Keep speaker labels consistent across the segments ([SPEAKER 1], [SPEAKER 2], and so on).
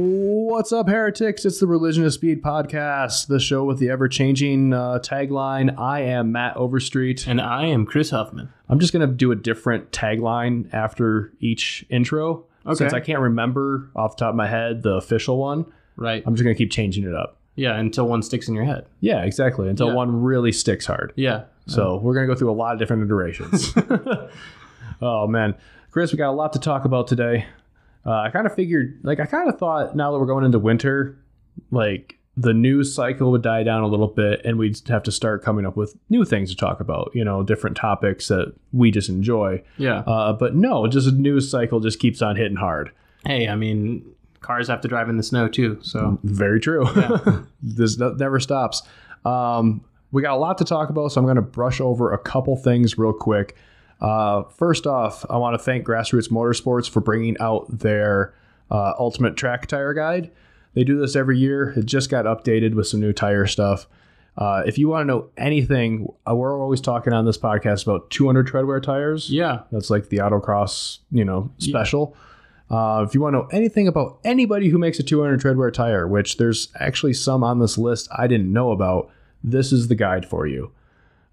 [SPEAKER 1] What's up, heretics? It's the Religion of Speed podcast, the show with the ever changing uh, tagline. I am Matt Overstreet.
[SPEAKER 2] And I am Chris Huffman.
[SPEAKER 1] I'm just going to do a different tagline after each intro.
[SPEAKER 2] Okay.
[SPEAKER 1] Since I can't remember off the top of my head the official one,
[SPEAKER 2] Right.
[SPEAKER 1] I'm just going to keep changing it up.
[SPEAKER 2] Yeah, until one sticks in your head.
[SPEAKER 1] Yeah, exactly. Until
[SPEAKER 2] Yeah.
[SPEAKER 1] one really sticks hard.
[SPEAKER 2] Yeah.
[SPEAKER 1] So we're going to go through a lot of different iterations. oh, man. Chris, we got a lot to talk about today. Uh, I kind of figured, like, I kind of thought now that we're going into winter, like, the news cycle would die down a little bit and we'd have to start coming up with new things to talk about, you know, different topics that we just enjoy.
[SPEAKER 2] Yeah.
[SPEAKER 1] Uh, but no, just the news cycle just keeps on hitting hard.
[SPEAKER 2] hey, I mean, cars have to drive in the snow too. So
[SPEAKER 1] Very true. this no- never stops. Um, we got a lot to talk about, so I'm going to brush over a couple things real quick. Uh, first off, I want to thank Grassroots Motorsports for bringing out their uh, Ultimate Track Tire Guide. They do this every year. It just got updated with some new tire stuff. Uh, if you want to know anything, uh, we're always talking on this podcast about 200 treadwear tires.
[SPEAKER 2] yeah.
[SPEAKER 1] That's like the autocross, you know, special. Uh, if you want to know anything about anybody who makes a 200 treadwear tire, which there's actually some on this list I didn't know about, this is the guide for you.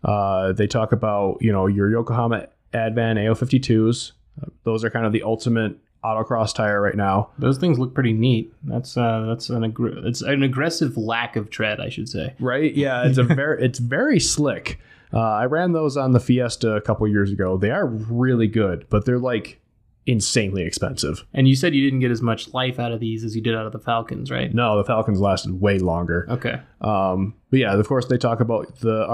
[SPEAKER 1] Uh, they talk about you know your Yokohama Advan AO52s. Uh, Those are kind of the ultimate autocross tire right now.
[SPEAKER 2] Those things look pretty neat. That's uh that's an aggr- it's an aggressive lack of tread, I should say.
[SPEAKER 1] Right? Yeah, it's a very it's very slick. Uh, I ran those on the Fiesta a couple years ago. They are really good, but they're like insanely expensive.
[SPEAKER 2] And you said you didn't get as much life out of these as you did out of the Falcons, right?
[SPEAKER 1] No, the Falcons lasted way longer.
[SPEAKER 2] Okay.
[SPEAKER 1] Um, but yeah, of course, they talk about the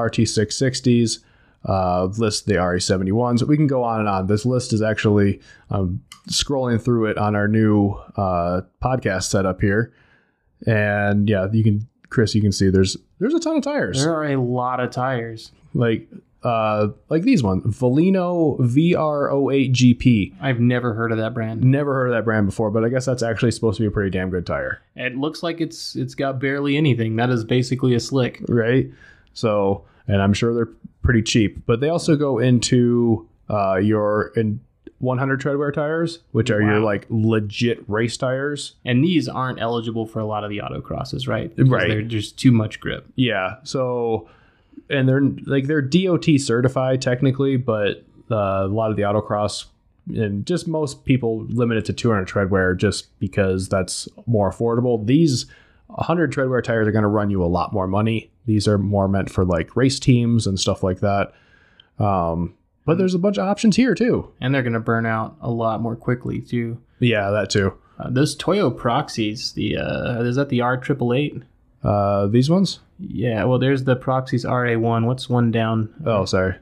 [SPEAKER 1] RT660s, uh, list the RE71s. We can go on and on. This list is actually um, scrolling through it on our new uh, podcast setup here, and yeah, you can, Chris, you can see there's there's a ton of tires
[SPEAKER 2] There are a lot of tires.
[SPEAKER 1] like uh like these ones, Volino VR08GP.
[SPEAKER 2] I've never heard of that brand.
[SPEAKER 1] Never heard of that brand before, but I guess that's actually supposed to be a pretty damn good tire.
[SPEAKER 2] It looks like it's it's got barely anything. That is basically a slick.
[SPEAKER 1] right? So, and I'm sure they're pretty cheap, but they also go into uh, your in 100 treadwear tires, which are your
[SPEAKER 2] Wow.
[SPEAKER 1] like legit race tires.
[SPEAKER 2] And these aren't eligible for a lot of the autocrosses, right?
[SPEAKER 1] Right.
[SPEAKER 2] They're just too much grip.
[SPEAKER 1] Yeah. So, and they're like they're DOT certified technically, but uh, a lot of the autocross and just most people limit it to 200 treadwear just because that's more affordable. These 100 treadwear tires are going to run you a lot more money. These are more meant for like race teams and stuff like that. Um, but there's a bunch of options here too.
[SPEAKER 2] and they're going to burn out a lot more quickly too.
[SPEAKER 1] Yeah, that too.
[SPEAKER 2] Uh, those Toyo proxies, the uh, is that the R triple eight?
[SPEAKER 1] Uh, these ones?
[SPEAKER 2] Yeah, well, there's the proxies RA one. What's one down?
[SPEAKER 1] Oh, sorry.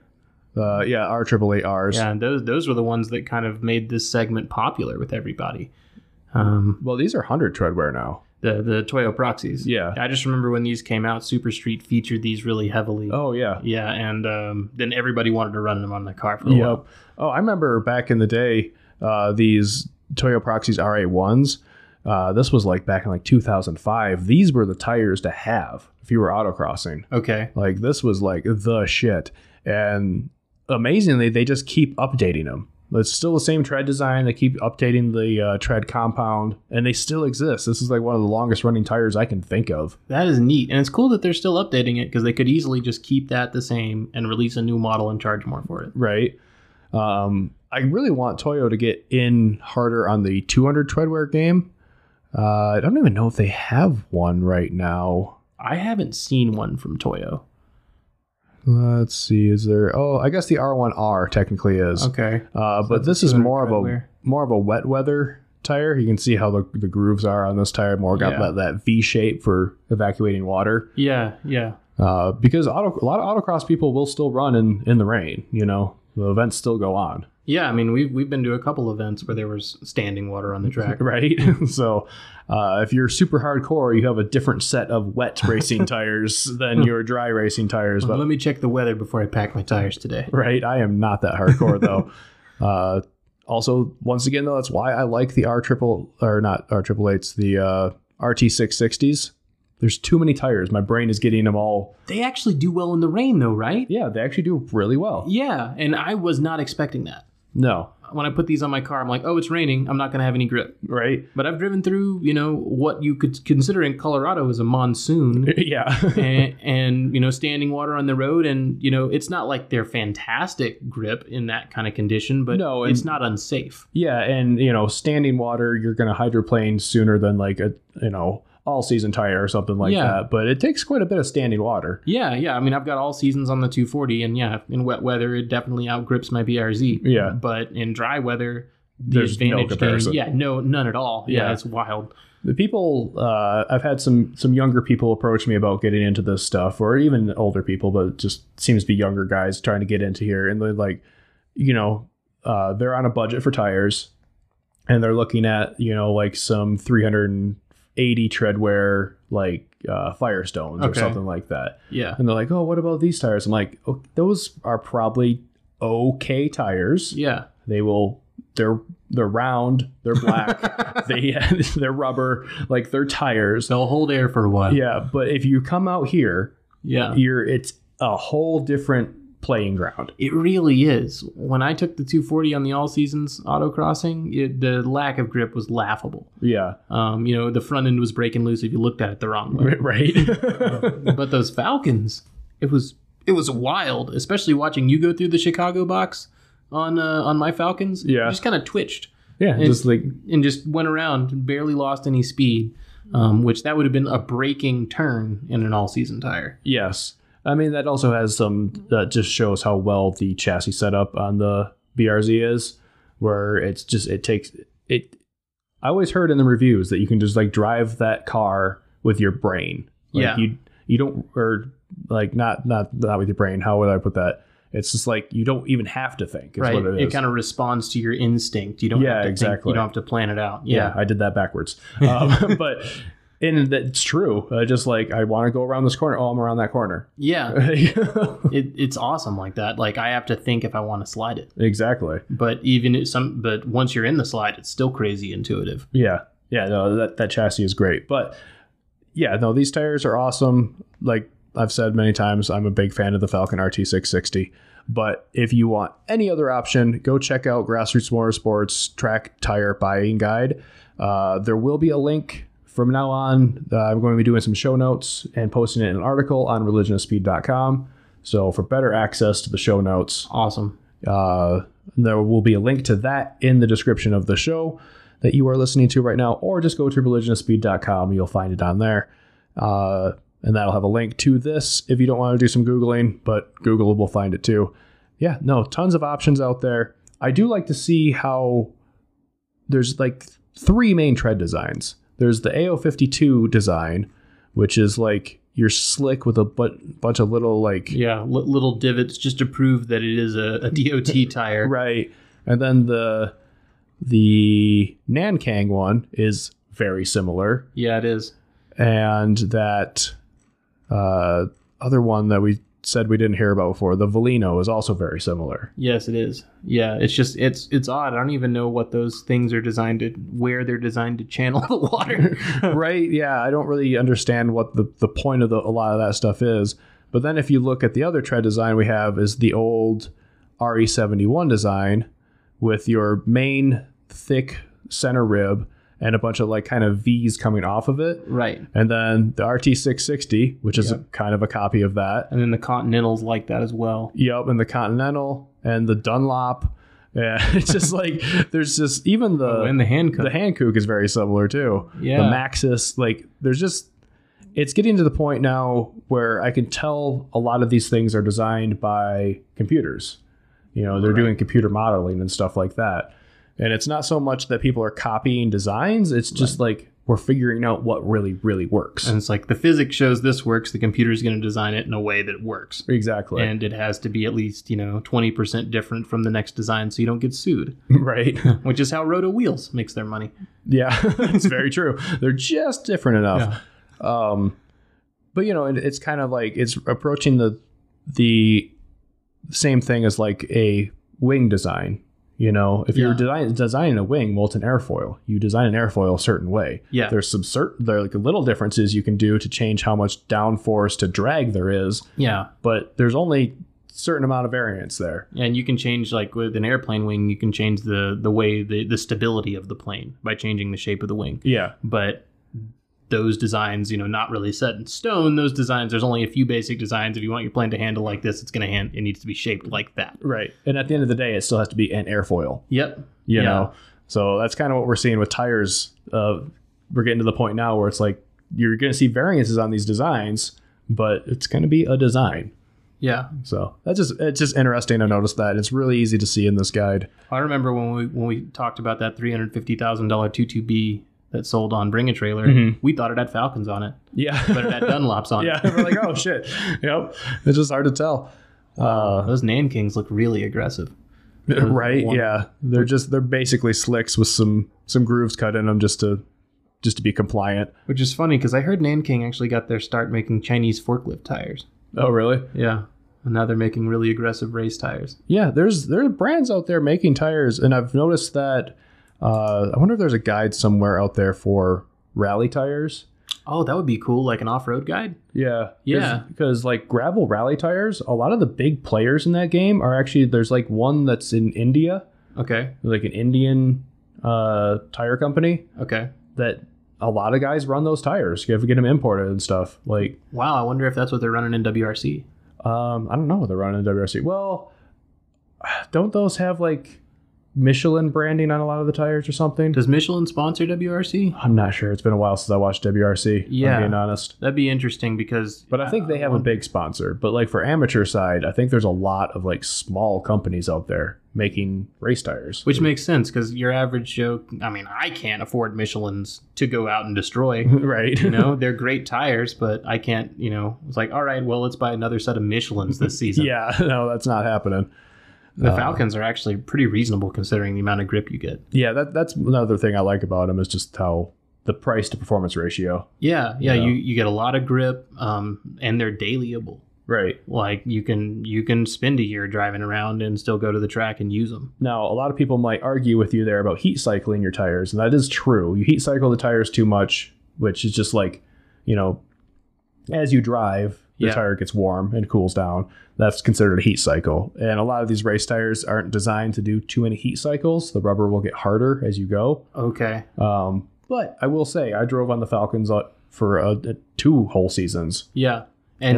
[SPEAKER 1] Uh, yeah, R triple eight R's.
[SPEAKER 2] Yeah, and those those were the ones that kind of made this segment popular with everybody. Um,
[SPEAKER 1] Well, these are 100 treadwear now.
[SPEAKER 2] the the Toyo proxies.
[SPEAKER 1] Yeah.
[SPEAKER 2] I just remember when these came out, Super Street featured these really heavily.
[SPEAKER 1] Oh, yeah.
[SPEAKER 2] Yeah, and um, then everybody wanted to run them on the car for a
[SPEAKER 1] Yep.
[SPEAKER 2] while.
[SPEAKER 1] Oh, I remember back in the day, uh, these Toyo Proxies RA1s. Uh, this was like back in like 2005. These were the tires to have if you were autocrossing.
[SPEAKER 2] Okay.
[SPEAKER 1] Like this was like the shit. And amazingly, they just keep updating them. It's still the same tread design. They keep updating the uh, tread compound, and they still exist. This is like one of the longest running tires I can think of.
[SPEAKER 2] That is neat. And it's cool that they're still updating it because they could easily just keep that the same and release a new model and charge more for it.
[SPEAKER 1] right? Um, I really want Toyo to get in harder on the 200 treadwear game. Uh, I don't even know if they have one right now.
[SPEAKER 2] I haven't seen one from Toyo.
[SPEAKER 1] Let's see, is there? Oh, I guess the R1R technically is,
[SPEAKER 2] Okay.
[SPEAKER 1] uh, but
[SPEAKER 2] that's
[SPEAKER 1] this
[SPEAKER 2] a
[SPEAKER 1] is
[SPEAKER 2] 200
[SPEAKER 1] more of
[SPEAKER 2] treadwear.
[SPEAKER 1] a more of a wet weather tire. You can see how the, the grooves are on this tire. More got
[SPEAKER 2] Yeah.
[SPEAKER 1] that, that V shape for evacuating water.
[SPEAKER 2] Yeah, yeah.
[SPEAKER 1] Uh, because auto, a lot of autocross people will still run in in the rain. You know, the events still go on.
[SPEAKER 2] Yeah, I mean we've we've been to a couple events where there was standing water on the track.
[SPEAKER 1] right? so, uh, if you're super hardcore, you have a different set of wet racing tires than your dry racing tires.
[SPEAKER 2] But
[SPEAKER 1] But
[SPEAKER 2] let me check the weather before I pack my tires today.
[SPEAKER 1] right, I am not that hardcore though. uh, also, once again though, that's why I like the R triple or not R triple eights, the uh, RT six sixties. There's too many tires. My brain is getting them all.
[SPEAKER 2] They actually do well in the rain though, right?
[SPEAKER 1] Yeah, they actually do really well.
[SPEAKER 2] Yeah, and I was not expecting that.
[SPEAKER 1] No,
[SPEAKER 2] when I put these on my car, I'm like, oh, it's raining. I'm not going to have any grip.
[SPEAKER 1] right?
[SPEAKER 2] But I've driven through, you know, what you could consider in Colorado is a monsoon.
[SPEAKER 1] Yeah.
[SPEAKER 2] and, and you know standing water on the road and you know it's not like they're fantastic grip in that kind of condition but
[SPEAKER 1] No, and-
[SPEAKER 2] it's not unsafe
[SPEAKER 1] yeah, and you know, standing water, you're going to hydroplane sooner than like a, you know, all season tire or something like
[SPEAKER 2] Yeah.
[SPEAKER 1] that, but it takes quite a bit of standing water.
[SPEAKER 2] yeah yeah i mean i've got all seasons on the 240 and yeah in wet weather it definitely outgrips my brz
[SPEAKER 1] Yeah.
[SPEAKER 2] but in dry weather the
[SPEAKER 1] There's no
[SPEAKER 2] advantage goes-
[SPEAKER 1] comparison.
[SPEAKER 2] yeah no none at all yeah,
[SPEAKER 1] Yeah.
[SPEAKER 2] it's wild
[SPEAKER 1] The people uh, I've had some some younger people approach me about getting into this stuff, or even older people, but it just seems to be younger guys trying to get into here, and they're like, you know, uh, they're on a budget for tires, and they're looking at you know like some 380 treadwear like uh, Firestones or
[SPEAKER 2] Okay.
[SPEAKER 1] something like that,
[SPEAKER 2] yeah
[SPEAKER 1] and they're like, oh, what about these tires? I'm like, oh, those are probably okay tires.
[SPEAKER 2] yeah
[SPEAKER 1] They will. They're they're round. They're black they they're rubber like they're tires
[SPEAKER 2] they'll hold air for a while
[SPEAKER 1] yeah but if you come out here
[SPEAKER 2] yeah
[SPEAKER 1] you're it's a whole different playing ground
[SPEAKER 2] It really is. When I took the 240 on the all seasons autocrossing, it, the lack of grip was laughable.
[SPEAKER 1] yeah
[SPEAKER 2] Um, you know, the front end was breaking loose if you looked at it the wrong way.
[SPEAKER 1] right
[SPEAKER 2] but those Falcons, it was it was wild, especially watching you go through the Chicago box on uh, on my Falcons.
[SPEAKER 1] Yeah.
[SPEAKER 2] You just kind of twitched
[SPEAKER 1] yeah just like
[SPEAKER 2] and just went around and barely lost any speed. Um, which that would have been a breaking turn in an all season tire.
[SPEAKER 1] yes i mean that also has some that just shows how well the chassis setup on the brz is where it's just it takes it i always heard in the reviews that you can just like drive that car with your brain like
[SPEAKER 2] Yeah.
[SPEAKER 1] you you don't or like not not not with your brain how would i put that it's just like you don't even have to think is
[SPEAKER 2] right.
[SPEAKER 1] what
[SPEAKER 2] It,
[SPEAKER 1] it is
[SPEAKER 2] kind of responds to your instinct. You don't
[SPEAKER 1] Yeah,
[SPEAKER 2] have to
[SPEAKER 1] exactly.
[SPEAKER 2] think, you don't have to plan it out.
[SPEAKER 1] yeah.
[SPEAKER 2] Yeah.
[SPEAKER 1] i did that backwards um, but and that's true uh, just like i want to go around this corner oh i'm around that corner
[SPEAKER 2] Yeah. It, it's awesome like that. Like I have to think if I want to slide it.
[SPEAKER 1] exactly
[SPEAKER 2] But even if some but once you're in the slide, it's still crazy intuitive.
[SPEAKER 1] Yeah. Yeah, no, that, that chassis is great. But yeah, no, these tires are awesome. Like I've said many times, I'm a big fan of the Falcon RT660. But if you want any other option, go check out Grassroots Motorsports track tire buying guide. Uh, there will be a link from now on. Uh, I'm going to be doing some show notes and posting it in an article on religionouspeed.com. So for better access to the show notes,
[SPEAKER 2] Awesome.
[SPEAKER 1] uh, there will be a link to that in the description of the show that you are listening to right now, or just go to religionouspeed.com. You'll find it on there. Uh, and that'll have a link to this if you don't want to do some Googling, but Google will find it too. Yeah, no, tons of options out there. I do like to see how there's like three main tread designs. There's the AO52 design, which is like you're slick with a bu- bunch of little like
[SPEAKER 2] Yeah, li- little divots just to prove that it is a, a DOT tire.
[SPEAKER 1] Right. And then the the Nankang one is very similar.
[SPEAKER 2] Yeah, it is.
[SPEAKER 1] And that uh, other one that we said we didn't hear about before, the Volino, is also very similar.
[SPEAKER 2] Yes, it is. Yeah, it's just it's it's odd. I don't even know what those things are designed to where they're designed to channel the water.
[SPEAKER 1] right? Yeah, I don't really understand what the, the point of the, a lot of that stuff is. But then if you look at the other tread design we have is the old RE71 design with your main thick center rib and a bunch of like kind of V's coming off of it.
[SPEAKER 2] right.
[SPEAKER 1] And then the RT660, which is a,
[SPEAKER 2] Yep.
[SPEAKER 1] kind of a copy of that.
[SPEAKER 2] And then the Continentals like that as well.
[SPEAKER 1] Yep, and the Continental and the Dunlop. Yeah, it's just like there's just even the
[SPEAKER 2] oh, and the handcuff.
[SPEAKER 1] Uh, the Hankook is very similar too.
[SPEAKER 2] Yeah.
[SPEAKER 1] The Maxis, like there's just it's getting to the point now where I can tell a lot of these things are designed by computers. You know, they're doing computer modeling and stuff like that. And it's not so much that people are copying designs, it's just like we're figuring out what really, really works.
[SPEAKER 2] and it's like the physics shows this works. The computer's going to design it in a way that works.
[SPEAKER 1] exactly.
[SPEAKER 2] and it has to be at least you know 20% different from the next design so you don't get sued
[SPEAKER 1] Right.
[SPEAKER 2] which is how roto wheels makes their money
[SPEAKER 1] Yeah, it's very true. They're just different enough. Um, but you know, it, it's kind of like it's approaching the the same thing as like a wing design. You know, if you're
[SPEAKER 2] Yeah.
[SPEAKER 1] design, designing a wing, well, it's an airfoil. You design an airfoil a certain way.
[SPEAKER 2] Yeah.
[SPEAKER 1] There's some certain there are like little differences you can do to change how much downforce to drag there is,
[SPEAKER 2] yeah
[SPEAKER 1] but there's only certain amount of variance there.
[SPEAKER 2] And you can change like with an airplane wing, you can change the the way the, the stability of the plane by changing the shape of the wing.
[SPEAKER 1] Yeah.
[SPEAKER 2] But those designs, you know, not really set in stone. Those designs, there's only a few basic designs. If you want your plane to handle like this, it's going to hand. It needs to be shaped like that.
[SPEAKER 1] Right. And at the end of the day, it still has to be an airfoil,
[SPEAKER 2] Yep.
[SPEAKER 1] you
[SPEAKER 2] Yeah.
[SPEAKER 1] know? So that's kind of what we're seeing with tires. Uh, we're getting to the point now where it's like you're going to see variances on these designs, but it's going to be a design.
[SPEAKER 2] Yeah.
[SPEAKER 1] So that's just it's just interesting to notice that. It's really easy to see in this guide.
[SPEAKER 2] I remember when we when we talked about that three hundred fifty thousand dollar two two B that sold on Bring a Trailer. We thought it had Falcons on it,
[SPEAKER 1] Yeah.
[SPEAKER 2] but it had Dunlops on
[SPEAKER 1] yeah.
[SPEAKER 2] it.
[SPEAKER 1] We're like, oh shit. Yep. It's just hard to tell. Uh,
[SPEAKER 2] Those Nan Kings look really aggressive.
[SPEAKER 1] right
[SPEAKER 2] one-
[SPEAKER 1] yeah they're just they're basically slicks with some some grooves cut in them just to just to be compliant
[SPEAKER 2] Which is funny because I heard Nanking actually got their start making Chinese forklift tires.
[SPEAKER 1] oh really
[SPEAKER 2] Yeah. And now they're making really aggressive race tires.
[SPEAKER 1] yeah there's there's brands out there making tires and i've noticed that uh i wonder if there's a guide somewhere out there for rally tires
[SPEAKER 2] Oh, that would be cool, like an off road guide.
[SPEAKER 1] yeah
[SPEAKER 2] Yeah.
[SPEAKER 1] because like gravel rally tires a lot of the big players in that game are actually there's like one that's in india
[SPEAKER 2] Okay.
[SPEAKER 1] like an indian uh tire company
[SPEAKER 2] Okay.
[SPEAKER 1] that a lot of guys run those tires you have to get them imported and stuff like
[SPEAKER 2] Wow, I wonder if that's what they're running in WRC.
[SPEAKER 1] Um, I don't know what they're running in WRC. Well, don't those have like Michelin branding on a lot of the tires or something?
[SPEAKER 2] Does Michelin sponsor WRC?
[SPEAKER 1] I'm not sure. It's been a while since I watched WRC. if
[SPEAKER 2] Yeah. Um,
[SPEAKER 1] I'm being honest.
[SPEAKER 2] That'd be interesting because
[SPEAKER 1] But I think they have a big sponsor. But like for amateur side, I think there's a lot of like small companies out there making race tires.
[SPEAKER 2] which makes sense because your average Joe, I mean, I can't afford Michelin's to go out and destroy.
[SPEAKER 1] right.
[SPEAKER 2] You know, they're great tires, but I can't, you know, it's like, all right, well, let's buy another set of Michelin's this season.
[SPEAKER 1] yeah. No, that's not happening.
[SPEAKER 2] The
[SPEAKER 1] Uh,
[SPEAKER 2] Falcons are actually pretty reasonable considering the amount of grip you get.
[SPEAKER 1] Yeah. That that's another thing I like about them is just how the price to performance ratio.
[SPEAKER 2] Yeah, yeah,
[SPEAKER 1] Yeah.
[SPEAKER 2] You, you get a lot of grip, um, and they're dailyable.
[SPEAKER 1] Right.
[SPEAKER 2] Like you can you can spend a year driving around and still go to the track and use them.
[SPEAKER 1] Now, a lot of people might argue with you there about heat cycling your tires, and that is true. You heat cycle the tires too much, which is just like, you know, as you drive, the
[SPEAKER 2] Yeah.
[SPEAKER 1] tire gets warm and cools down. That's considered a heat cycle. And a lot of these race tires aren't designed to do too many heat cycles. The rubber will get harder as you go.
[SPEAKER 2] Okay.
[SPEAKER 1] Um, but I will say, I drove on the Falcons uh, for uh, two whole seasons,
[SPEAKER 2] Yeah, and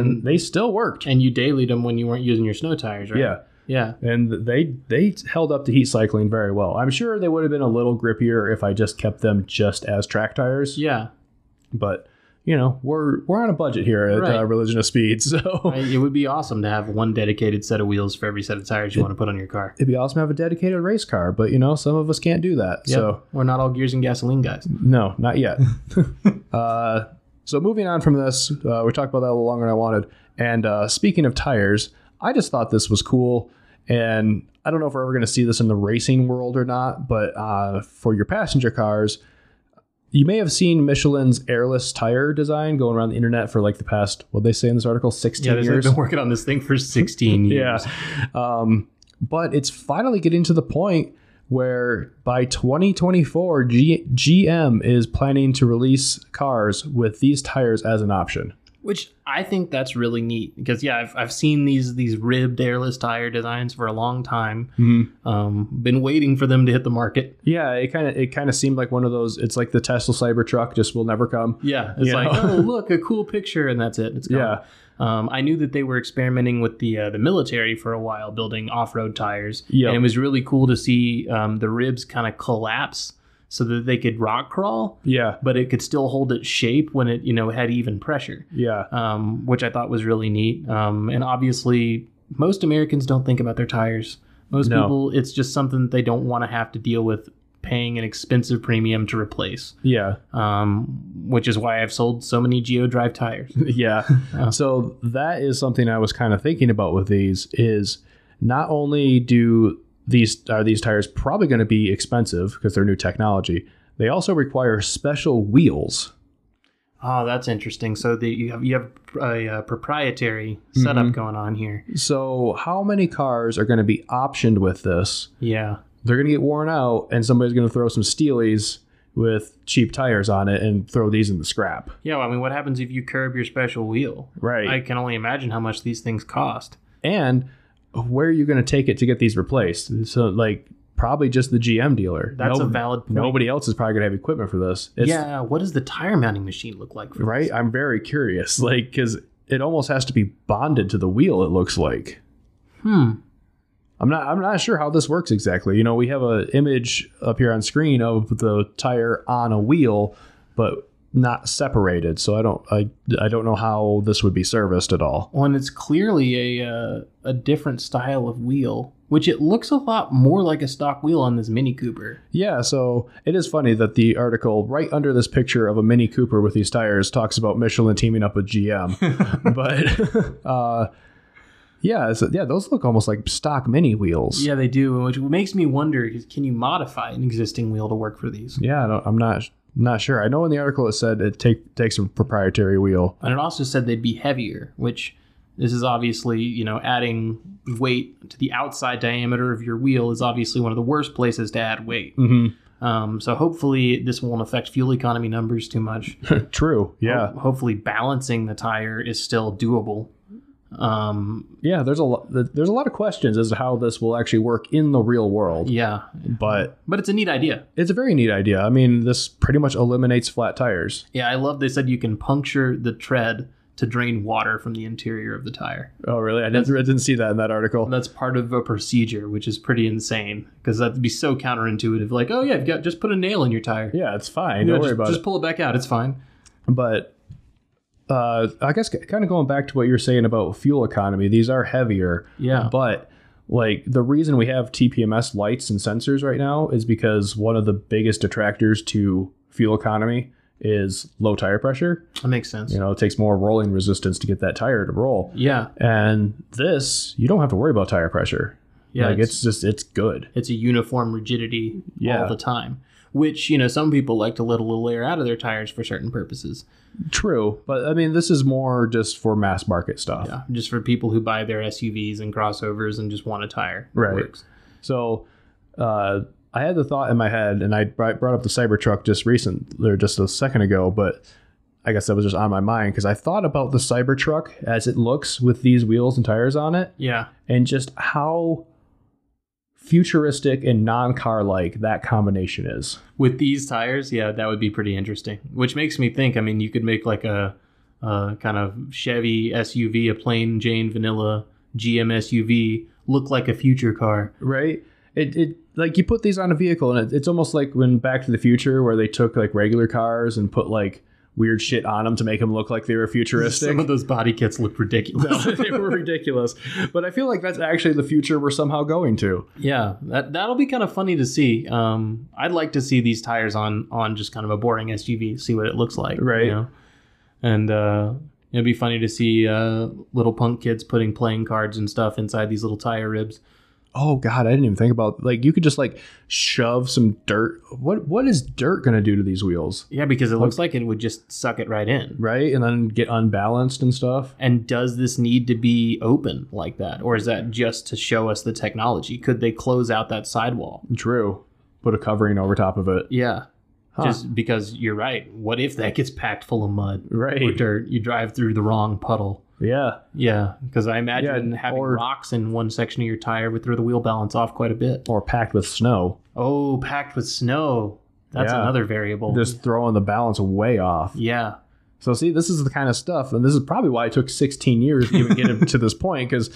[SPEAKER 1] and
[SPEAKER 2] and,
[SPEAKER 1] they still worked.
[SPEAKER 2] you dailied them when you weren't using your snow tires, right?
[SPEAKER 1] Yeah.
[SPEAKER 2] yeah,
[SPEAKER 1] and they they held up to heat cycling very well. I'm sure they would have been a little grippier if I just kept them just as track tires,
[SPEAKER 2] yeah.
[SPEAKER 1] but you know we're we're on a budget here at uh,
[SPEAKER 2] Right.
[SPEAKER 1] Religion of Speed, so
[SPEAKER 2] I- it would be awesome to have one dedicated set of wheels for every set of tires you want to put on your car.
[SPEAKER 1] it'd be awesome to have a dedicated race car. But you know some of us can't do that,
[SPEAKER 2] Yeah,
[SPEAKER 1] so
[SPEAKER 2] we're not all gears and gasoline guys.
[SPEAKER 1] no, not yet. uh, so moving on from this, uh, we talked about that a little longer than I wanted. And uh, speaking of tires, I just thought this was cool, and I don't know if we're ever going to see this in the racing world or not, but uh, for your passenger cars. You may have seen Michelin's airless tire design going around the internet for like the past, what they say in this article, 16
[SPEAKER 2] Yeah, they've
[SPEAKER 1] years.
[SPEAKER 2] been working on this thing for 16
[SPEAKER 1] Yeah.
[SPEAKER 2] years.
[SPEAKER 1] Um, but it's finally getting to the point where by 2024, G- GM is planning to release cars with these tires as an option.
[SPEAKER 2] which I think that's really neat because yeah, I've, I've seen these these ribbed airless tire designs for a long time.
[SPEAKER 1] Mm-hmm.
[SPEAKER 2] Um, been waiting for them to hit the market.
[SPEAKER 1] Yeah, it kind of it kind of seemed like one of those. It's like the Tesla Cybertruck just will never come.
[SPEAKER 2] Yeah, it's
[SPEAKER 1] You
[SPEAKER 2] like
[SPEAKER 1] know?
[SPEAKER 2] oh look, a cool picture, and that's it. It's gone.
[SPEAKER 1] Yeah.
[SPEAKER 2] Um, I knew that they were experimenting with the uh, the military for a while, building off road tires.
[SPEAKER 1] Yep.
[SPEAKER 2] and it was really cool to see um, the ribs kind of collapse so that they could rock crawl,
[SPEAKER 1] Yeah,
[SPEAKER 2] but it could still hold its shape when it you know had even pressure.
[SPEAKER 1] yeah,
[SPEAKER 2] um, which I thought was really neat. Um, and obviously, most Americans don't think about their tires. Most
[SPEAKER 1] No.
[SPEAKER 2] people, it's just something that they don't want to have to deal with paying an expensive premium to replace,
[SPEAKER 1] yeah,
[SPEAKER 2] um, which is why I've sold so many Geo Drive tires.
[SPEAKER 1] yeah.
[SPEAKER 2] Yeah.
[SPEAKER 1] So that is something I was kind of thinking about with these. Is not only do these are these tires probably going to be expensive because they're new technology. They also require special wheels.
[SPEAKER 2] Oh, that's interesting. So the, you have you have a, uh proprietary setup going on here.
[SPEAKER 1] So, how many cars are going to be optioned with this?
[SPEAKER 2] Yeah.
[SPEAKER 1] They're going to get worn out, and somebody's going to throw some Steelies with cheap tires on it and throw these in the scrap.
[SPEAKER 2] Yeah, well, I mean, what happens if you curb your special wheel?
[SPEAKER 1] Right.
[SPEAKER 2] I can only imagine how much these things cost.
[SPEAKER 1] and where are you going to take it to get these replaced? So like probably just the GM dealer.
[SPEAKER 2] That's
[SPEAKER 1] No-
[SPEAKER 2] a valid point.
[SPEAKER 1] Nobody else is probably going to have equipment for this. It's,
[SPEAKER 2] yeah, what does the tire mounting machine look like? For
[SPEAKER 1] Right?
[SPEAKER 2] this?
[SPEAKER 1] I'm very curious. Like, because it almost has to be bonded to the wheel, it looks like.
[SPEAKER 2] Hmm.
[SPEAKER 1] I'm not I'm not sure how this works exactly. You know, we have a image up here on screen of the tire on a wheel, but not separated. So I don't I I don't know how this would be serviced at all.
[SPEAKER 2] Well, and it's clearly a uh, a different style of wheel, which it looks a lot more like a stock wheel on this Mini Cooper.
[SPEAKER 1] Yeah, so it is funny that the article right under this picture of a Mini Cooper with these tires talks about Michelin teaming up with GM. but uh yeah, so yeah, those look almost like stock mini wheels.
[SPEAKER 2] Yeah, they do, which makes me wonder: is- can you modify an existing wheel to work for these?
[SPEAKER 1] Yeah, I don't, I'm not not sure. I know in the article it said it take, takes a proprietary wheel.
[SPEAKER 2] And it also said they'd be heavier, which this is obviously, you know, adding weight to the outside diameter of your wheel is obviously one of the worst places to add weight.
[SPEAKER 1] Mm-hmm.
[SPEAKER 2] Um, so hopefully this won't affect fuel economy numbers too much.
[SPEAKER 1] True. Yeah.
[SPEAKER 2] Ho- hopefully balancing the tire is still doable. Um,
[SPEAKER 1] yeah there's a lot there's a lot of questions as to how this will actually work in the real world
[SPEAKER 2] yeah,
[SPEAKER 1] but
[SPEAKER 2] but it's a neat idea.
[SPEAKER 1] it's a very neat idea i mean this pretty much eliminates flat tires
[SPEAKER 2] Yeah, I love they said you can puncture the tread to drain water from the interior of the tire.
[SPEAKER 1] oh really i didn't, I didn't see that in that article
[SPEAKER 2] That's part of a procedure, which is pretty insane because that'd be so counterintuitive. Like, oh yeah, you've got just put a nail in your tire.
[SPEAKER 1] yeah it's fine
[SPEAKER 2] You know,
[SPEAKER 1] don't worry
[SPEAKER 2] just,
[SPEAKER 1] about
[SPEAKER 2] just
[SPEAKER 1] it
[SPEAKER 2] pull it back out. It's fine.
[SPEAKER 1] but uh, i guess kind of going back to what you were saying about fuel economy these are heavier
[SPEAKER 2] Yeah.
[SPEAKER 1] but like the reason we have tpms lights and sensors right now is because one of the biggest detractors to fuel economy is low tire pressure
[SPEAKER 2] that makes sense.
[SPEAKER 1] you know it takes more rolling resistance to get that tire to roll
[SPEAKER 2] Yeah.
[SPEAKER 1] And this, you don't have to worry about tire pressure.
[SPEAKER 2] Yeah.
[SPEAKER 1] like it's, just it's good.
[SPEAKER 2] it's a uniform rigidity
[SPEAKER 1] Yeah.
[SPEAKER 2] all the time. Which, you know, some people like to let a little air out of their tires for certain purposes.
[SPEAKER 1] True, but I mean, this is more just for mass market stuff.
[SPEAKER 2] Yeah. Just for people who buy their SUVs and crossovers and just want a tire. that
[SPEAKER 1] Right.
[SPEAKER 2] works.
[SPEAKER 1] So, uh, I had the thought in my head, and I br- brought up the Cybertruck just recent or just a second ago, but I guess that was just on my mind because I thought about the Cybertruck as it looks with these wheels and tires on it,
[SPEAKER 2] Yeah.
[SPEAKER 1] and just how futuristic and non-car like that combination is.
[SPEAKER 2] With these tires, yeah, that would be pretty interesting. Which makes me think, I mean, you could make like a, a kind of Chevy SUV, a plain Jane vanilla GM SUV look like a future car.
[SPEAKER 1] right? It, it like you put these on a vehicle, and it, it's almost like when Back to the Future, where they took like regular cars and put like weird shit on them to make them look like they were futuristic.
[SPEAKER 2] Some of those body kits look ridiculous.
[SPEAKER 1] they were ridiculous, but I feel like that's actually the future we're somehow going to.
[SPEAKER 2] Yeah, that that'll be kind of funny to see. Um, I'd like to see these tires on on just kind of a boring SUV, see what it looks like,
[SPEAKER 1] Right.
[SPEAKER 2] You know? And uh, it'd be funny to see uh, little punk kids putting playing cards and stuff inside these little tire ribs.
[SPEAKER 1] Oh God, I didn't even think about like you could just like shove some dirt. What what is dirt gonna do to these wheels,
[SPEAKER 2] Yeah, because it looks like it would just suck it right in.
[SPEAKER 1] right? And then get unbalanced and stuff.
[SPEAKER 2] And does this need to be open like that, or is that just to show us the technology? Could they close out that sidewall?
[SPEAKER 1] True. Put a covering over top of it.
[SPEAKER 2] Yeah,
[SPEAKER 1] Huh.
[SPEAKER 2] just because you're right. What if that gets packed full of mud or
[SPEAKER 1] right.
[SPEAKER 2] dirt? You drive through the wrong puddle.
[SPEAKER 1] Yeah.
[SPEAKER 2] Yeah, because I imagine
[SPEAKER 1] Yeah,
[SPEAKER 2] having
[SPEAKER 1] or-
[SPEAKER 2] rocks in one section of your tire would throw the wheel balance off quite a bit.
[SPEAKER 1] Or packed with snow.
[SPEAKER 2] Oh, packed with snow. That's
[SPEAKER 1] Yeah.
[SPEAKER 2] another variable.
[SPEAKER 1] Just throwing the balance way off.
[SPEAKER 2] yeah,
[SPEAKER 1] So see, this is the kind of stuff, and this is probably why it took 16 years to even get him to this point. Because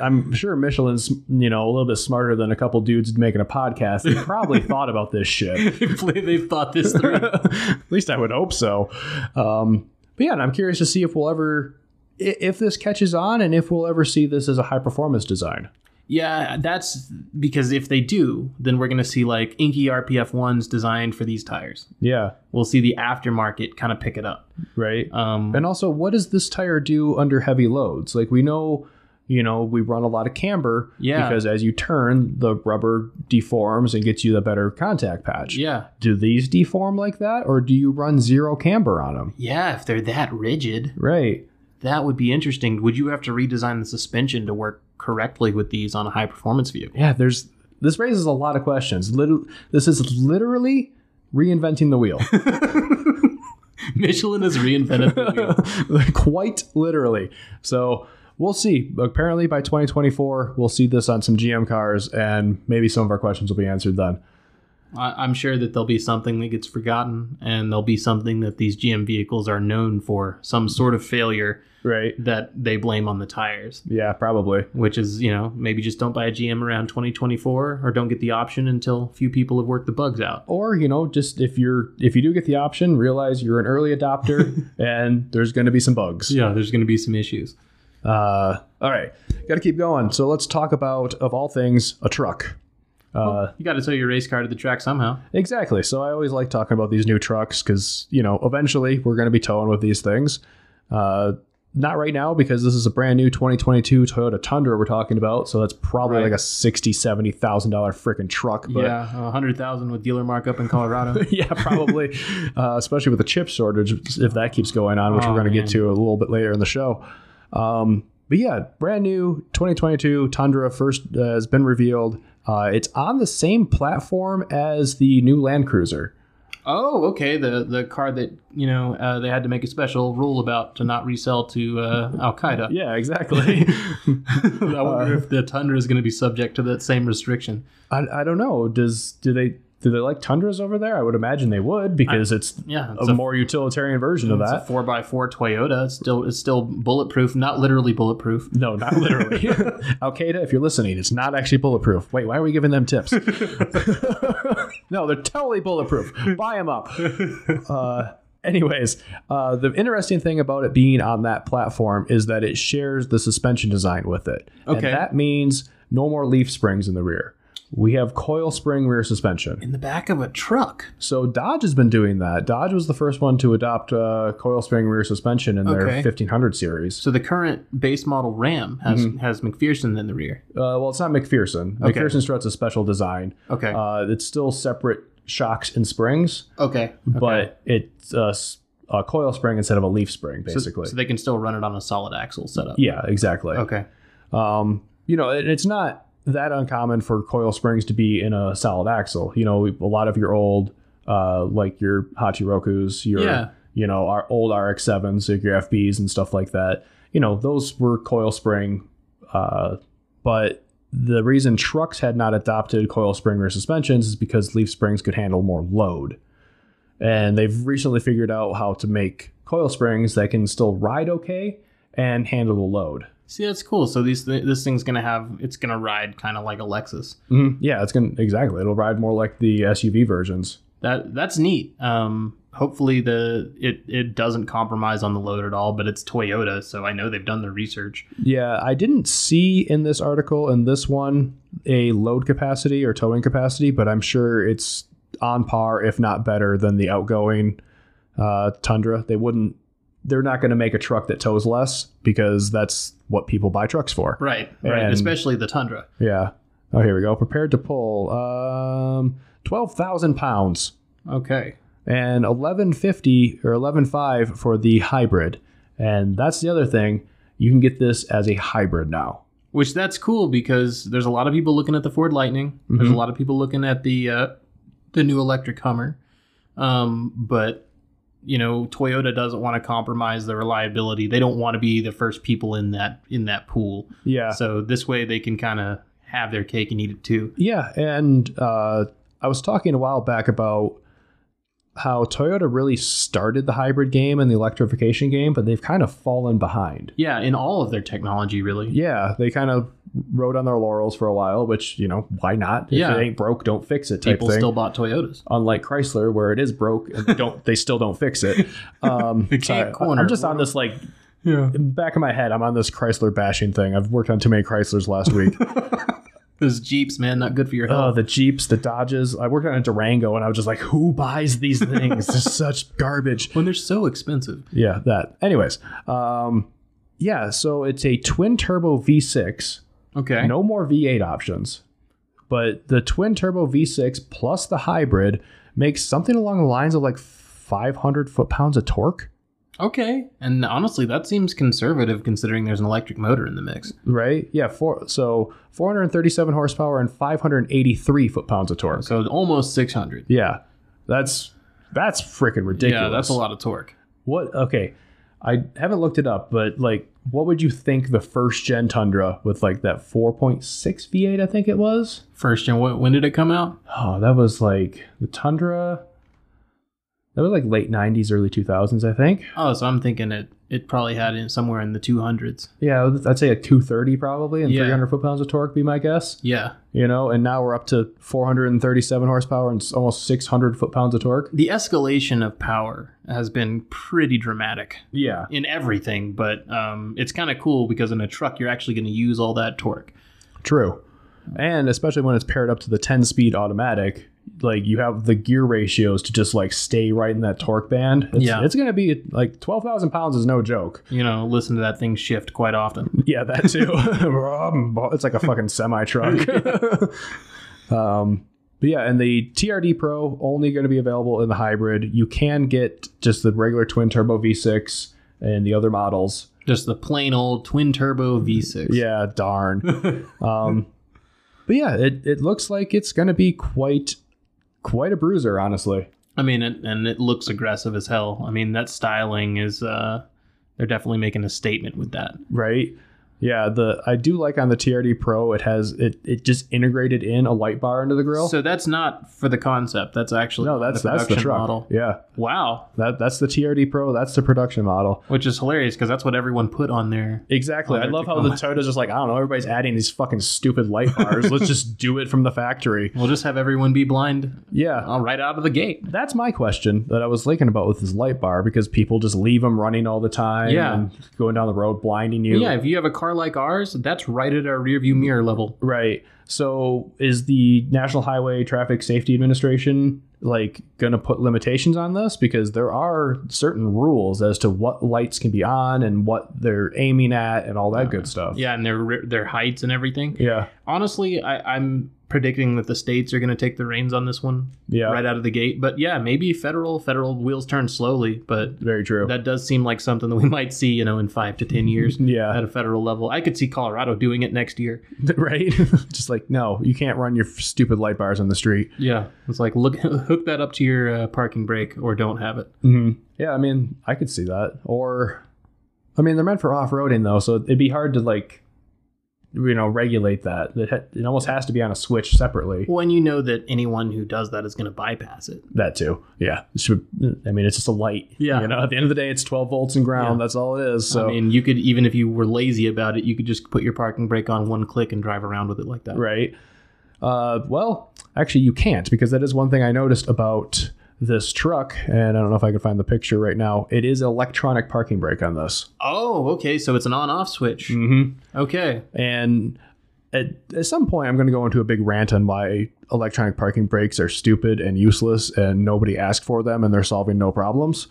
[SPEAKER 1] I'm sure Michelin's, you know, a little bit smarter than a couple dudes making a podcast. They probably thought about this shit.
[SPEAKER 2] Hopefully they've thought this through.
[SPEAKER 1] At least I would hope so. Um, but yeah, and I'm curious to see if we'll ever, i- if this catches on, and if we'll ever see this as a high performance design.
[SPEAKER 2] yeah, that's because if they do, then we're going to see like inky RPF ones designed for these tires.
[SPEAKER 1] Yeah.
[SPEAKER 2] We'll see the aftermarket kind of pick it up.
[SPEAKER 1] Right.
[SPEAKER 2] Um,
[SPEAKER 1] And also, what does this tire do under heavy loads? Like we know, you know, we run a lot of camber
[SPEAKER 2] Yeah.
[SPEAKER 1] because as you turn, the rubber deforms and gets you the better contact patch.
[SPEAKER 2] yeah,
[SPEAKER 1] Do these deform like that, or do you run zero camber on them?
[SPEAKER 2] yeah. If they're that rigid,
[SPEAKER 1] Right.
[SPEAKER 2] that would be interesting. Would you have to redesign the suspension to work correctly with these on a high performance vehicle?
[SPEAKER 1] Yeah. There's this raises a lot of questions. Liter- this is literally reinventing the wheel,
[SPEAKER 2] Michelin has reinvented the wheel.
[SPEAKER 1] quite literally. So. we'll see. Apparently, by 2024, we'll see this on some GM cars, and maybe some of our questions will be answered then.
[SPEAKER 2] I, I'm sure that there'll be something that gets forgotten, and there'll be something that these GM vehicles are known for some sort of failure
[SPEAKER 1] Right?
[SPEAKER 2] that they blame on the tires,
[SPEAKER 1] Yeah, probably.
[SPEAKER 2] which is, you know, maybe just don't buy a GM around 2024 or don't get the option until few people have worked the bugs out.
[SPEAKER 1] Or you know, just if you're if you do get the option, realize you're an early adopter, and there's going to be some bugs.
[SPEAKER 2] Yeah, there's going to be some issues.
[SPEAKER 1] Uh, all right, got to keep going. So let's talk about of all things a truck. Uh,
[SPEAKER 2] You got to tow your race car to the track somehow.
[SPEAKER 1] Exactly. So I always like talking about these new trucks because you know eventually we're going to be towing with these things. Uh, not right now because this is a brand new 2022 Toyota Tundra we're talking about. So that's probably
[SPEAKER 2] Right.
[SPEAKER 1] like a sixty, seventy thousand dollar freaking truck. But
[SPEAKER 2] Yeah, a hundred thousand with dealer markup in Colorado.
[SPEAKER 1] yeah, probably. uh, especially with the chip shortage, if that keeps going on, which
[SPEAKER 2] Oh,
[SPEAKER 1] we're going to
[SPEAKER 2] man.
[SPEAKER 1] get to a little bit later in the show. Um, but yeah, brand new 2022 Tundra first uh, has been revealed. Uh, it's on the same platform as the new Land Cruiser.
[SPEAKER 2] oh, okay. The the car that you know uh, they had to make a special rule about to not resell to uh, Al Qaeda.
[SPEAKER 1] Yeah, exactly.
[SPEAKER 2] I wonder if the Tundra is going to be subject to that same restriction.
[SPEAKER 1] I, I don't know. Does do they do they like Tundras over there? I would imagine they would because it's
[SPEAKER 2] Yeah,
[SPEAKER 1] a,
[SPEAKER 2] it's a,
[SPEAKER 1] more utilitarian version of
[SPEAKER 2] it's
[SPEAKER 1] that.
[SPEAKER 2] a four x four Toyota. It's still it's still bulletproof, not literally bulletproof.
[SPEAKER 1] no, not literally. Al Qaeda, if you're listening, it's not actually bulletproof. Wait, why are we giving them tips? no, they're totally bulletproof. Buy them up. Uh, anyways, uh, the interesting thing about it being on that platform is that it shares the suspension design with it. And
[SPEAKER 2] Okay.
[SPEAKER 1] that means no more leaf springs in the rear. We have coil spring rear suspension.
[SPEAKER 2] In the back of a truck.
[SPEAKER 1] So Dodge has been doing that. Dodge was the first one to adopt uh, coil spring rear suspension in their
[SPEAKER 2] Okay.
[SPEAKER 1] 1500 series.
[SPEAKER 2] So the current base model Ram has
[SPEAKER 1] Mm-hmm.
[SPEAKER 2] has McPherson in the rear.
[SPEAKER 1] Uh, well, it's not McPherson.
[SPEAKER 2] Okay.
[SPEAKER 1] McPherson strut's a special design.
[SPEAKER 2] Okay.
[SPEAKER 1] Uh, it's still separate shocks and springs,
[SPEAKER 2] okay.
[SPEAKER 1] but it's a, s- a coil spring instead of a leaf spring, basically.
[SPEAKER 2] so they can still run it on a solid axle setup.
[SPEAKER 1] yeah, exactly.
[SPEAKER 2] Okay.
[SPEAKER 1] Um, you know, and it's not that uncommon for coil springs to be in a solid axle. You know, a lot of your old, uh, like your Hachirokus, your,
[SPEAKER 2] Yeah.
[SPEAKER 1] you know, our old RX7s, like your FBs and stuff like that, you know, those were coil spring. Uh, but the reason trucks had not adopted coil spring rear suspensions is because leaf springs could handle more load. And they've recently figured out how to make coil springs that can still ride okay and handle the load.
[SPEAKER 2] See, that's cool. So these th- this thing's gonna have it's gonna ride kind of like a Lexus.
[SPEAKER 1] Mhm. Yeah, it's gonna exactly. It'll ride more like the SUV versions.
[SPEAKER 2] That that's neat. Um, hopefully the it it doesn't compromise on the load at all. But it's Toyota, so I know they've done their research.
[SPEAKER 1] Yeah, I didn't see in this article in this one a load capacity or towing capacity, but I'm sure it's on par, if not better, than the outgoing uh, Tundra. They wouldn't. They're not going to make a truck that tows less because that's what people buy trucks for.
[SPEAKER 2] Right. Right.
[SPEAKER 1] And-
[SPEAKER 2] Especially the Tundra.
[SPEAKER 1] Yeah. Oh, here we go. Prepared to pull um, twelve thousand pounds.
[SPEAKER 2] Okay.
[SPEAKER 1] and 1150 or 115 for the hybrid. And that's the other thing, you can get this as a hybrid now.
[SPEAKER 2] Which that's cool because there's a lot of people looking at the Ford Lightning.
[SPEAKER 1] Mm-hmm.
[SPEAKER 2] There's a lot of people looking at the uh, the new electric Hummer. Um, but you know, Toyota doesn't want to compromise the reliability. They don't want to be the first people in that in that pool.
[SPEAKER 1] Yeah.
[SPEAKER 2] So this way they can kind of have their cake and eat it too.
[SPEAKER 1] Yeah, and uh, I was talking a while back about how Toyota really started the hybrid game and the electrification game, but they've kind of fallen behind.
[SPEAKER 2] Yeah, in all of their technology, really.
[SPEAKER 1] Yeah, they kind of rode on their laurels for a while, which, you know, why not? If
[SPEAKER 2] Yeah.
[SPEAKER 1] it ain't broke, don't fix it type
[SPEAKER 2] People
[SPEAKER 1] thing.
[SPEAKER 2] still bought Toyotas.
[SPEAKER 1] unlike Chrysler, where it is broke and they don't they still don't fix it. Um,
[SPEAKER 2] They can't corner.
[SPEAKER 1] I'm just on this like
[SPEAKER 2] Yeah.
[SPEAKER 1] in the back of my head, I'm on this Chrysler bashing thing. I've worked on too many Chryslers last week.
[SPEAKER 2] Those Jeeps, man, not good for your
[SPEAKER 1] oh,
[SPEAKER 2] health.
[SPEAKER 1] the Jeeps, the Dodges. I worked on a Durango, and I was just like, who buys these things? They're such garbage.
[SPEAKER 2] when they're so expensive.
[SPEAKER 1] Yeah, that. Anyways, um, yeah. So it's a twin turbo V6.
[SPEAKER 2] Okay.
[SPEAKER 1] No more V8 options, but the twin turbo V6 plus the hybrid makes something along the lines of like 500 foot pounds of torque.
[SPEAKER 2] Okay. And honestly, that seems conservative considering there's an electric motor in the mix.
[SPEAKER 1] Right? Yeah. Four. So 437 horsepower and 583 foot pounds of torque.
[SPEAKER 2] So almost 600.
[SPEAKER 1] Yeah, that's that's freaking ridiculous.
[SPEAKER 2] Yeah, that's a lot of torque.
[SPEAKER 1] What? Okay, I haven't looked it up, but like, what would you think the first gen Tundra with like that 4.6 V8, I think it was?
[SPEAKER 2] First gen, what, when did it come out?
[SPEAKER 1] Oh, that was like the Tundra. That was like late 90s, early 2000s, I think.
[SPEAKER 2] Oh, so I'm thinking it it probably had in somewhere in the 200s.
[SPEAKER 1] Yeah, I'd say a 230 probably and
[SPEAKER 2] Yeah.
[SPEAKER 1] 300 foot pounds of torque, be my guess.
[SPEAKER 2] Yeah.
[SPEAKER 1] You know, and now we're up to 437 horsepower and s- almost 600 foot pounds of torque.
[SPEAKER 2] The escalation of power has been pretty dramatic
[SPEAKER 1] Yeah.
[SPEAKER 2] in everything, but um, it's kind of cool because in a truck, you're actually going to use all that torque.
[SPEAKER 1] True. And especially when it's paired up to the 10 speed automatic, like you have the gear ratios to just like stay right in that torque band. It's,
[SPEAKER 2] Yeah.
[SPEAKER 1] It's going to be like 12,000 pounds is no joke.
[SPEAKER 2] You know, listen to that thing shift quite often.
[SPEAKER 1] Yeah, that too. Um, bo- it's like a fucking semi truck. um, but yeah, and the TRD Pro only going to be available in the hybrid. You can get just the regular twin turbo V6 and the other models.
[SPEAKER 2] Just the plain old twin turbo V6.
[SPEAKER 1] Yeah, darn. um, but yeah, it, it looks like it's going to be quite quite a bruiser, honestly.
[SPEAKER 2] I mean, and, and it looks aggressive as hell. I mean, that styling is, uh, they're definitely making a statement with that.
[SPEAKER 1] right? Yeah, the I do like on the TRD Pro it has it it just integrated in a light bar into the grill.
[SPEAKER 2] So that's not for the concept. That's actually
[SPEAKER 1] no, that's that's the
[SPEAKER 2] production
[SPEAKER 1] truck.
[SPEAKER 2] model.
[SPEAKER 1] Yeah,
[SPEAKER 2] Wow.
[SPEAKER 1] that that's the TRD Pro. That's the production model.
[SPEAKER 2] Which is hilarious because that's what everyone put on there.
[SPEAKER 1] Exactly. I
[SPEAKER 2] Oh, they're
[SPEAKER 1] love how the
[SPEAKER 2] Tacoma.
[SPEAKER 1] Toyota's just like I don't know. Everybody's adding these fucking stupid light bars. Let's just do it from the factory.
[SPEAKER 2] We'll just have everyone be blind
[SPEAKER 1] Yeah.
[SPEAKER 2] uh, right out of the gate.
[SPEAKER 1] That's my question that I was thinking about with this light bar because people just leave them running all the time
[SPEAKER 2] Yeah.
[SPEAKER 1] and going down the road blinding you.
[SPEAKER 2] Yeah, if you have a car like ours, that's right at our rearview mirror level.
[SPEAKER 1] Right. So is the National Highway Traffic Safety Administration like going to put limitations on this because there are certain rules as to what lights can be on and what they're aiming at and all that good stuff.
[SPEAKER 2] Yeah, and their re- their heights and everything.
[SPEAKER 1] Yeah.
[SPEAKER 2] Honestly, I, I'm predicting that the states are going to take the reins on this one
[SPEAKER 1] Yeah.
[SPEAKER 2] right out of the gate. But yeah, maybe federal federal wheels turn slowly, but
[SPEAKER 1] Very true.
[SPEAKER 2] that does seem like something that we might see, you know, in five to
[SPEAKER 1] Mm-hmm.
[SPEAKER 2] ten years
[SPEAKER 1] yeah.
[SPEAKER 2] at a federal level. I could see Colorado doing it next year.
[SPEAKER 1] right. Just like no, you can't run your stupid light bars on the street.
[SPEAKER 2] Yeah, it's like look hook that up to your uh, parking brake or don't have it.
[SPEAKER 1] Mm-hmm. Yeah. I mean, I could see that. Or, I mean, they're meant for off roading though, so it'd be hard to like, you know, regulate that. It, ha- it almost has to be on a switch separately.
[SPEAKER 2] Well, and you know that anyone who does that is going to bypass it.
[SPEAKER 1] That too. Yeah. It should- I mean, it's just a light.
[SPEAKER 2] Yeah.
[SPEAKER 1] You know, at the end of the day, it's 12 volts and ground.
[SPEAKER 2] Yeah.
[SPEAKER 1] That's all it is. So,
[SPEAKER 2] I mean, you could even if you were lazy about it, you could just put your parking brake on one click and drive around with it like that.
[SPEAKER 1] right. Uh, well, actually, you can't because that is one thing I noticed about this truck. And I don't know if I can find the picture right now. It is electronic parking brake on this.
[SPEAKER 2] Oh, okay, so it's an on-off switch.
[SPEAKER 1] Mm-hmm.
[SPEAKER 2] Okay,
[SPEAKER 1] And at, at some point, I'm going to go into a big rant on why electronic parking brakes are stupid and useless and nobody asked for them and they're solving no problems.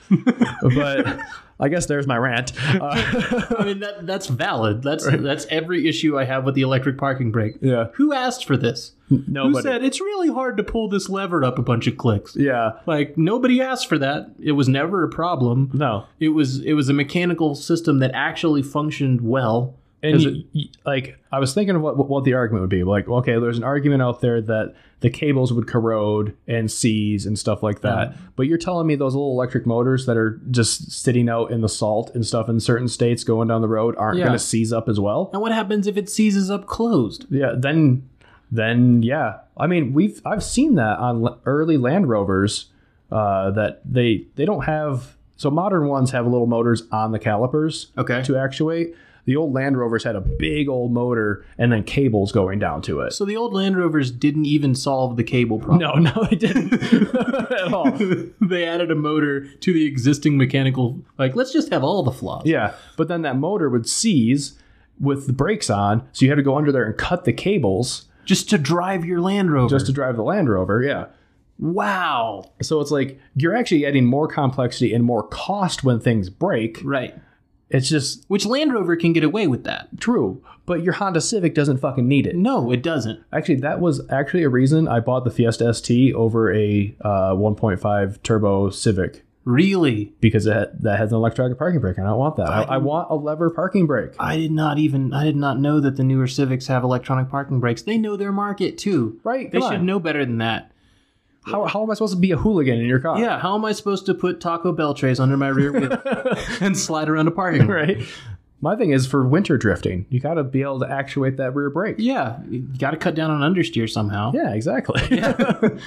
[SPEAKER 1] but I guess there's my rant. Uh,
[SPEAKER 2] I mean that that's valid. That's that's every issue I have with the electric parking brake.
[SPEAKER 1] yeah.
[SPEAKER 2] Who asked for this?
[SPEAKER 1] Nobody.
[SPEAKER 2] Who said it's really hard to pull this lever up a bunch of clicks?
[SPEAKER 1] Yeah.
[SPEAKER 2] Like nobody asked for that. It was never a problem.
[SPEAKER 1] No.
[SPEAKER 2] It was it was a mechanical system that actually functioned well.
[SPEAKER 1] And
[SPEAKER 2] 'Cause
[SPEAKER 1] y- y- like I was thinking of what what the argument would be. Like, okay, there's an argument out there that the cables would corrode and seize and stuff like that. But you're telling me those little electric motors that are just sitting out in the salt and stuff in certain states going down the road aren't
[SPEAKER 2] Yeah.
[SPEAKER 1] going to seize up as well?
[SPEAKER 2] And what happens if it seizes up closed?
[SPEAKER 1] Yeah. Then, then yeah. I mean, we've I've seen that on l- early Land Rovers uh, that they they don't have. So modern ones have little motors on the calipers.
[SPEAKER 2] Okay.
[SPEAKER 1] to actuate. The old Land Rovers had a big old motor and then cables going down to it.
[SPEAKER 2] So the old Land Rovers didn't even solve the cable problem.
[SPEAKER 1] No, no, they didn't at all.
[SPEAKER 2] they added a motor to the existing mechanical. Like, let's just have all the flaws.
[SPEAKER 1] Yeah, but then that motor would seize with the brakes on, so you had to go under there and cut the cables
[SPEAKER 2] Just to drive your Land Rover.
[SPEAKER 1] just to drive the Land Rover. Yeah.
[SPEAKER 2] wow.
[SPEAKER 1] So it's like you're actually adding more complexity and more cost when things break.
[SPEAKER 2] Right.
[SPEAKER 1] It's just
[SPEAKER 2] Which Land Rover can get away with that?
[SPEAKER 1] true, but your Honda Civic doesn't fucking need it.
[SPEAKER 2] No, it doesn't.
[SPEAKER 1] Actually, that was actually a reason I bought the Fiesta ST over a uh, 1.5 turbo Civic
[SPEAKER 2] Really.
[SPEAKER 1] because it had, that has an electronic parking brake. and I don't want that. I,
[SPEAKER 2] I-
[SPEAKER 1] I want a lever parking brake.
[SPEAKER 2] I did not even. I did not know that the newer Civics have electronic parking brakes. They know their market too.
[SPEAKER 1] Right?
[SPEAKER 2] They
[SPEAKER 1] Come
[SPEAKER 2] should
[SPEAKER 1] on.
[SPEAKER 2] know better than that.
[SPEAKER 1] How, how am I supposed to be a hooligan in your car?
[SPEAKER 2] Yeah, how am I supposed to put Taco Bell trays under my rear wheel and slide around a parking lot?
[SPEAKER 1] right. My thing is for winter drifting, you got to be able to actuate that rear brake.
[SPEAKER 2] Yeah, you got to cut down on understeer somehow.
[SPEAKER 1] Yeah, exactly.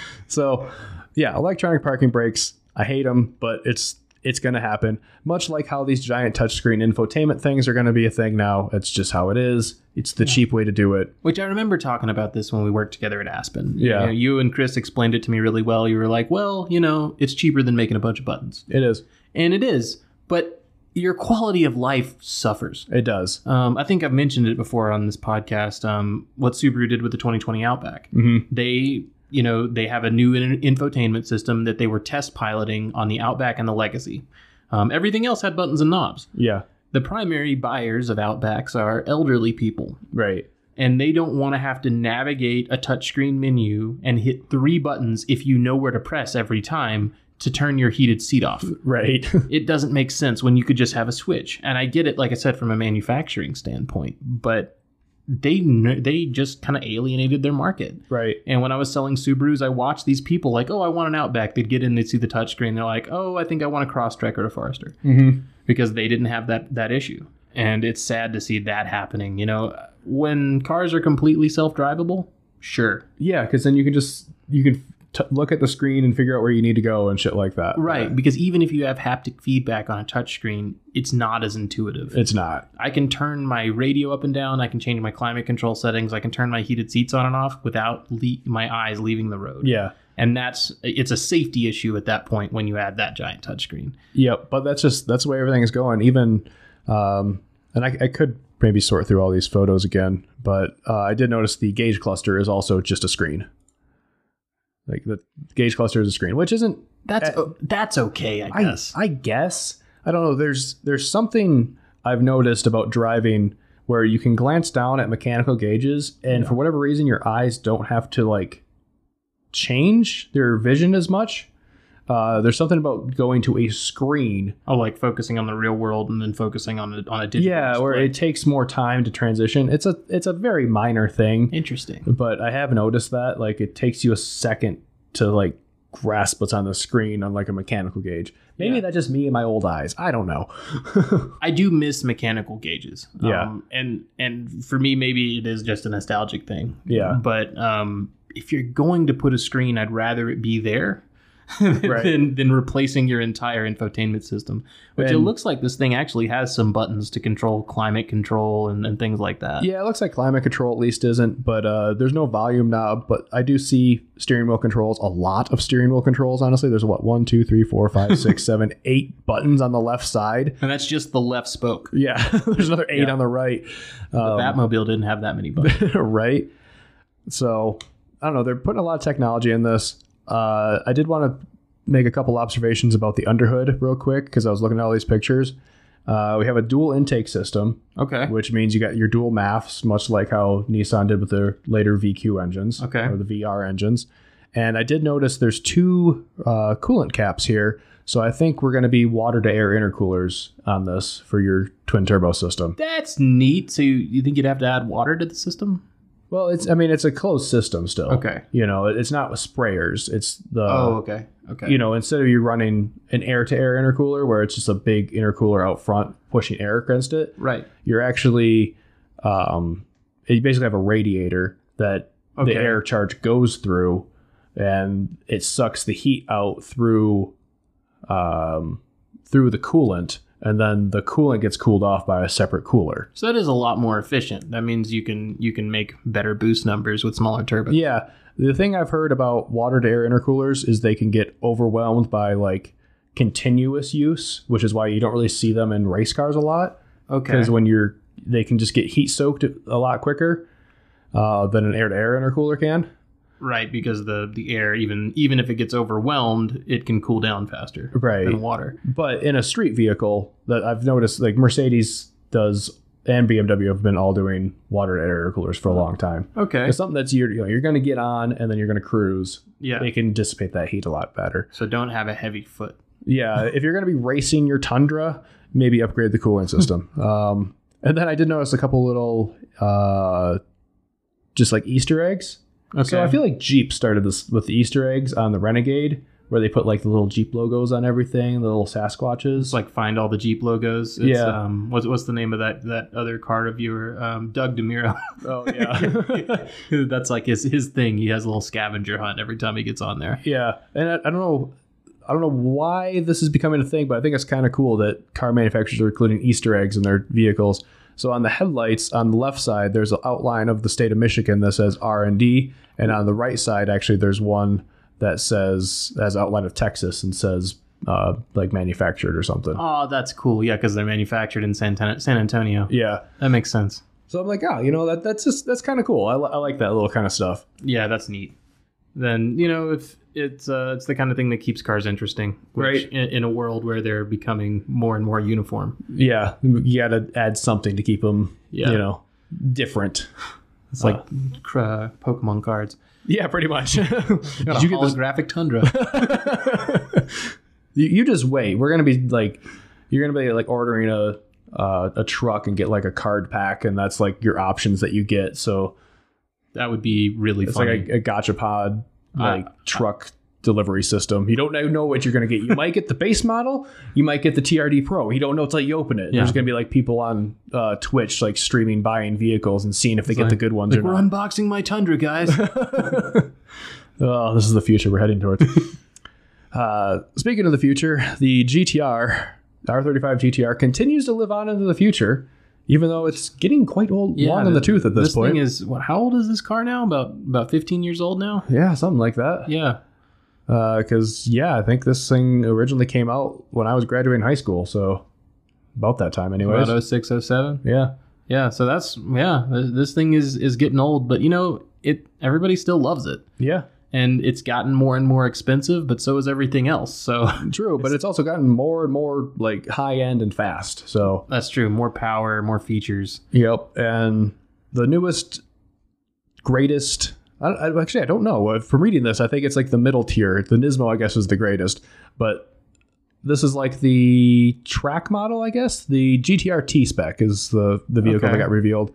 [SPEAKER 1] so, yeah, electronic parking brakes. I hate them, but it's it's going to happen. Much like how these giant touchscreen infotainment things are going to be a thing now. It's just how it is. It's the cheap way to do it.
[SPEAKER 2] Which I remember talking about this when we worked together at Aspen.
[SPEAKER 1] Yeah.
[SPEAKER 2] You, know, you and Chris explained it to me really well. You were like, well, you know, it's cheaper than making a bunch of buttons.
[SPEAKER 1] It is.
[SPEAKER 2] And it is, but your quality of life suffers.
[SPEAKER 1] It does.
[SPEAKER 2] Um, I think I've mentioned it before on this podcast. Um, what Subaru did with the 2020 Outback,
[SPEAKER 1] Mhm.
[SPEAKER 2] they, you know, they have a new in- infotainment system that they were test piloting on the Outback and the Legacy. Um, everything else had buttons and knobs.
[SPEAKER 1] Yeah.
[SPEAKER 2] The primary buyers of Outbacks are elderly people,
[SPEAKER 1] Right.
[SPEAKER 2] and they don't want to have to navigate a touchscreen menu and hit three buttons if you know where to press every time to turn your heated seat off
[SPEAKER 1] Right.
[SPEAKER 2] it doesn't make sense when you could just have a switch. And I get it, like I said, from a manufacturing standpoint, but they kn- they just kind of alienated their market.
[SPEAKER 1] right.
[SPEAKER 2] And when I was selling Subarus, I watched these people like, oh, I want an Outback. They'd get in, they'd see the touchscreen, they're like, oh, I think I want a Crosstrek or a Forester
[SPEAKER 1] Mhm.
[SPEAKER 2] because they didn't have that that issue. And it's sad to see that happening. You know, when cars are completely self drivable, sure,
[SPEAKER 1] Yeah, because then you can just you can t- look at the screen and figure out where you need to go and shit like that.
[SPEAKER 2] right? Because even if you have haptic feedback on a touchscreen, it's not as intuitive.
[SPEAKER 1] It's not.
[SPEAKER 2] I can turn my radio up and down. I can change my climate control settings. I can turn my heated seats on and off without le- my eyes leaving the road.
[SPEAKER 1] Yeah.
[SPEAKER 2] And that's it's a safety issue at that point when you add that giant touchscreen.
[SPEAKER 1] Yep, but that's just that's the way everything is going. Even, um, and I, I could maybe sort through all these photos again, but uh, I did notice the gauge cluster is also just a screen. Like the gauge cluster is a screen, which isn't.
[SPEAKER 2] That's
[SPEAKER 1] Uh,
[SPEAKER 2] o- that's okay, I
[SPEAKER 1] I
[SPEAKER 2] guess.
[SPEAKER 1] I guess I don't know. There's there's something I've noticed about driving where you can glance down at mechanical gauges, and for whatever reason, your eyes don't have to like change their vision as much. Uh, there's something about going to a screen
[SPEAKER 2] oh, like focusing on the real world and then focusing on a, on a digital.
[SPEAKER 1] yeah where
[SPEAKER 2] display.
[SPEAKER 1] it takes more time to transition it's a it's a very minor thing
[SPEAKER 2] interesting.
[SPEAKER 1] but i have noticed that like it takes you a second to like grasp what's on the screen on like a mechanical gauge maybe
[SPEAKER 2] Yeah.
[SPEAKER 1] that's just me and my old eyes i don't know
[SPEAKER 2] I do miss mechanical gauges.
[SPEAKER 1] Yeah.
[SPEAKER 2] Um, and and for me, maybe it is just a nostalgic thing.
[SPEAKER 1] Yeah.
[SPEAKER 2] But um, if you're going to put a screen, I'd rather it be there
[SPEAKER 1] Right.
[SPEAKER 2] than than replacing your entire infotainment system. Which it
[SPEAKER 1] And-
[SPEAKER 2] looks like this thing actually has some buttons to control climate control and, and things like that.
[SPEAKER 1] yeah it looks like climate control at least isn't but uh there's no volume knob but i do see steering wheel controls a lot of steering wheel controls honestly there's what one two three four five six seven eight buttons on the left side
[SPEAKER 2] And that's just the left spoke.
[SPEAKER 1] yeah there's another eight
[SPEAKER 2] Yeah.
[SPEAKER 1] on the right um,
[SPEAKER 2] The Batmobile didn't have that many buttons.
[SPEAKER 1] right? So I don't know. They're putting a lot of technology in this. Uh, I did want to make a couple observations about the underhood real quick because I was looking at all these pictures. Uh, we have a dual intake system,
[SPEAKER 2] okay.
[SPEAKER 1] which means you got your dual MAFs, much like how Nissan did with their later VQ engines
[SPEAKER 2] Okay.
[SPEAKER 1] or the VR engines. And I did notice there's two uh, coolant caps here. So I think we're going to be water to air intercoolers on this for your twin turbo system.
[SPEAKER 2] That's neat. So you, you think you'd have to add water to the system? Uh,
[SPEAKER 1] Well, it's I mean it's a closed system still.
[SPEAKER 2] Okay.
[SPEAKER 1] You know, it- it's not with sprayers. It's the
[SPEAKER 2] oh, okay. Okay.
[SPEAKER 1] you know, instead of you running an air to air intercooler where it's just a big intercooler out front pushing air against it,
[SPEAKER 2] right.
[SPEAKER 1] you're actually um you basically have a radiator that the
[SPEAKER 2] Okay.
[SPEAKER 1] air charge goes through and it sucks the heat out through um through the coolant and then the coolant gets cooled off by a separate cooler.
[SPEAKER 2] So that is a lot more efficient. That means you can you can make better boost numbers with smaller turbos.
[SPEAKER 1] Yeah. The thing I've heard about water to air intercoolers is they can get overwhelmed by like continuous use, which is why you don't really see them in race cars a lot
[SPEAKER 2] Okay.
[SPEAKER 1] because when you're they can just get heat soaked a lot quicker uh, than an air to air intercooler can.
[SPEAKER 2] Right, because the the air even even if it gets overwhelmed, it can cool down faster
[SPEAKER 1] Right.
[SPEAKER 2] than water.
[SPEAKER 1] But in a street vehicle that I've noticed, like Mercedes does and BMW have been all doing water to air intercoolers for a long time.
[SPEAKER 2] Okay.
[SPEAKER 1] It's something that's you're you know, you're going to get on and then you're going to cruise.
[SPEAKER 2] Yeah.
[SPEAKER 1] They can dissipate that heat a lot better.
[SPEAKER 2] So don't have a heavy foot.
[SPEAKER 1] Yeah, if you're going to be racing your Tundra, maybe upgrade the cooling system. um, and then I did notice a couple little, uh, just like Easter eggs
[SPEAKER 2] Okay.
[SPEAKER 1] So I feel like Jeep started this with the Easter eggs on the Renegade, where they put like the little Jeep logos on everything, the little Sasquatches.
[SPEAKER 2] It's like find all the Jeep logos. It's,
[SPEAKER 1] Yeah.
[SPEAKER 2] Um, what's, what's the name of that that other car reviewer? Um, Doug DeMuro.
[SPEAKER 1] oh
[SPEAKER 2] That's like his his thing. He has a little scavenger hunt every time he gets on there.
[SPEAKER 1] yeah. And I, I don't know, I don't know why this is becoming a thing, but I think it's kind of cool that car manufacturers are including Easter eggs in their vehicles. So on the headlights on the left side, there's an outline of the state of Michigan that says R and D, and on the right side, actually, there's one that says has outline of Texas and says uh, like manufactured or something.
[SPEAKER 2] Oh, that's cool. Yeah, because they're manufactured in San, Tan- San Antonio.
[SPEAKER 1] Yeah.
[SPEAKER 2] That makes sense.
[SPEAKER 1] So I'm like, oh, you know, that that's just that's kind of cool. I, li- I like that little kind of stuff.
[SPEAKER 2] Yeah, that's neat. Then you know if it's uh, it's the kind of thing that keeps cars interesting, which
[SPEAKER 1] Right.
[SPEAKER 2] In, in a world where they're becoming more and more uniform,
[SPEAKER 1] Yeah, you got to add something to keep them,
[SPEAKER 2] Yeah.
[SPEAKER 1] you know, different.
[SPEAKER 2] it's like cr- uh, Pokemon cards.
[SPEAKER 1] Yeah, pretty much. Did
[SPEAKER 2] Got a
[SPEAKER 1] you get this?
[SPEAKER 2] holographic tundra?
[SPEAKER 1] You, you just wait. We're gonna be like, you're gonna be like ordering a uh, a truck and get like a card pack, and that's like your options that you get. So
[SPEAKER 2] that would be really
[SPEAKER 1] it's
[SPEAKER 2] funny.
[SPEAKER 1] like a, a gachapod
[SPEAKER 2] I-
[SPEAKER 1] like truck delivery system. You don't know what you're going to get. You might get the base model. You might get the TRD Pro. You don't know until you open it.
[SPEAKER 2] Yeah.
[SPEAKER 1] There's going to be like people on uh, Twitch like streaming buying vehicles and seeing if they get the good ones
[SPEAKER 2] Like,
[SPEAKER 1] or
[SPEAKER 2] we're
[SPEAKER 1] not.
[SPEAKER 2] unboxing my Tundra, guys.
[SPEAKER 1] Oh, this is the future we're heading towards. uh, speaking of the future, the GTR R35 GTR continues to live on into the future, even though it's getting quite old,
[SPEAKER 2] Yeah,
[SPEAKER 1] long in the tooth at this,
[SPEAKER 2] this
[SPEAKER 1] point.
[SPEAKER 2] thing is what? How old is this car now? About about 15 years old now.
[SPEAKER 1] yeah, something like that.
[SPEAKER 2] Yeah,
[SPEAKER 1] because yeah, I think this thing originally came out when I was graduating high school, so about that time, anyways.
[SPEAKER 2] about 06, 07.
[SPEAKER 1] yeah,
[SPEAKER 2] Yeah, so that's yeah. th- This thing is is getting old, but you know it. Everybody still loves it,
[SPEAKER 1] yeah,
[SPEAKER 2] and it's gotten more and more expensive, but so is everything else. So
[SPEAKER 1] true. But it's also gotten more and more like high end and fast. So
[SPEAKER 2] that's true. More power, more features.
[SPEAKER 1] yep, and the newest, greatest. I, I, actually, I don't know. Uh, From reading this, I think it's like the middle tier. The Nismo, I guess, is the greatest, but. This is like the track model, I guess. The GTR T spec is the the vehicle
[SPEAKER 2] Okay.
[SPEAKER 1] that got revealed.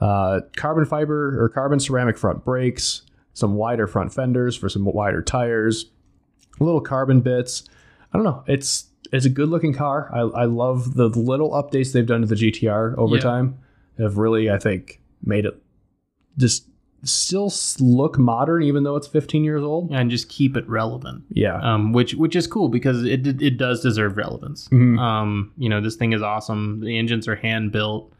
[SPEAKER 1] uh, carbon fiber or carbon ceramic front brakes, some wider front fenders for some wider tires, little carbon bits. I don't know. It's it's a good looking car. I, I love the little updates they've done to the GTR over
[SPEAKER 2] Yeah.
[SPEAKER 1] time. Have really I think made it just still s- look modern even though it's 15 years old.
[SPEAKER 2] and just keep it relevant.
[SPEAKER 1] Yeah.
[SPEAKER 2] Um, which which is cool because it did- it does deserve relevance.
[SPEAKER 1] Mhm.
[SPEAKER 2] Um, you know, this thing is awesome. The engines are hand built.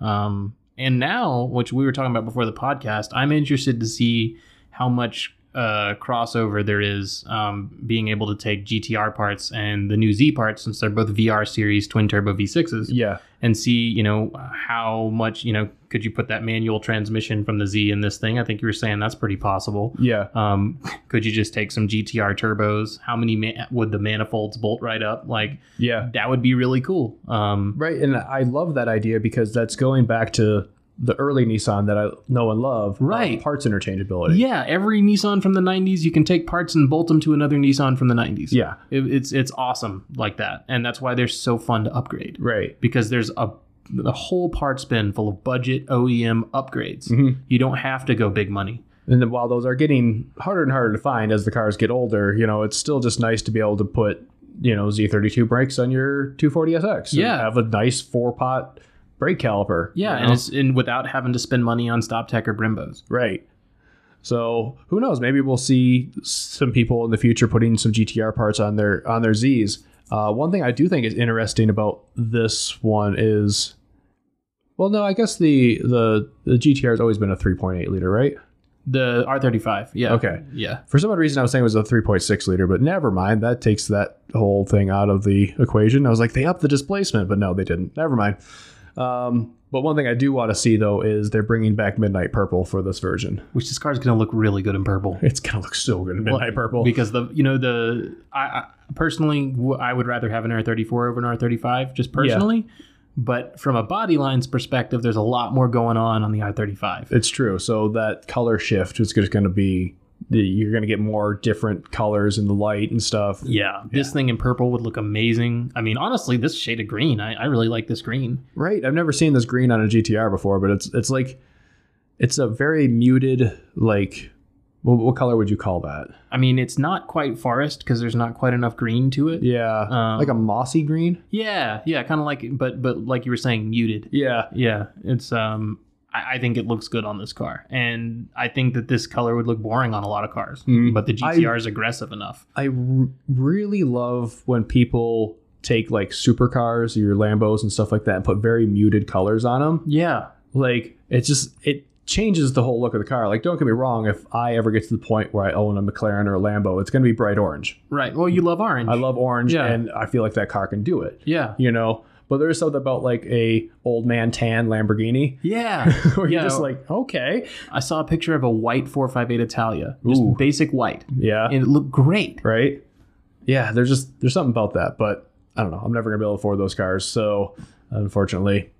[SPEAKER 2] Um, and now, which we were talking about before the podcast, I'm interested to see how much uh, crossover there is um, being able to take GTR parts and the new Z parts since they're both VR series twin turbo V6s
[SPEAKER 1] Yeah.
[SPEAKER 2] and see, you know, how much, you know, could you put that manual transmission from the Z in this thing? I think you were saying that's pretty possible.
[SPEAKER 1] Yeah.
[SPEAKER 2] Um, could you just take some GTR turbos? How many ma- would the manifolds bolt right up? Like
[SPEAKER 1] Yeah.
[SPEAKER 2] that would be really cool. Um,
[SPEAKER 1] Right, and I love that idea because that's going back to the early Nissan that I know and love. about
[SPEAKER 2] Right.
[SPEAKER 1] parts interchangeability.
[SPEAKER 2] yeah, every Nissan from the '90s, you can take parts and bolt them to another Nissan from the '90s.
[SPEAKER 1] Yeah,
[SPEAKER 2] It- it's it's awesome like that, and that's why they're so fun to upgrade
[SPEAKER 1] right.
[SPEAKER 2] because there's a the whole parts bin full of budget OEM upgrades.
[SPEAKER 1] Mhm.
[SPEAKER 2] You don't have to go big money.
[SPEAKER 1] And then while those are getting harder and harder to find as the cars get older, you know, it's still just nice to be able to put, you know, Z32 brakes on your 240SX. and
[SPEAKER 2] Yeah.
[SPEAKER 1] Have a nice four pot brake caliper.
[SPEAKER 2] Yeah,
[SPEAKER 1] you know?
[SPEAKER 2] and it's and without having to spend money on StopTech or Brembo's.
[SPEAKER 1] right. So who knows? Maybe we'll see some people in the future putting some GTR parts on their on their Zs. Uh, one thing I do think is interesting about this one is, well, no, I guess the the the GTR has always been a 3.8 liter, right?
[SPEAKER 2] The R35. Yeah.
[SPEAKER 1] Okay.
[SPEAKER 2] Yeah.
[SPEAKER 1] For some odd reason, I was saying it was a 3.6 liter, but never mind. That takes that whole thing out of the equation. I was like, they upped the displacement, but no, they didn't. Never mind. Um, but one thing I do want to see, though, is they're bringing back Midnight Purple for this version.
[SPEAKER 2] Which this car's gonna look really good in purple.
[SPEAKER 1] It's going to look so good in Midnight Purple.
[SPEAKER 2] because the you know the I, I personally w- I would rather have an R34 over an R35 just personally, but from a body lines perspective, there's a lot more going on on the R35.
[SPEAKER 1] it's true. So that color shift is just going to be, you're going to get more different colors in the light and stuff.
[SPEAKER 2] Yeah, this thing in purple would look amazing. I mean, honestly, this shade of green, I, I really like this green.
[SPEAKER 1] Right. I've never seen this green on a GTR before, but it's it's like it's a very muted like What, what color would you call that?
[SPEAKER 2] I mean, it's not quite forest because there's not quite enough green to it.
[SPEAKER 1] Yeah,
[SPEAKER 2] Um,
[SPEAKER 1] like a mossy green.
[SPEAKER 2] Yeah, yeah, kind of like, but but like you were saying, muted.
[SPEAKER 1] Yeah,
[SPEAKER 2] Yeah, it's um, I, I think it looks good on this car, and I think that this color would look boring on a lot of cars,
[SPEAKER 1] Mm.
[SPEAKER 2] but the
[SPEAKER 1] I-
[SPEAKER 2] GTR is aggressive enough.
[SPEAKER 1] I r- really love when people take like supercars, your Lambos and stuff like that, and put very muted colors on them.
[SPEAKER 2] Yeah,
[SPEAKER 1] like it's just it changes the whole look of the car like don't get me wrong if i ever get to the point where i own a mclaren or a lambo it's going to be bright orange
[SPEAKER 2] right. Well, you love orange.
[SPEAKER 1] i love orange
[SPEAKER 2] Yeah.
[SPEAKER 1] and i feel like that car can do it
[SPEAKER 2] Yeah,
[SPEAKER 1] you know but there's something about like a old man tan lamborghini
[SPEAKER 2] yeah.
[SPEAKER 1] where
[SPEAKER 2] Yeah.
[SPEAKER 1] you're just like okay
[SPEAKER 2] I saw a picture of a white 458 Italia, just
[SPEAKER 1] Ooh.
[SPEAKER 2] basic white,
[SPEAKER 1] yeah
[SPEAKER 2] and it looked great.
[SPEAKER 1] right yeah there's just there's something about that but i don't know i'm never going to be able to afford those cars so unfortunately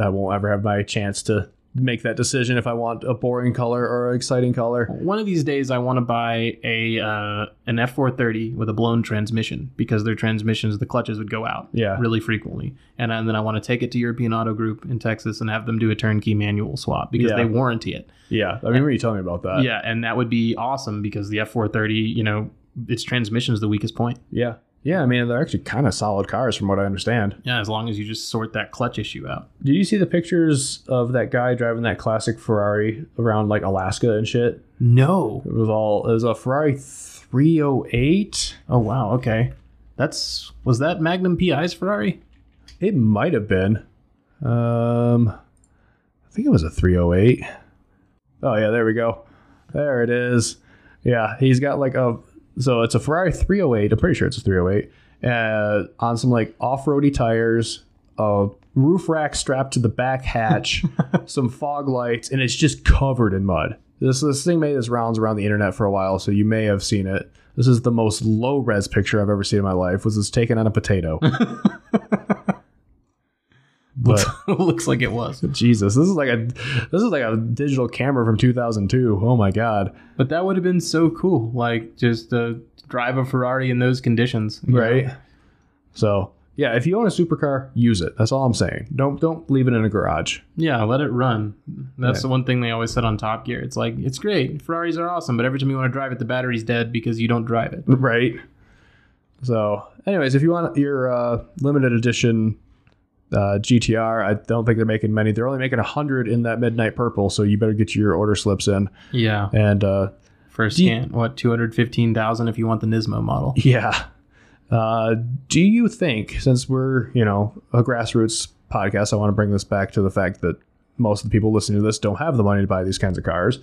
[SPEAKER 1] i won't ever have my chance to make that decision if i want a boring color or an exciting color
[SPEAKER 2] One of these days, I want to buy a uh, an F four thirty with a blown transmission because their transmissions, the clutches would go out
[SPEAKER 1] Yeah.
[SPEAKER 2] really frequently, and, and then I want to take it to European Auto Group in Texas and have them do a turnkey manual swap because
[SPEAKER 1] Yeah.
[SPEAKER 2] they warranty it.
[SPEAKER 1] yeah i remember you telling me about that
[SPEAKER 2] yeah, and that would be awesome because the F four thirty, you know, its transmission is the weakest point.
[SPEAKER 1] Yeah. Yeah, I mean they're actually kind of solid cars from what I understand.
[SPEAKER 2] Yeah, as long as you just sort that clutch issue out.
[SPEAKER 1] Did you see the pictures of that guy driving that classic Ferrari around like Alaska and shit?
[SPEAKER 2] No.
[SPEAKER 1] It was all it was a Ferrari 308.
[SPEAKER 2] Oh wow. Okay. That's was that Magnum PI's Ferrari?
[SPEAKER 1] It might have been. Um I think it was a 308. Oh yeah, there we go. There it is. Yeah, he's got like a so it's a Ferrari 308. I'm pretty sure it's a 308. Uh, on some like off-roady tires, a roof rack strapped to the back hatch, some fog lights, and it's just covered in mud. This this thing made its rounds around the internet for a while, so you may have seen it. This is the most low-res picture I've ever seen in my life. Was this taken on a potato? but
[SPEAKER 2] Looks like it was.
[SPEAKER 1] Jesus, this is like a this is like a digital camera from 2002. Oh my god.
[SPEAKER 2] But that would have been so cool, like just uh, drive a Ferrari in those conditions, you know?
[SPEAKER 1] right? So yeah, if you own a supercar, use it. That's all I'm saying. Don't don't leave it in a garage.
[SPEAKER 2] Yeah, let it run. That's
[SPEAKER 1] Yeah.
[SPEAKER 2] the one thing they always said on Top Gear. It's like it's great, Ferraris are awesome, but every time you want to drive it, the battery's dead because you don't drive it.
[SPEAKER 1] Right. So, anyways, if you want your uh, limited edition uh, GTR, I don't think they're making many. They're only making hundred in that midnight purple, so you better get your order slips in.
[SPEAKER 2] Yeah,
[SPEAKER 1] And uh,
[SPEAKER 2] for a
[SPEAKER 1] you-
[SPEAKER 2] scan, what two hundred fifteen thousand if you want the Nismo model?
[SPEAKER 1] yeah, uh, do you think since we're you know a grassroots podcast, I want to bring this back to the fact that most of the people listening to this don't have the money to buy these kinds of cars.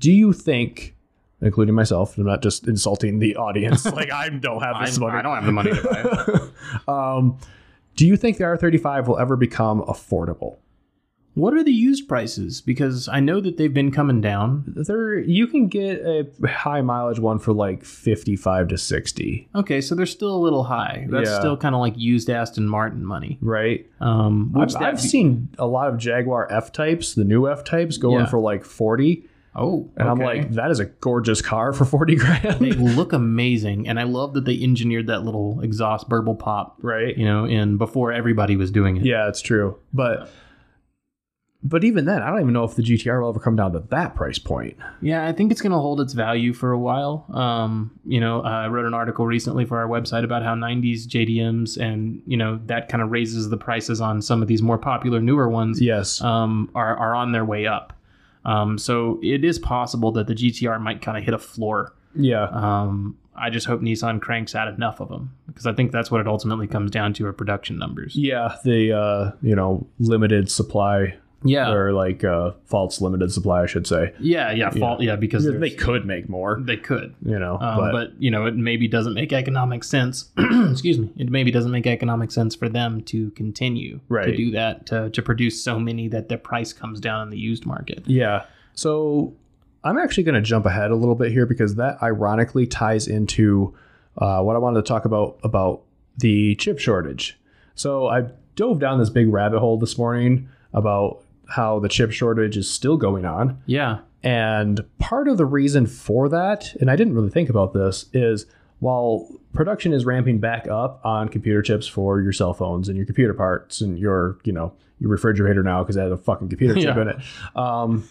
[SPEAKER 1] Do you think? Including myself, I'm not just insulting the audience. Like I don't have this
[SPEAKER 2] I'm-
[SPEAKER 1] money.
[SPEAKER 2] I don't have the money to buy it.
[SPEAKER 1] um, do you think the R35 will ever become affordable?
[SPEAKER 2] what are the used prices? Because I know that they've been coming down.
[SPEAKER 1] There, you can get a high mileage one for like 55 to 60,
[SPEAKER 2] Okay, so they're still a little high. That's
[SPEAKER 1] Yeah.
[SPEAKER 2] still kind of like used Aston Martin money.
[SPEAKER 1] right?
[SPEAKER 2] Um, would
[SPEAKER 1] I've,
[SPEAKER 2] that
[SPEAKER 1] I've
[SPEAKER 2] be-
[SPEAKER 1] seen a lot of Jaguar F types, the new F types, going
[SPEAKER 2] Yeah.
[SPEAKER 1] for like 40.
[SPEAKER 2] Oh,
[SPEAKER 1] And I'm
[SPEAKER 2] okay.
[SPEAKER 1] like, that is a gorgeous car for 40
[SPEAKER 2] they
[SPEAKER 1] grand,
[SPEAKER 2] look amazing and i love that they engineered that little exhaust burble pop
[SPEAKER 1] right?
[SPEAKER 2] you know in before everybody was doing it
[SPEAKER 1] Yeah, it's true. But. But even then, I don't even know if the GTR will ever come down to that price point.
[SPEAKER 2] yeah i think it's going to hold its value for a while um, you know i wrote an article recently for our website about how 90s jdms and you know that kind of raises the prices on some of these more popular newer ones
[SPEAKER 1] Yes.
[SPEAKER 2] um, are, are on their way up um, so it is possible that the gtr might kind of hit a floor
[SPEAKER 1] yeah.
[SPEAKER 2] um, i just hope nissan cranks out enough of them because i think that's what it ultimately comes down to are production numbers
[SPEAKER 1] Yeah. The, uh, you know, limited supply
[SPEAKER 2] yeah
[SPEAKER 1] or like uh, false limited supply, I should say.
[SPEAKER 2] Yeah, yeah,
[SPEAKER 1] Yeah.
[SPEAKER 2] fault. Yeah, because
[SPEAKER 1] They,
[SPEAKER 2] they,
[SPEAKER 1] could make more,
[SPEAKER 2] they could.
[SPEAKER 1] you know,
[SPEAKER 2] Um,
[SPEAKER 1] but,
[SPEAKER 2] but, you know, it maybe doesn't make economic sense. excuse me. It maybe doesn't make economic sense for them to continue to
[SPEAKER 1] Right.
[SPEAKER 2] do that to, to produce so many that their price comes down in the used market.
[SPEAKER 1] yeah. So I'm actually going to jump ahead a little bit here because that ironically ties into uh, what I wanted to talk about about the chip shortage. So I dove down this big rabbit hole this morning about how the chip shortage is still going on.
[SPEAKER 2] Yeah,
[SPEAKER 1] And part of the reason for that, and I didn't really think about this, is while production is ramping back up on computer chips for your cell phones and your computer parts and your, you know, your refrigerator now because it has a fucking computer chip
[SPEAKER 2] Yeah.
[SPEAKER 1] in it. Um,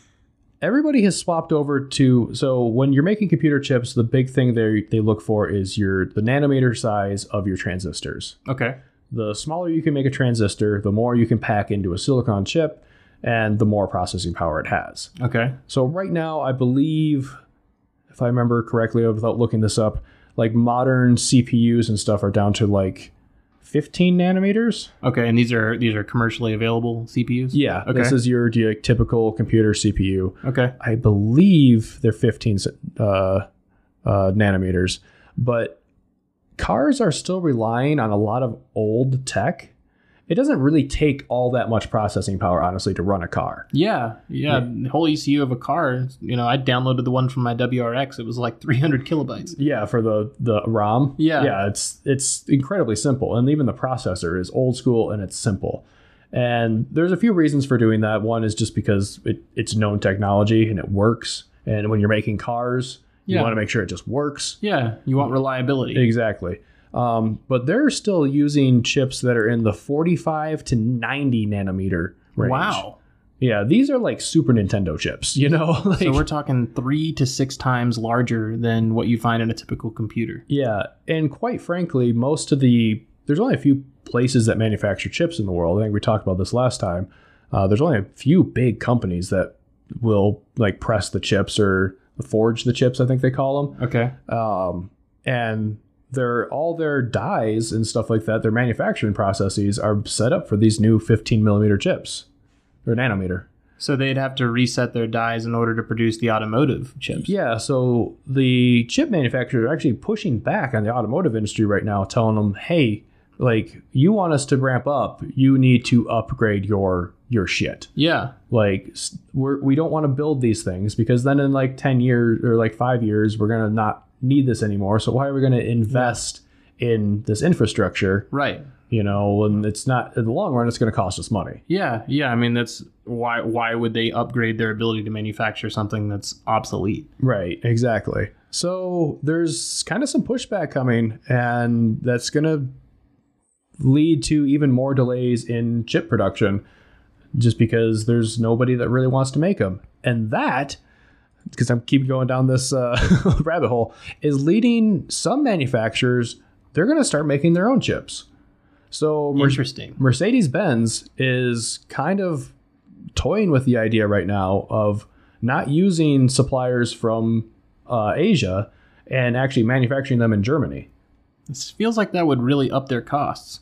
[SPEAKER 1] everybody has swapped over to so when you're making computer chips the big thing they they look for is your the nanometer size of your transistors
[SPEAKER 2] Okay.
[SPEAKER 1] the smaller you can make a transistor the more you can pack into a silicon chip and the more processing power it has
[SPEAKER 2] Okay.
[SPEAKER 1] so right now i believe if i remember correctly without looking this up like modern cpus and stuff are down to like 15 nanometers
[SPEAKER 2] Okay. And these are these are commercially available CPUs.
[SPEAKER 1] yeah
[SPEAKER 2] Okay.
[SPEAKER 1] this is your, your typical computer cpu
[SPEAKER 2] okay.
[SPEAKER 1] I believe they're 15 uh, uh, nanometers, but cars are still relying on a lot of old tech. It doesn't really take all that much processing power, honestly, to run a car.
[SPEAKER 2] Yeah, yeah. The whole ECU of a car. You know, I downloaded the one from my WRX. It was like 300 kilobytes.
[SPEAKER 1] Yeah, for the the ROM.
[SPEAKER 2] Yeah.
[SPEAKER 1] yeah, it's it's incredibly simple, and even the processor is old school and it's simple. And there's a few reasons for doing that. One is just because it, it's known technology and it works. And when you're making cars, you
[SPEAKER 2] Yeah.
[SPEAKER 1] want to make sure it just works.
[SPEAKER 2] Yeah, you want reliability.
[SPEAKER 1] Exactly. Um, but they're still using chips that are in the 45 to 90 nanometer range.
[SPEAKER 2] Wow.
[SPEAKER 1] Yeah, these are like Super Nintendo chips, you know? like,
[SPEAKER 2] So we're talking three to six times larger than what you find in a typical computer.
[SPEAKER 1] yeah, and quite frankly, most of the there's only a few places that manufacture chips in the world. I think we talked about this last time. Uh, there's only a few big companies that will like press the chips or forge the chips, I think they call them.
[SPEAKER 2] Okay.
[SPEAKER 1] um, and their all their dies and stuff like that, their manufacturing processes are set up for these new 15 millimeter chips or nanometer.
[SPEAKER 2] So they'd have to reset their dies in order to produce the automotive chips.
[SPEAKER 1] Yeah, so the chip manufacturers are actually pushing back on the automotive industry right now, telling them, "Hey, like you want us to ramp up, you need to upgrade your your shit.
[SPEAKER 2] Yeah.
[SPEAKER 1] Like s- we're, we don't want to build these things because then in like 10 years or like 5 years, we're going to not need this anymore. So why are we going to invest in this infrastructure
[SPEAKER 2] Right.
[SPEAKER 1] you know, and it's not in the long run, it's going to cost us money.
[SPEAKER 2] Yeah. Yeah. I mean, that's why. Why would they upgrade their ability to manufacture something that's obsolete?
[SPEAKER 1] Right, exactly. So there's kind of some pushback coming, and that's going to lead to even more delays in chip production just because there's nobody that really wants to make them. And that, because I'm keep going down this uh, rabbit hole, is leading some manufacturers, they're going to start making their own chips. So Mer-
[SPEAKER 2] Interesting.
[SPEAKER 1] Mercedes Benz is kind of toying with the idea right now of not using suppliers from uh, Asia and actually manufacturing them in Germany.
[SPEAKER 2] This feels like that would really up their costs.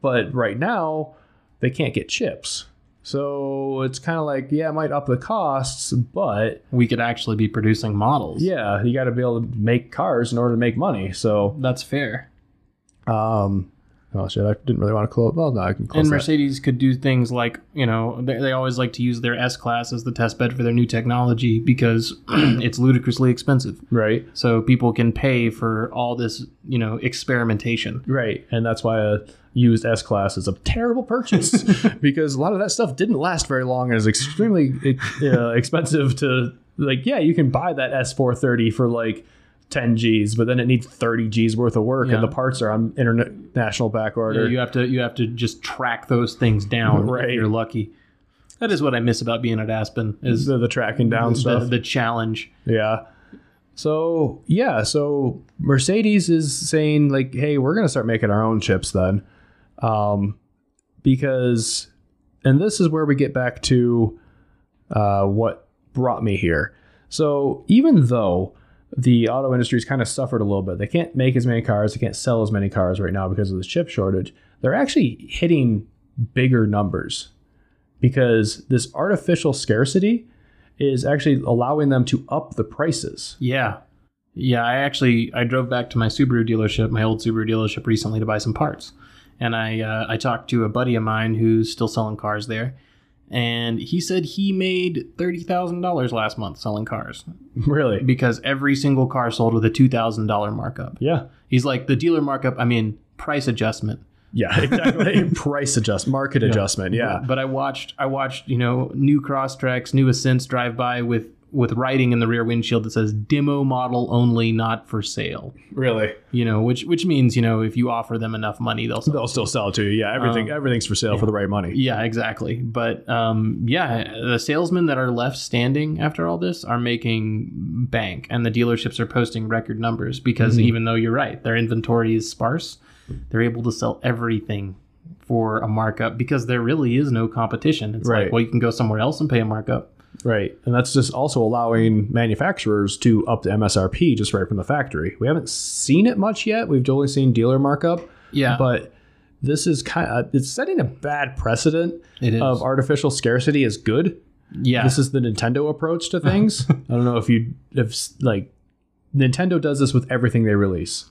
[SPEAKER 1] But right now, they can't get chips. So it's kind of like, yeah, it might up the costs, but
[SPEAKER 2] We could actually be producing models.
[SPEAKER 1] yeah, you got to be able to make cars in order to make money. So,
[SPEAKER 2] That's fair.
[SPEAKER 1] um, oh shit, I didn't really want to close. Well, no, I can close
[SPEAKER 2] and
[SPEAKER 1] that.
[SPEAKER 2] Mercedes could do things like, you know, they, they always like to use their S class as the test bed for their new technology because it's ludicrously expensive.
[SPEAKER 1] right.
[SPEAKER 2] So people can pay for all this, you know, experimentation.
[SPEAKER 1] Right. And that's why a used S class is a terrible purchase because a lot of that stuff didn't last very long and is extremely uh, expensive to like yeah, you can buy that S430 for like 10 Gs, but then it needs 30 Gs worth of work
[SPEAKER 2] Yeah.
[SPEAKER 1] and the parts are on international back order.
[SPEAKER 2] You have to you have to just track those things down
[SPEAKER 1] Right.
[SPEAKER 2] if you're lucky. That is what I miss about being at Aspen is
[SPEAKER 1] the, the tracking down
[SPEAKER 2] the,
[SPEAKER 1] stuff.
[SPEAKER 2] the challenge.
[SPEAKER 1] Yeah. So yeah, so Mercedes is saying like, hey, we're gonna start making our own chips then, um, because, and this is where we get back to uh, what brought me here. So even though the auto industry's kind of suffered a little bit, they can't make as many cars, they can't sell as many cars right now because of the chip shortage. They're actually hitting bigger numbers because this artificial scarcity is actually allowing them to up the prices.
[SPEAKER 2] Yeah. Yeah, I actually I drove back to my Subaru dealership, my old Subaru dealership recently to buy some parts. And I uh, I talked to a buddy of mine who's still selling cars there, and he said he made $30,000 last month selling cars
[SPEAKER 1] Really?
[SPEAKER 2] because every single car sold with a $2,000 markup.
[SPEAKER 1] Yeah.
[SPEAKER 2] He's like the dealer markup, I mean price adjustment.
[SPEAKER 1] Yeah, exactly. Price adjust, market adjustment. Yeah.
[SPEAKER 2] But I watched I watched, you know, new Crosstracks, new Ascents drive by with with writing in the rear windshield that says demo model only, not for sale.
[SPEAKER 1] Really?
[SPEAKER 2] You know, which which means you know if you offer them enough money, they'll. Sell.
[SPEAKER 1] They'll still sell it to you. Yeah, everything
[SPEAKER 2] Um,
[SPEAKER 1] everything's for sale for the right money.
[SPEAKER 2] Yeah, exactly. But um, yeah, the salesmen that are left standing after all this are making bank, and the dealerships are posting record numbers because
[SPEAKER 1] Mhm.
[SPEAKER 2] even though you're right, their inventory is sparse, they're able to sell everything for a markup because there really is no competition. It's
[SPEAKER 1] Right.
[SPEAKER 2] like, well, you can go somewhere else and pay a markup.
[SPEAKER 1] Right. And that's just also allowing manufacturers to up the MSRP just right from the factory. We haven't seen it much yet. We've only seen dealer markup,
[SPEAKER 2] Yeah,
[SPEAKER 1] but this is kind of it's setting a bad precedent
[SPEAKER 2] it is.
[SPEAKER 1] of artificial scarcity is good.
[SPEAKER 2] yeah,
[SPEAKER 1] This is the Nintendo approach to things. I don't know if you if like Nintendo does this with everything they release.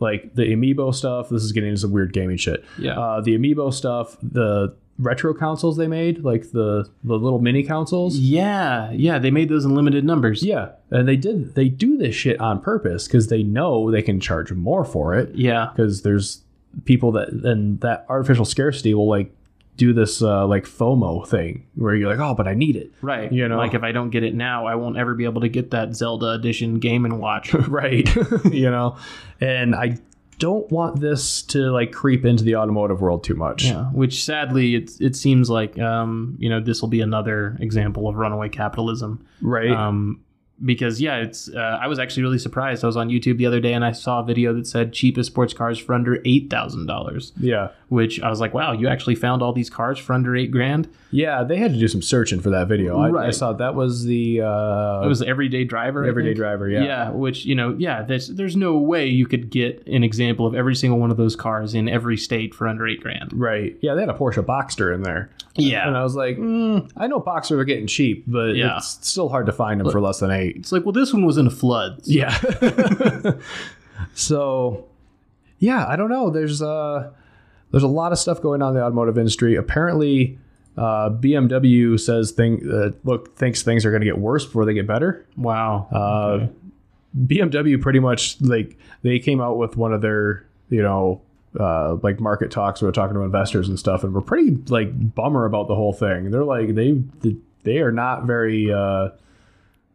[SPEAKER 1] Like the amiibo stuff, this is getting into some weird gaming shit.
[SPEAKER 2] yeah.
[SPEAKER 1] Uh, the amiibo stuff, the retro consoles they made, like the the little mini consoles.
[SPEAKER 2] Yeah, yeah, they made those in limited numbers.
[SPEAKER 1] Yeah, and they did. They do this shit on purpose because they know they can charge more for it.
[SPEAKER 2] Yeah,
[SPEAKER 1] Because there's people that and that artificial scarcity will like do this uh, like FOMO thing where you're like, oh, but I need it.
[SPEAKER 2] right.
[SPEAKER 1] You know.
[SPEAKER 2] like if I don't get it now, I won't ever be able to get that Zelda edition Game and Watch.
[SPEAKER 1] right you know and i don't want this to like creep into the automotive world too much
[SPEAKER 2] yeah, which sadly, it it seems like um, you know this will be another example of runaway capitalism.
[SPEAKER 1] right
[SPEAKER 2] Um, because yeah, it's uh, I was actually really surprised. I was on YouTube the other day and I saw a video that said cheapest sports cars for under eight thousand dollars,
[SPEAKER 1] yeah
[SPEAKER 2] which I was like, wow, you actually found all these cars for under eight grand.
[SPEAKER 1] yeah they had to do some searching for that video I- I,
[SPEAKER 2] Right.
[SPEAKER 1] saw that was the uh
[SPEAKER 2] It was the everyday driver. I
[SPEAKER 1] everyday
[SPEAKER 2] think.
[SPEAKER 1] driver
[SPEAKER 2] Yeah.
[SPEAKER 1] yeah.
[SPEAKER 2] which you know, yeah, there's there's no way you could get an example of every single one of those cars in every state for under eight grand.
[SPEAKER 1] right yeah they had a porsche boxster in there and
[SPEAKER 2] Yeah,
[SPEAKER 1] i was like mm, i know boxers are getting cheap but
[SPEAKER 2] Yeah.
[SPEAKER 1] it's still hard to find them for less than eight
[SPEAKER 2] it's like, well, this one was in a flood.
[SPEAKER 1] Yeah. so, yeah, I don't know. There's uh, there's a lot of stuff going on in the automotive industry. Apparently, uh, BMW says thing uh, look thinks things are going to get worse before they get better.
[SPEAKER 2] Wow.
[SPEAKER 1] Uh, BMW pretty much like they came out with one of their you know. Uh, like market talks, we were talking to investors and stuff, and we're pretty like bummer about the whole thing. They're like they they are not very uh,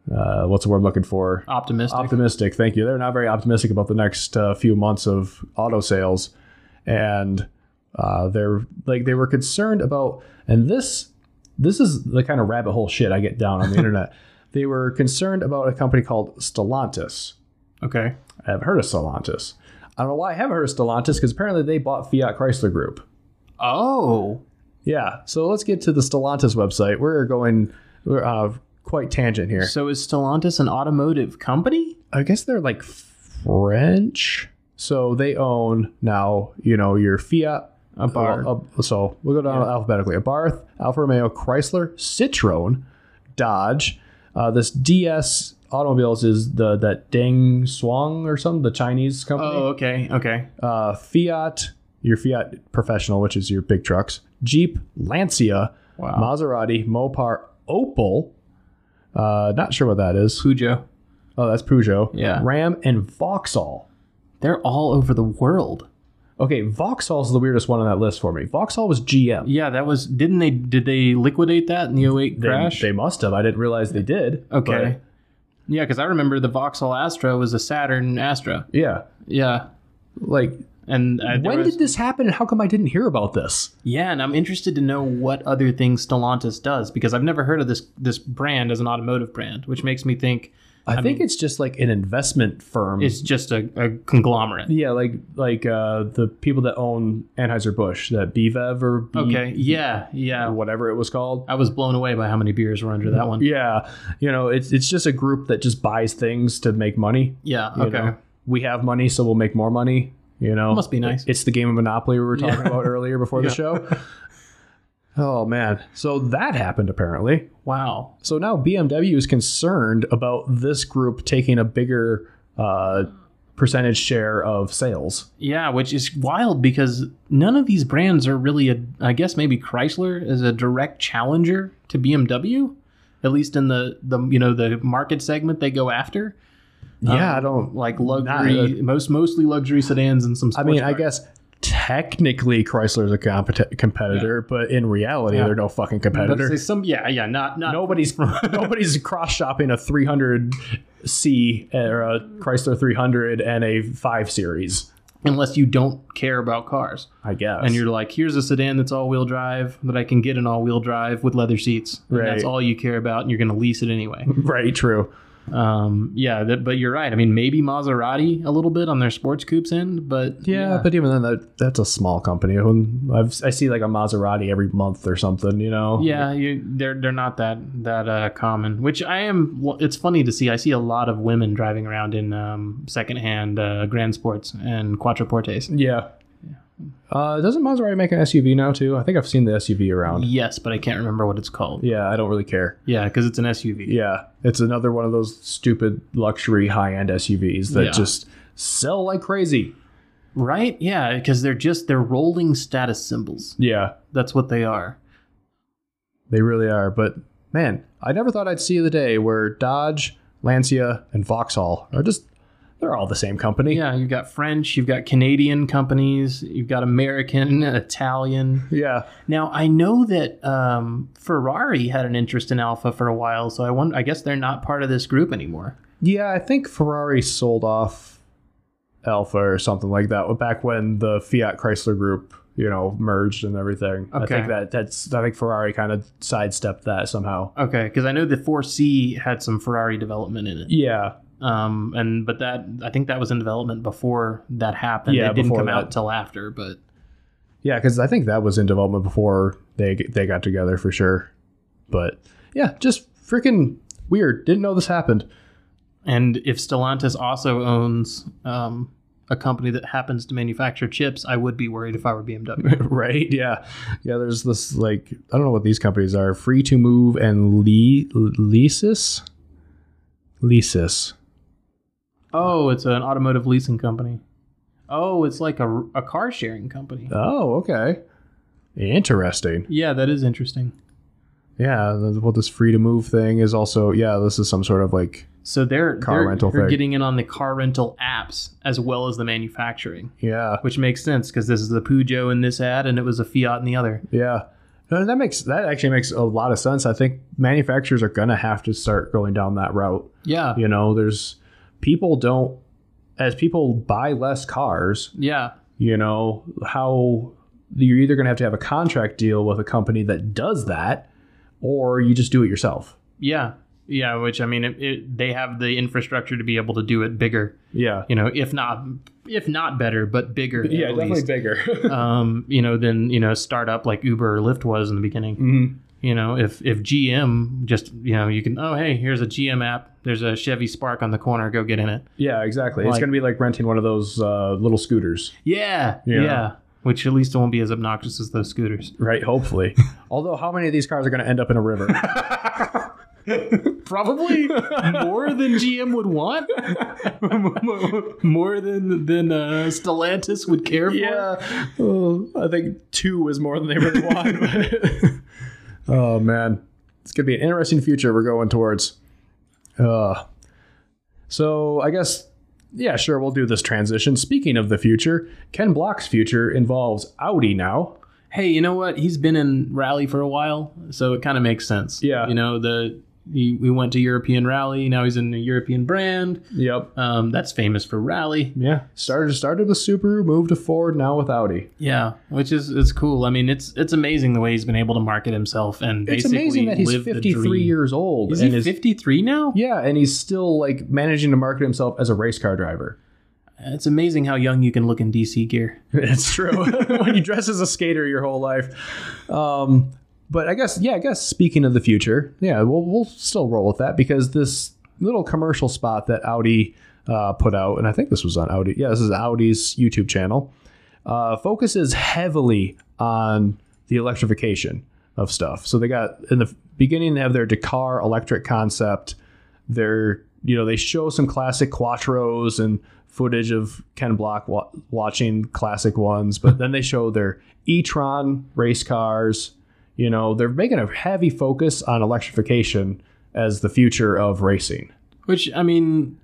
[SPEAKER 1] uh, what's the word I'm looking for?
[SPEAKER 2] Optimistic.
[SPEAKER 1] optimistic. Thank you. They're not very optimistic about the next uh, few months of auto sales, and uh, they're like they were concerned about. And this this is the kind of rabbit hole shit I get down on the internet. They were concerned about a company called Stellantis.
[SPEAKER 2] okay.
[SPEAKER 1] I have heard of Stellantis. I don't know why I haven't heard of Stellantis because apparently they bought Fiat Chrysler Group.
[SPEAKER 2] Oh.
[SPEAKER 1] Yeah. So let's get to the Stellantis website. We're going we're, uh, quite tangent here.
[SPEAKER 2] So is Stellantis an automotive company?
[SPEAKER 1] I guess they're like French. So they own now, you know, your Fiat.
[SPEAKER 2] A bar.
[SPEAKER 1] Well, uh, so we'll go down alphabetically. Abarth, Alfa Romeo, Chrysler, Citroen, Dodge. Uh, this DS Automobiles is the that Deng Suang or something, the Chinese
[SPEAKER 2] oh,
[SPEAKER 1] company.
[SPEAKER 2] okay. Okay.
[SPEAKER 1] Uh, Fiat, your Fiat Professional, which is your big trucks. Jeep, Lancia,
[SPEAKER 2] Wow.
[SPEAKER 1] Maserati, Mopar, Opel. Uh, not sure what that is.
[SPEAKER 2] Pujo.
[SPEAKER 1] Oh, that's Peugeot.
[SPEAKER 2] Yeah.
[SPEAKER 1] Ram and Vauxhall.
[SPEAKER 2] They're all over the world.
[SPEAKER 1] Okay, Vauxhall's the weirdest one on that list for me. Vauxhall was GM.
[SPEAKER 2] Yeah, that was didn't they did they liquidate that in the 08
[SPEAKER 1] They-
[SPEAKER 2] crash?
[SPEAKER 1] They, must have. I didn't realize they did.
[SPEAKER 2] okay. Yeah, because I remember the Vauxhall Astra was a Saturn Astra.
[SPEAKER 1] but yeah.
[SPEAKER 2] Yeah.
[SPEAKER 1] Like,
[SPEAKER 2] And uh, there
[SPEAKER 1] when
[SPEAKER 2] was-
[SPEAKER 1] did this happen and how come I didn't hear about this?
[SPEAKER 2] Yeah, and I'm interested to know what other things Stellantis does because I've never heard of this this brand as an automotive brand, which makes me think
[SPEAKER 1] I, think it's just like an investment firm.
[SPEAKER 2] it's just a, a conglomerate.
[SPEAKER 1] yeah, like like uh, the people that own Anheuser-Busch, that BVEV or B- E
[SPEAKER 2] Okay. Yeah.
[SPEAKER 1] or
[SPEAKER 2] Yeah.
[SPEAKER 1] whatever it was called.
[SPEAKER 2] I was blown away by how many beers were under that one.
[SPEAKER 1] Yeah, you know, it's it's just a group that just buys things to make money.
[SPEAKER 2] Yeah.
[SPEAKER 1] you
[SPEAKER 2] Okay.
[SPEAKER 1] know? we have money, so we'll make more money. You know,
[SPEAKER 2] Must be nice.
[SPEAKER 1] It's the game of Monopoly we were talking about earlier before the
[SPEAKER 2] Yeah.
[SPEAKER 1] show. Oh man! So that happened apparently.
[SPEAKER 2] Wow.
[SPEAKER 1] So now BMW is concerned about this group taking a bigger uh, percentage share of sales.
[SPEAKER 2] Yeah, which is wild because none of these brands are really a. I guess maybe Chrysler is a direct challenger to BMW, at least in the the you know the market segment they go after.
[SPEAKER 1] yeah,
[SPEAKER 2] Um,
[SPEAKER 1] I don't.
[SPEAKER 2] Like luxury,
[SPEAKER 1] Not-
[SPEAKER 2] most mostly luxury sedans and some.
[SPEAKER 1] I
[SPEAKER 2] Sports
[SPEAKER 1] mean, I
[SPEAKER 2] cars.
[SPEAKER 1] guess technically Chrysler's a compet- competitor, but in reality,
[SPEAKER 2] Yeah.
[SPEAKER 1] they're no fucking
[SPEAKER 2] But
[SPEAKER 1] competitor.
[SPEAKER 2] say some, yeah, yeah, not not
[SPEAKER 1] Nobody's nobody's cross shopping a 300C uh, or a Chrysler 300 and a 5 Series,
[SPEAKER 2] unless you don't care about cars.
[SPEAKER 1] I guess.
[SPEAKER 2] and you're like, here's a sedan that's all wheel drive that I can get an all wheel drive with leather seats. And That's
[SPEAKER 1] Right.
[SPEAKER 2] all you care about, and you're going to lease it anyway.
[SPEAKER 1] right, true.
[SPEAKER 2] um, yeah, that, but you're right. I mean, maybe Maserati a little bit on their sports coupes end, but
[SPEAKER 1] Yeah, but even then, that that's a small company. When I've, I see like a Maserati every month or something, you know.
[SPEAKER 2] yeah, you, they're they're not that that uh, common. Which I am. well, It's funny to see. I see a lot of women driving around in um, secondhand uh, Grand Sports and Quattroportes.
[SPEAKER 1] yeah. Uh, doesn't Maserati make an SUV now too? I think I've seen the SUV around.
[SPEAKER 2] Yes, but I can't remember what it's called.
[SPEAKER 1] Yeah, I don't really care.
[SPEAKER 2] Yeah, because it's an SUV.
[SPEAKER 1] Yeah, it's another one of those stupid luxury high end SUVs that
[SPEAKER 2] Yeah.
[SPEAKER 1] just sell like crazy.
[SPEAKER 2] Right? Yeah, because they're just they're rolling status symbols.
[SPEAKER 1] Yeah,
[SPEAKER 2] That's what they are.
[SPEAKER 1] they really are. But man, I never thought I'd see the day where Dodge, Lancia, and Vauxhall are just they're all the same company.
[SPEAKER 2] Yeah, you've got French, you've got Canadian companies, you've got American, Italian.
[SPEAKER 1] Yeah.
[SPEAKER 2] Now I know that um, Ferrari had an interest in Alpha for a while, so I wonder. I guess they're not part of this group anymore.
[SPEAKER 1] Yeah, I think Ferrari sold off Alpha or something like that back when the Fiat Chrysler group, you know, merged and everything. I
[SPEAKER 2] Okay.
[SPEAKER 1] think that that's I think Ferrari kind of sidestepped that somehow.
[SPEAKER 2] Okay, because I know the 4C had some Ferrari development in it,
[SPEAKER 1] Yeah,
[SPEAKER 2] um, and but that I think that was in development before that happened.
[SPEAKER 1] Yeah,
[SPEAKER 2] it didn't
[SPEAKER 1] before
[SPEAKER 2] come out
[SPEAKER 1] that.
[SPEAKER 2] till after, but
[SPEAKER 1] yeah, because I think that was in development before they they got together for sure. But yeah, just freaking weird. Didn't know this happened.
[SPEAKER 2] and if Stellantis also owns um, a company that happens to manufacture chips, I would be worried if I were BMW.
[SPEAKER 1] right? Yeah, yeah. There's this like I don't know what these companies are. Free to move and Le- Leasis, Leasis.
[SPEAKER 2] Oh, it's an automotive leasing company. Oh, it's like a, a car sharing company.
[SPEAKER 1] Oh, okay. Interesting.
[SPEAKER 2] Yeah, that is interesting.
[SPEAKER 1] Yeah, th- well, this free to move thing is also yeah. This is some sort of like
[SPEAKER 2] So they're
[SPEAKER 1] Car
[SPEAKER 2] they're,
[SPEAKER 1] rental
[SPEAKER 2] they're
[SPEAKER 1] thing.
[SPEAKER 2] getting in on the car rental apps as well as the manufacturing,
[SPEAKER 1] yeah,
[SPEAKER 2] which makes sense because this is the Peugeot in this ad and it was a Fiat in the other.
[SPEAKER 1] yeah. No, That makes that actually makes a lot of sense. I think manufacturers are gonna have to start going down that route.
[SPEAKER 2] Yeah,
[SPEAKER 1] You know, there's people don't as people buy less cars,
[SPEAKER 2] yeah,
[SPEAKER 1] you know how you're either going to have to have a contract deal with a company that does that or you just do it yourself
[SPEAKER 2] yeah, yeah. Which I mean, it, it, they have the infrastructure to be able to do it bigger.
[SPEAKER 1] yeah
[SPEAKER 2] You know, if not if not better, but bigger. at least.
[SPEAKER 1] bigger
[SPEAKER 2] Um, you know, than you know, a startup like Uber or Lyft was in the beginning.
[SPEAKER 1] Mm-hmm.
[SPEAKER 2] you know if if gm just you know you can oh hey here's a gm app there's a chevy spark on the corner go get in it
[SPEAKER 1] yeah exactly it's
[SPEAKER 2] Like-
[SPEAKER 1] going to be like renting one of those uh, little scooters
[SPEAKER 2] yeah,
[SPEAKER 1] Yeah.
[SPEAKER 2] yeah which at least it won't be as obnoxious as those scooters
[SPEAKER 1] right hopefully although how many of these cars are going to end up in a river
[SPEAKER 2] probably more than gm would want more than than uh stellantis would care for
[SPEAKER 1] Oh, i think two is more than they really want oh man it's going to be an interesting future we're going towards uh, so i guess yeah sure we'll do this transition speaking of the future ken block's future involves audi now
[SPEAKER 2] hey you know what he's been in rally for a while so it kind of makes sense
[SPEAKER 1] Yeah.
[SPEAKER 2] you know the he, we went to european rally now he's in a european brand
[SPEAKER 1] yep
[SPEAKER 2] um that's famous for rally
[SPEAKER 1] yeah started started with subaru moved to ford now with audi
[SPEAKER 2] Yeah, which is is cool. I mean, it's it's amazing the way he's been able to market himself and
[SPEAKER 1] it's
[SPEAKER 2] basically
[SPEAKER 1] amazing that he's
[SPEAKER 2] live the
[SPEAKER 1] 53
[SPEAKER 2] dream.
[SPEAKER 1] years old
[SPEAKER 2] Is
[SPEAKER 1] and
[SPEAKER 2] he
[SPEAKER 1] is
[SPEAKER 2] fifty three now?
[SPEAKER 1] yeah and he's still like managing to market himself as a race car driver
[SPEAKER 2] It's amazing how young you can look in DC gear.
[SPEAKER 1] It's true. when you dress as a skater your whole life. Um, but I guess, yeah, I guess speaking of the future, yeah, we'll, we'll still roll with that because this little commercial spot that Audi uh, put out, and I think this was on Audi. Yeah, this is Audi's YouTube channel, uh, focuses heavily on the electrification of stuff. So they got, in the beginning, they have their Dakar electric concept they're you know they show some classic quattros and footage of ken block wa- watching classic ones but then they show their e-tron race cars you know they're making a heavy focus on electrification as the future of racing
[SPEAKER 2] Which I mean,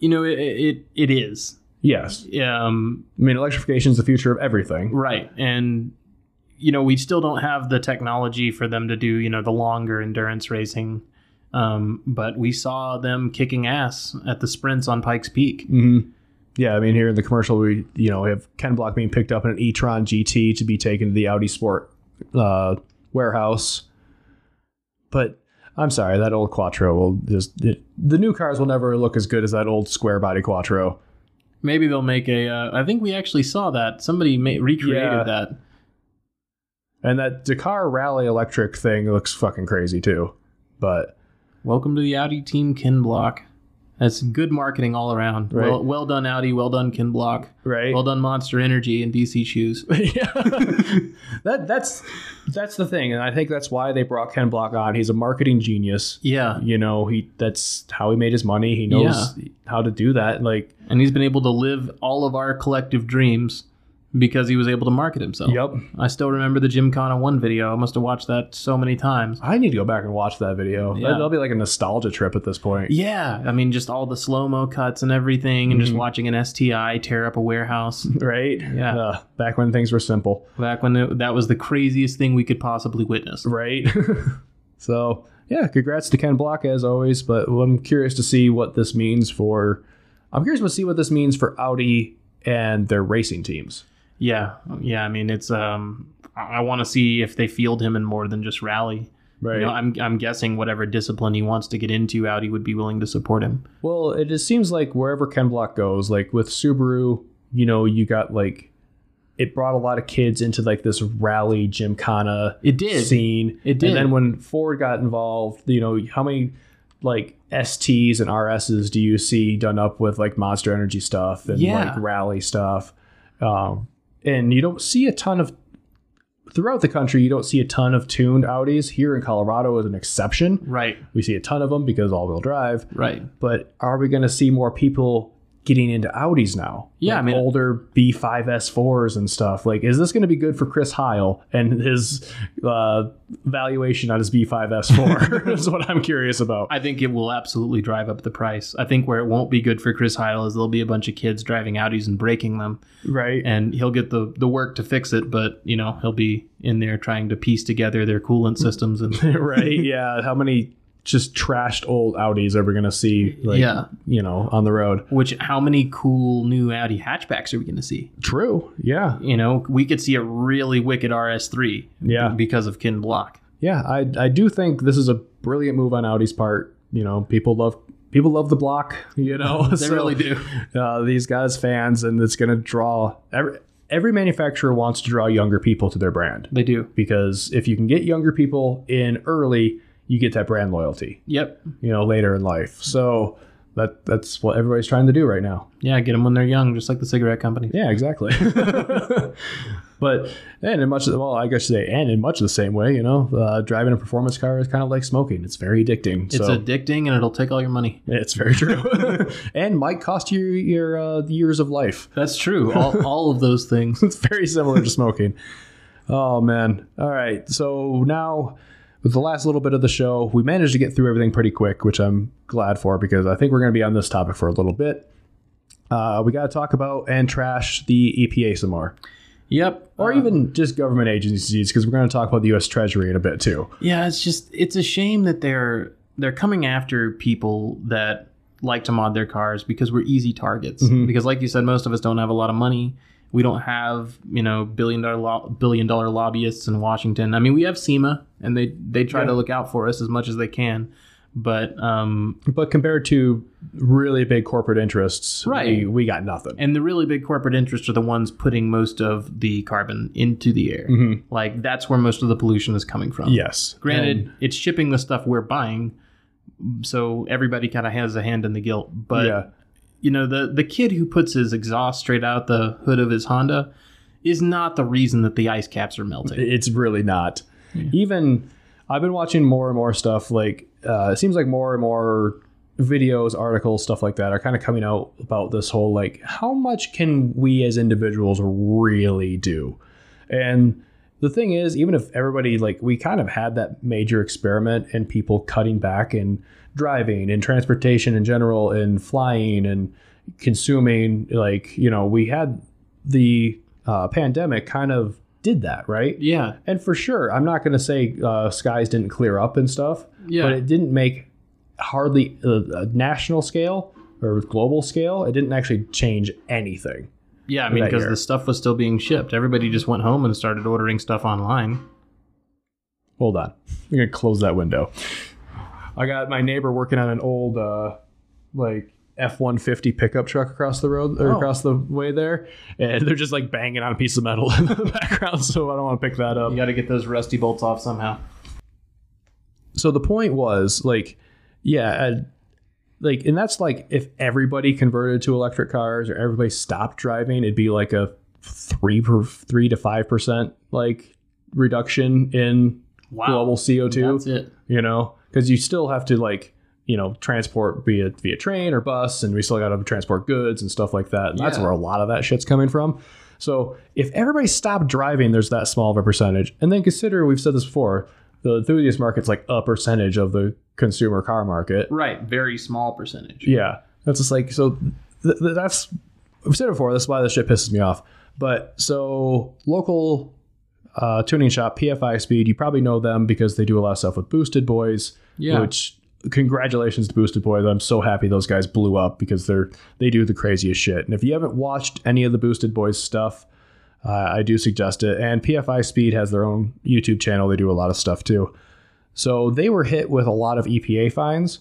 [SPEAKER 2] you know, it it, it is.
[SPEAKER 1] Yes.
[SPEAKER 2] Um,
[SPEAKER 1] I mean, electrification is the future of everything.
[SPEAKER 2] right. And, you know, we still don't have the technology for them to do, you know, the longer endurance racing. Um, but we saw them kicking ass at the sprints on Pikes Peak.
[SPEAKER 1] hmm Yeah, I mean, here in the commercial, we you know we have Ken Block being picked up in an e-tron GT to be taken to the Audi Sport uh, warehouse. But I'm sorry, that old Quattro will just it, the new cars will never look as good as that old square body Quattro.
[SPEAKER 2] Maybe they'll make a. Uh, I think we actually saw that somebody ma- recreated
[SPEAKER 1] Yeah.
[SPEAKER 2] that.
[SPEAKER 1] And that Dakar Rally electric thing looks fucking crazy too. But
[SPEAKER 2] Welcome to the Audi team, Ken Block. That's good marketing all around.
[SPEAKER 1] Right.
[SPEAKER 2] Well, well done, Audi. Well done, Ken Block.
[SPEAKER 1] right,
[SPEAKER 2] Well done, Monster Energy and DC Shoes.
[SPEAKER 1] yeah. that that's that's the thing, and I think that's why they brought Ken Block on. He's a marketing genius.
[SPEAKER 2] Yeah,
[SPEAKER 1] you know he that's how he made his money he knows how to do that like
[SPEAKER 2] and he's been able to live all of our collective dreams because he was able to market himself.
[SPEAKER 1] yep
[SPEAKER 2] I still remember the Gymkhana One video. I must have watched that so many times.
[SPEAKER 1] i need to go back and watch that video
[SPEAKER 2] Yeah.
[SPEAKER 1] that, will be like a nostalgia trip at this point
[SPEAKER 2] Yeah, I mean, just all the slow mo cuts and everything, and just watching an STI tear up a warehouse.
[SPEAKER 1] right
[SPEAKER 2] Yeah.
[SPEAKER 1] Uh, back when things were simple
[SPEAKER 2] back when it- that was the craziest thing we could possibly witness.
[SPEAKER 1] right so yeah congrats to ken block as always but i'm curious to see what this means for i'm curious to see what this means for audi and their racing teams
[SPEAKER 2] Yeah, yeah. I mean, it's um, I, I want to see if they field him in more than just rally.
[SPEAKER 1] right
[SPEAKER 2] You know, I'm I'm guessing whatever discipline he wants to get into, Audi would be willing to support him.
[SPEAKER 1] Well, it just seems like wherever Ken Block goes, like with Subaru, you know, you got like it brought a lot of kids into like this rally gymkhana
[SPEAKER 2] It did.
[SPEAKER 1] scene.
[SPEAKER 2] It did.
[SPEAKER 1] And then when Ford got involved, you know, how many like STs and RSs do you see done up with like Monster Energy stuff and
[SPEAKER 2] Yeah.
[SPEAKER 1] like rally stuff? Um, and you don't see a ton of throughout the country. You don't see a ton of tuned Audis. Here in Colorado is an exception.
[SPEAKER 2] Right,
[SPEAKER 1] We see a ton of them because all-wheel drive
[SPEAKER 2] right.
[SPEAKER 1] but are we going to see more people getting into Audis now?
[SPEAKER 2] Yeah,
[SPEAKER 1] Like
[SPEAKER 2] I mean- uh
[SPEAKER 1] older B5S4s and stuff. Like, is this going to be good for Chris Heil and his uh, valuation on his B5S4? is what I'm curious about.
[SPEAKER 2] I think it will absolutely drive up the price. I think where it won't be good for Chris Heidel is there'll be a bunch of kids driving Audis and breaking them,
[SPEAKER 1] Right.
[SPEAKER 2] and he'll get the the work to fix it. But you know, he'll be in there trying to piece together their coolant systems and
[SPEAKER 1] right. Yeah. How many just trashed old Audis are we going to see? Like,
[SPEAKER 2] Yeah.
[SPEAKER 1] You know, on the road.
[SPEAKER 2] Which how many cool new Audi hatchbacks are we going to see?
[SPEAKER 1] True. Yeah.
[SPEAKER 2] You know, we could see a really wicked RS3
[SPEAKER 1] Yeah.
[SPEAKER 2] because of Ken Block.
[SPEAKER 1] Yeah, I I do think this is a brilliant move on Audi's part. You know, people love people love the block. You know,
[SPEAKER 2] They really do.
[SPEAKER 1] Uh, these guys fans, and it's going to draw every every manufacturer wants to draw younger people to their brand
[SPEAKER 2] They do.
[SPEAKER 1] because if you can get younger people in early, you get that brand loyalty.
[SPEAKER 2] Yep.
[SPEAKER 1] You know, later in life. So that that's what everybody's trying to do right now.
[SPEAKER 2] Yeah, get them when they're young, just like the cigarette company.
[SPEAKER 1] Yeah, exactly. but and in much of the, well, I guess you say and in much of the same way, you know, uh, driving a performance car is kind of like smoking. It's very addicting.
[SPEAKER 2] It's
[SPEAKER 1] so
[SPEAKER 2] addicting and it'll take all your money.
[SPEAKER 1] it's very true, and might cost you your uh, years of life.
[SPEAKER 2] That's true. All, all of those things.
[SPEAKER 1] It's very similar to smoking. Oh man! All right, so now with the last little bit of the show, we managed to get through everything pretty quick, which I'm glad for because I think we're going to be on this topic for a little bit. Uh, we got to talk about and trash the EPA some more.
[SPEAKER 2] Yep.
[SPEAKER 1] or
[SPEAKER 2] Uh,
[SPEAKER 1] even just government agencies because we're going to talk about the U.S. Treasury in a bit too.
[SPEAKER 2] Yeah, it's just it's a shame that they're they're coming after people that like to mod their cars because we're easy targets.
[SPEAKER 1] Mhm.
[SPEAKER 2] Because like you said, most of us don't have a lot of money. We don't have you know billion dollar lo- billion dollar lobbyists in Washington. I mean, we have SEMA, and they they try
[SPEAKER 1] Yeah.
[SPEAKER 2] to look out for us as much as they can. But um,
[SPEAKER 1] But compared to really big corporate interests, we,
[SPEAKER 2] Right.
[SPEAKER 1] we got nothing.
[SPEAKER 2] and the really big corporate interests are the ones putting most of the carbon into the air.
[SPEAKER 1] Mhm.
[SPEAKER 2] Like that's where most of the pollution is coming from.
[SPEAKER 1] Yes,
[SPEAKER 2] Granted,
[SPEAKER 1] And-
[SPEAKER 2] it's shipping the stuff we're buying, so everybody kind of has a hand in the guilt. But
[SPEAKER 1] yeah,
[SPEAKER 2] you know, the the kid who puts his exhaust straight out the hood of his Honda is not the reason that the ice caps are melting.
[SPEAKER 1] it's really not. Even I've been watching more and more stuff. Like uh, it seems like more and more videos, articles, stuff like that are kind of coming out about this whole like how much can we as individuals really do, and. the thing is, even if everybody like we kind of had that major experiment and people cutting back and driving and transportation in general and flying and consuming like you know we had the uh, pandemic kind of did that right
[SPEAKER 2] Yeah.
[SPEAKER 1] and for sure i'm not going to say uh, skies didn't clear up and stuff
[SPEAKER 2] Yeah.
[SPEAKER 1] but it didn't make hardly uh, a, a national scale or global scale it didn't actually change anything
[SPEAKER 2] yeah. I mean,
[SPEAKER 1] that
[SPEAKER 2] because
[SPEAKER 1] year.
[SPEAKER 2] the stuff was still being shipped. Everybody just went home and started ordering stuff online.
[SPEAKER 1] Hold on. I'm gonna close that window. I got my neighbor working on an old uh like F one fifty pickup truck across the road or
[SPEAKER 2] Oh.
[SPEAKER 1] across the way there. And they're just like banging on a piece of metal in the background, so I don't want to pick that up.
[SPEAKER 2] You got to get those rusty bolts off somehow.
[SPEAKER 1] So the point was like, yeah, uh, like and that's like if everybody converted to electric cars or everybody stopped driving, it'd be like a three per three to five percent like reduction in
[SPEAKER 2] Wow.
[SPEAKER 1] global CO two.
[SPEAKER 2] That's it.
[SPEAKER 1] you know because you still have to like you know transport via via train or bus and we still got to transport goods and stuff like that and that's
[SPEAKER 2] Yeah.
[SPEAKER 1] where a lot of that shit's coming from so if everybody stopped driving there's that small of a percentage and then consider we've said this before the enthusiast market's like a percentage of the consumer car market
[SPEAKER 2] Right. Very small percentage.
[SPEAKER 1] yeah that's just like so th- th- that's i've said it before that's why this shit pisses me off but so local uh, tuning shop pfi speed you probably know them because they do a lot of stuff with boosted boys
[SPEAKER 2] Yeah.
[SPEAKER 1] which congratulations to Boosted Boys. I'm so happy those guys blew up because they're they do the craziest shit. And if you haven't watched any of the Boosted Boys stuff, uh, I do suggest it. And PFI Speed has their own YouTube channel. They do a lot of stuff too. So they were hit with a lot of EPA fines.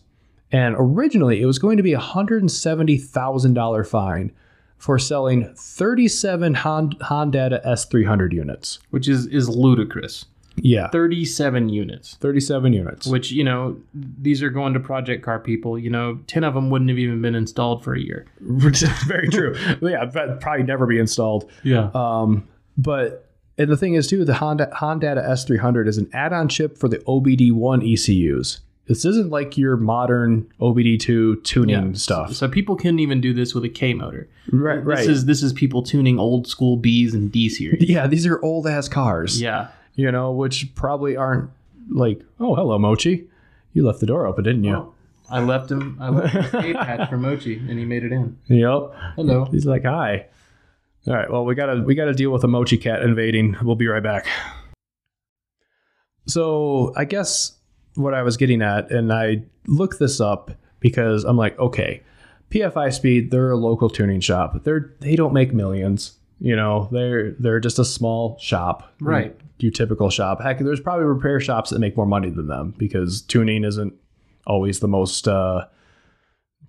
[SPEAKER 1] And originally it was going to be a $170,000 fine for selling 37 Hon- Honda S300 units.
[SPEAKER 2] Which is is ludicrous.
[SPEAKER 1] Yeah,
[SPEAKER 2] 37 units.
[SPEAKER 1] 37 units.
[SPEAKER 2] Which, you know, these are going to project car people. You know, 10 of them wouldn't have even been installed for a year.
[SPEAKER 1] Very true. yeah, that'd probably never be installed.
[SPEAKER 2] Yeah.
[SPEAKER 1] Um, but and the thing is too, the Honda Honda S300 is an add-on chip for the OBD1 ECUs. E This isn't like your modern OBD2 tuning stuff.
[SPEAKER 2] So people couldn't even do this with a K motor.
[SPEAKER 1] right,
[SPEAKER 2] This is this is people tuning old school Bs and D series.
[SPEAKER 1] yeah, these are old ass cars.
[SPEAKER 2] Yeah.
[SPEAKER 1] You know, which probably aren't like, oh, hello Mochi. You left the door open, didn't you?
[SPEAKER 2] I left him I left him a skate patch for Mochi and he made it in.
[SPEAKER 1] Yep.
[SPEAKER 2] Hello.
[SPEAKER 1] He's like, hi. All right. Well, we gotta we gotta deal with a mochi cat invading. We'll be right back. So I guess what I was getting at, and I looked this up because I'm like, okay, PFI Speed, they're a local tuning shop. They're they don't make millions. You know, they're they're just a small shop.
[SPEAKER 2] Right.
[SPEAKER 1] Your typical shop. Heck, there's probably repair shops that make more money than them because tuning isn't always the most uh,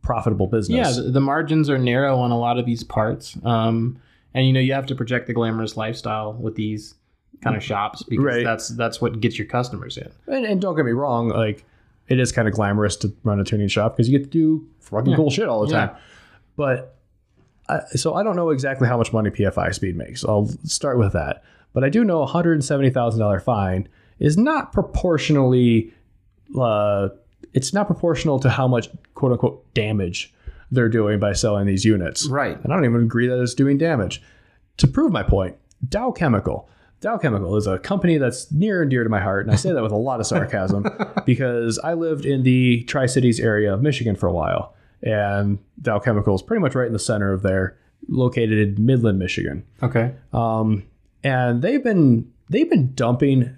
[SPEAKER 1] profitable
[SPEAKER 2] Yeah,
[SPEAKER 1] business.
[SPEAKER 2] the, the margins are narrow on a lot of these parts. Um and you know, you have to project the glamorous lifestyle with these kind of shops because
[SPEAKER 1] Right.
[SPEAKER 2] that's that's what gets your customers in.
[SPEAKER 1] And, and don't get me wrong, like it is kind of glamorous to run a tuning shop because you get to do fucking
[SPEAKER 2] Yeah.
[SPEAKER 1] cool shit all the
[SPEAKER 2] Yeah.
[SPEAKER 1] time. But I, so I don't know exactly how much money PFI Speed makes. I'll start with that. But I do know a hundred seventy thousand dollar fine is not proportionally. Uh, it's not proportional to how much quote unquote damage they're doing by selling these units.
[SPEAKER 2] Right.
[SPEAKER 1] And I don't even agree that it's doing damage. To prove my point, Dow Chemical. Dow Chemical is a company that's near and dear to my heart, and I say that with a lot of sarcasm because I lived in the Tri Cities area of Michigan for a while, and Dow Chemical is pretty much right in the center of there, located in Midland, Michigan.
[SPEAKER 2] Okay.
[SPEAKER 1] Um, and they've been they've been dumping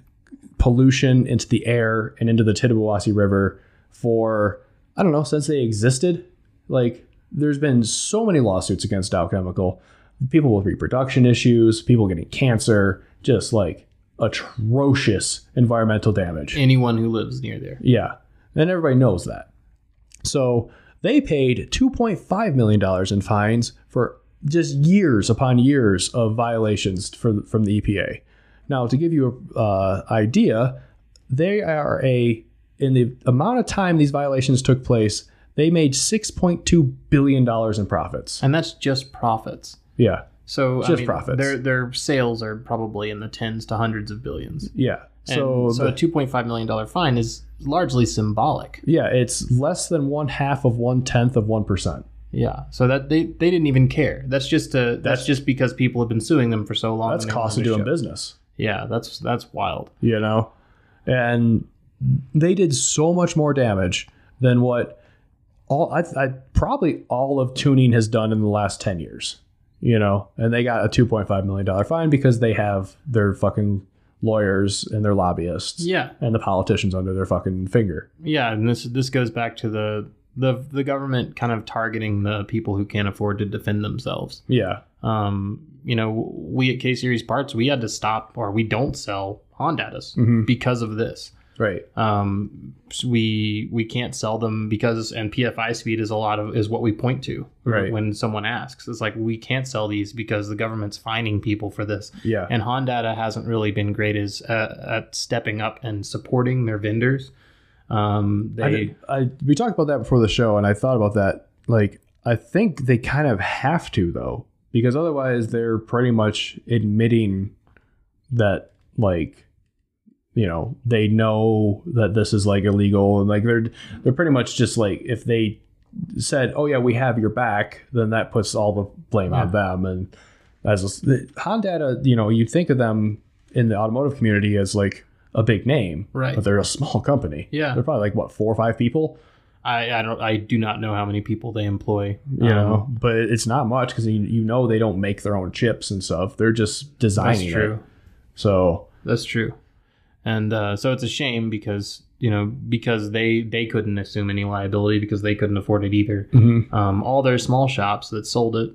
[SPEAKER 1] pollution into the air and into the Tittabawassee River for I don't know since they existed. Like there's been so many lawsuits against Dow Chemical, people with reproduction issues, people getting cancer, just like atrocious environmental damage.
[SPEAKER 2] Anyone who lives near there.
[SPEAKER 1] Yeah. And everybody knows that. So they paid $2.5 million in fines for just years upon years of violations for, from the EPA. Now, to give you an uh, idea, they are a, in the amount of time these violations took place, they made $6.2 billion in profits.
[SPEAKER 2] And that's just profits.
[SPEAKER 1] Yeah.
[SPEAKER 2] So I
[SPEAKER 1] Just
[SPEAKER 2] mean,
[SPEAKER 1] profits.
[SPEAKER 2] Their their sales are probably in the tens to hundreds of billions.
[SPEAKER 1] Yeah.
[SPEAKER 2] And
[SPEAKER 1] So,
[SPEAKER 2] so a
[SPEAKER 1] the-
[SPEAKER 2] two point five million dollar fine is largely symbolic.
[SPEAKER 1] yeah, it's less than one half of one tenth of 1%.
[SPEAKER 2] Yeah. So that they, they didn't even care. That's just a that's,
[SPEAKER 1] That's-
[SPEAKER 2] just because people have been suing them for so long.
[SPEAKER 1] That's
[SPEAKER 2] and they
[SPEAKER 1] cost of
[SPEAKER 2] wanted to
[SPEAKER 1] doing
[SPEAKER 2] show-
[SPEAKER 1] business.
[SPEAKER 2] Yeah, that's that's wild.
[SPEAKER 1] you know and they did so much more damage than what all I, I probably all of tuning has done in the last 10 years you know and they got a 2.5 million dollar fine because they have their fucking lawyers and their lobbyists
[SPEAKER 2] Yeah,
[SPEAKER 1] and the politicians under their fucking finger
[SPEAKER 2] yeah, and this this goes back to the the the government kind of targeting the people who can't afford to defend themselves.
[SPEAKER 1] yeah
[SPEAKER 2] Um, you know, we at K Series Parts we had to stop, or we don't sell Honda's
[SPEAKER 1] Mhm.
[SPEAKER 2] because of this.
[SPEAKER 1] right
[SPEAKER 2] Um, so we we can't sell them because and PFI speed is a lot of is what we point to
[SPEAKER 1] Right.
[SPEAKER 2] when someone asks. It's like we can't sell these because the government's fining people for this.
[SPEAKER 1] yeah
[SPEAKER 2] And Honda hasn't really been great as uh, at stepping up and supporting their vendors. Um,
[SPEAKER 1] I,
[SPEAKER 2] they
[SPEAKER 1] did- I we talked about that before the show and i thought about that like i think they kind of have to though because otherwise they're pretty much admitting that like you know they know that this is like illegal and like they're they're pretty much just like if they said oh yeah we have your back then that puts all the blame on
[SPEAKER 2] Yeah.
[SPEAKER 1] them and as the honda you know you think of them in the automotive community as like a big name
[SPEAKER 2] Right.
[SPEAKER 1] but they're a small company
[SPEAKER 2] Yeah.
[SPEAKER 1] they're probably like what four or five people
[SPEAKER 2] I, I don't I do not know how many people they employ.
[SPEAKER 1] you
[SPEAKER 2] Um,
[SPEAKER 1] know but it's not much because you, you know they don't make their own chips and stuff they're just
[SPEAKER 2] that's
[SPEAKER 1] designing
[SPEAKER 2] true.
[SPEAKER 1] it so
[SPEAKER 2] That's true. And uh, so it's a shame because you know because they they couldn't assume any liability because they couldn't afford it either. Um, all their small shops that sold it,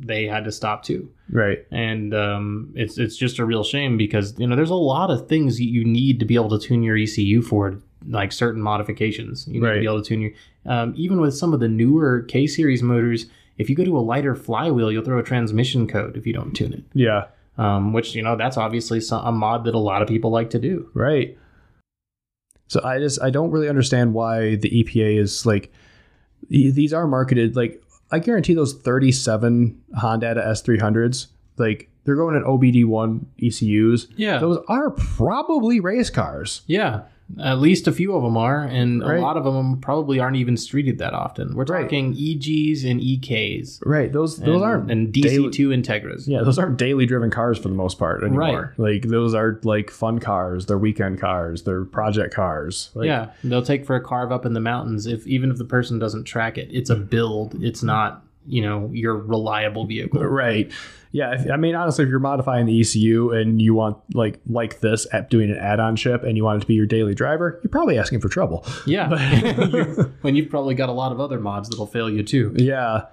[SPEAKER 2] they had to stop too.
[SPEAKER 1] right
[SPEAKER 2] and um, it's it's just a real shame because you know there's a lot of things that you need to be able to tune your ECU for, like certain modifications. You need
[SPEAKER 1] Right.
[SPEAKER 2] to be able to tune your um, even with some of the newer K series motors. If you go to a lighter flywheel, you'll throw a transmission code if you don't tune it,
[SPEAKER 1] yeah
[SPEAKER 2] um, which you know that's obviously some, a mod that a lot of people like to do.
[SPEAKER 1] right so i just i don't really understand why the epa is like e- these are marketed like i guarantee those 37 honda s300s like they're going at obd1 ecus
[SPEAKER 2] Yeah,
[SPEAKER 1] E those are probably race cars
[SPEAKER 2] yeah. At least a few of them are, and
[SPEAKER 1] Right.
[SPEAKER 2] a lot of them probably aren't even streeted that often. We're
[SPEAKER 1] Right.
[SPEAKER 2] talking EGs and EKs.
[SPEAKER 1] right those those
[SPEAKER 2] and-
[SPEAKER 1] aren't
[SPEAKER 2] and
[SPEAKER 1] daily-
[SPEAKER 2] DC two Integras.
[SPEAKER 1] Yeah, those aren't daily driven cars for the most part anymore. Like those are like fun cars. They're weekend cars. They're project cars. Like,
[SPEAKER 2] yeah, they'll take for a carve up in the mountains if even if the person doesn't track it. It's a
[SPEAKER 1] Mm.
[SPEAKER 2] build. It's not you know your reliable vehicle.
[SPEAKER 1] Right. Yeah. If, I mean, honestly, if you're modifying the ECU and you want like like this at doing an add-on chip and you want it to be your daily driver, you're probably asking for trouble.
[SPEAKER 2] Yeah, You- when you've probably got a lot of other mods that'll fail you too.
[SPEAKER 1] Yeah.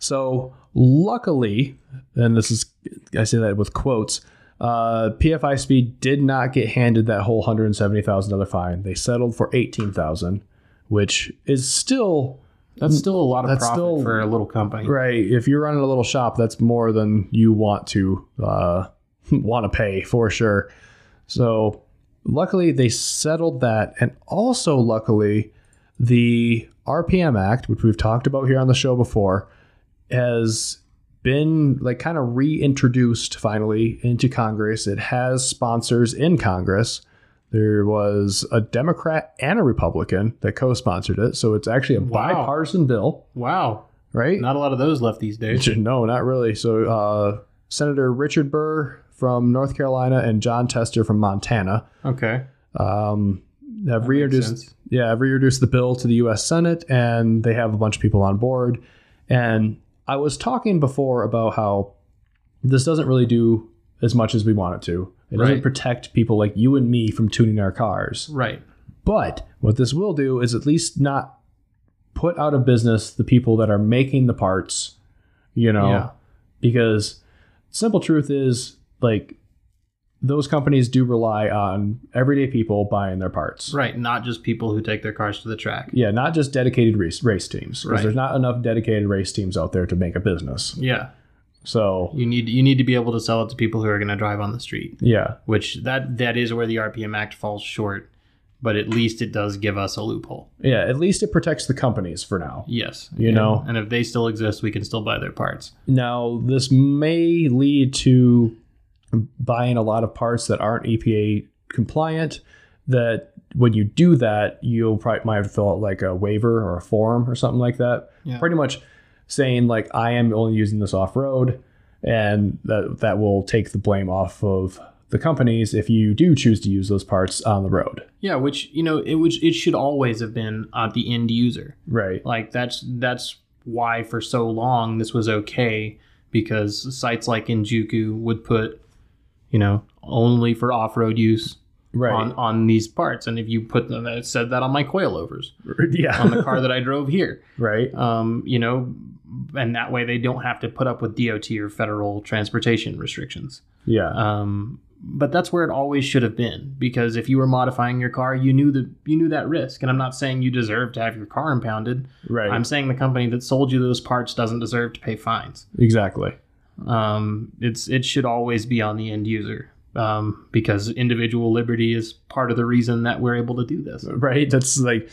[SPEAKER 1] So luckily, and this is I say that with quotes, uh, PFI Speed did not get handed that whole hundred and seventy thousand dollar fine. They settled for eighteen thousand, which is still
[SPEAKER 2] That's still a lot of
[SPEAKER 1] Mm. That's
[SPEAKER 2] profit
[SPEAKER 1] still-
[SPEAKER 2] for a little company.
[SPEAKER 1] Right. If you're running a little shop, that's more than you want to uh, want to pay for sure. So luckily they settled that, and also luckily the RPM Act, which we've talked about here on the show before, has been like kind of reintroduced finally into Congress. It has sponsors in Congress. There was a Democrat and a Republican that co-sponsored it, so it's actually a
[SPEAKER 2] Wow.
[SPEAKER 1] bipartisan bill,
[SPEAKER 2] Wow,
[SPEAKER 1] right?
[SPEAKER 2] not a lot of those left these days.
[SPEAKER 1] No, not really. So, uh, Senator Richard Burr from North Carolina and John Tester from Montana
[SPEAKER 2] Okay,
[SPEAKER 1] um, have reintroduced,
[SPEAKER 2] sense.
[SPEAKER 1] yeah, have reintroduced the bill to the U.S. Senate, and they have a bunch of people on board. And I was talking before about how this doesn't really do as much as we want it to. It doesn't
[SPEAKER 2] Right.
[SPEAKER 1] protect people like you and me from tuning our cars.
[SPEAKER 2] right.
[SPEAKER 1] But what this will do is at least not put out of business the people that are making the parts, you know,
[SPEAKER 2] Yeah.
[SPEAKER 1] because simple truth is like those companies do rely on everyday people buying their parts.
[SPEAKER 2] Right, not just people who take their cars to the track.
[SPEAKER 1] Yeah, not just dedicated race, race teams. 'cause
[SPEAKER 2] Right.
[SPEAKER 1] There's not enough dedicated race teams out there to make a business.
[SPEAKER 2] Yeah,
[SPEAKER 1] So,
[SPEAKER 2] you need you need to be able to sell it to people who are going to drive on the street.
[SPEAKER 1] yeah,
[SPEAKER 2] Which that that is where the RPM Act falls short, but at least it does give us a loophole.
[SPEAKER 1] yeah, at least it protects the companies for now.
[SPEAKER 2] Yes.
[SPEAKER 1] You
[SPEAKER 2] And-
[SPEAKER 1] know?
[SPEAKER 2] And if they still exist, we can still buy their parts.
[SPEAKER 1] Now, this may lead to buying a lot of parts that aren't EPA compliant. That when you do that, you'll probably might have to fill out like a waiver or a form or something like that.
[SPEAKER 2] Yeah.
[SPEAKER 1] Pretty much saying like I am only using this off road, and that that will take the blame off of the companies if you do choose to use those parts on the road.
[SPEAKER 2] Yeah, which you know, it which it should always have been at the end user.
[SPEAKER 1] Right.
[SPEAKER 2] Like that's that's why for so long this was okay because sites like Injuku would put, you know, only for off road use
[SPEAKER 1] Right.
[SPEAKER 2] on on these parts. And if you put them, it said that on my coilovers
[SPEAKER 1] yeah.
[SPEAKER 2] on the car that I drove here.
[SPEAKER 1] right.
[SPEAKER 2] Um, you know, and that way they don't have to put up with DOT or federal transportation restrictions.
[SPEAKER 1] Yeah.
[SPEAKER 2] Um, but that's where it always should have been because if you were modifying your car, you knew the you knew that risk. And I'm not saying you deserve to have your car impounded.
[SPEAKER 1] right.
[SPEAKER 2] I'm saying the company that sold you those parts doesn't deserve to pay fines.
[SPEAKER 1] exactly.
[SPEAKER 2] Um, it's it should always be on the end user um, because individual liberty is part of the reason that we're able to do this.
[SPEAKER 1] Right. That's like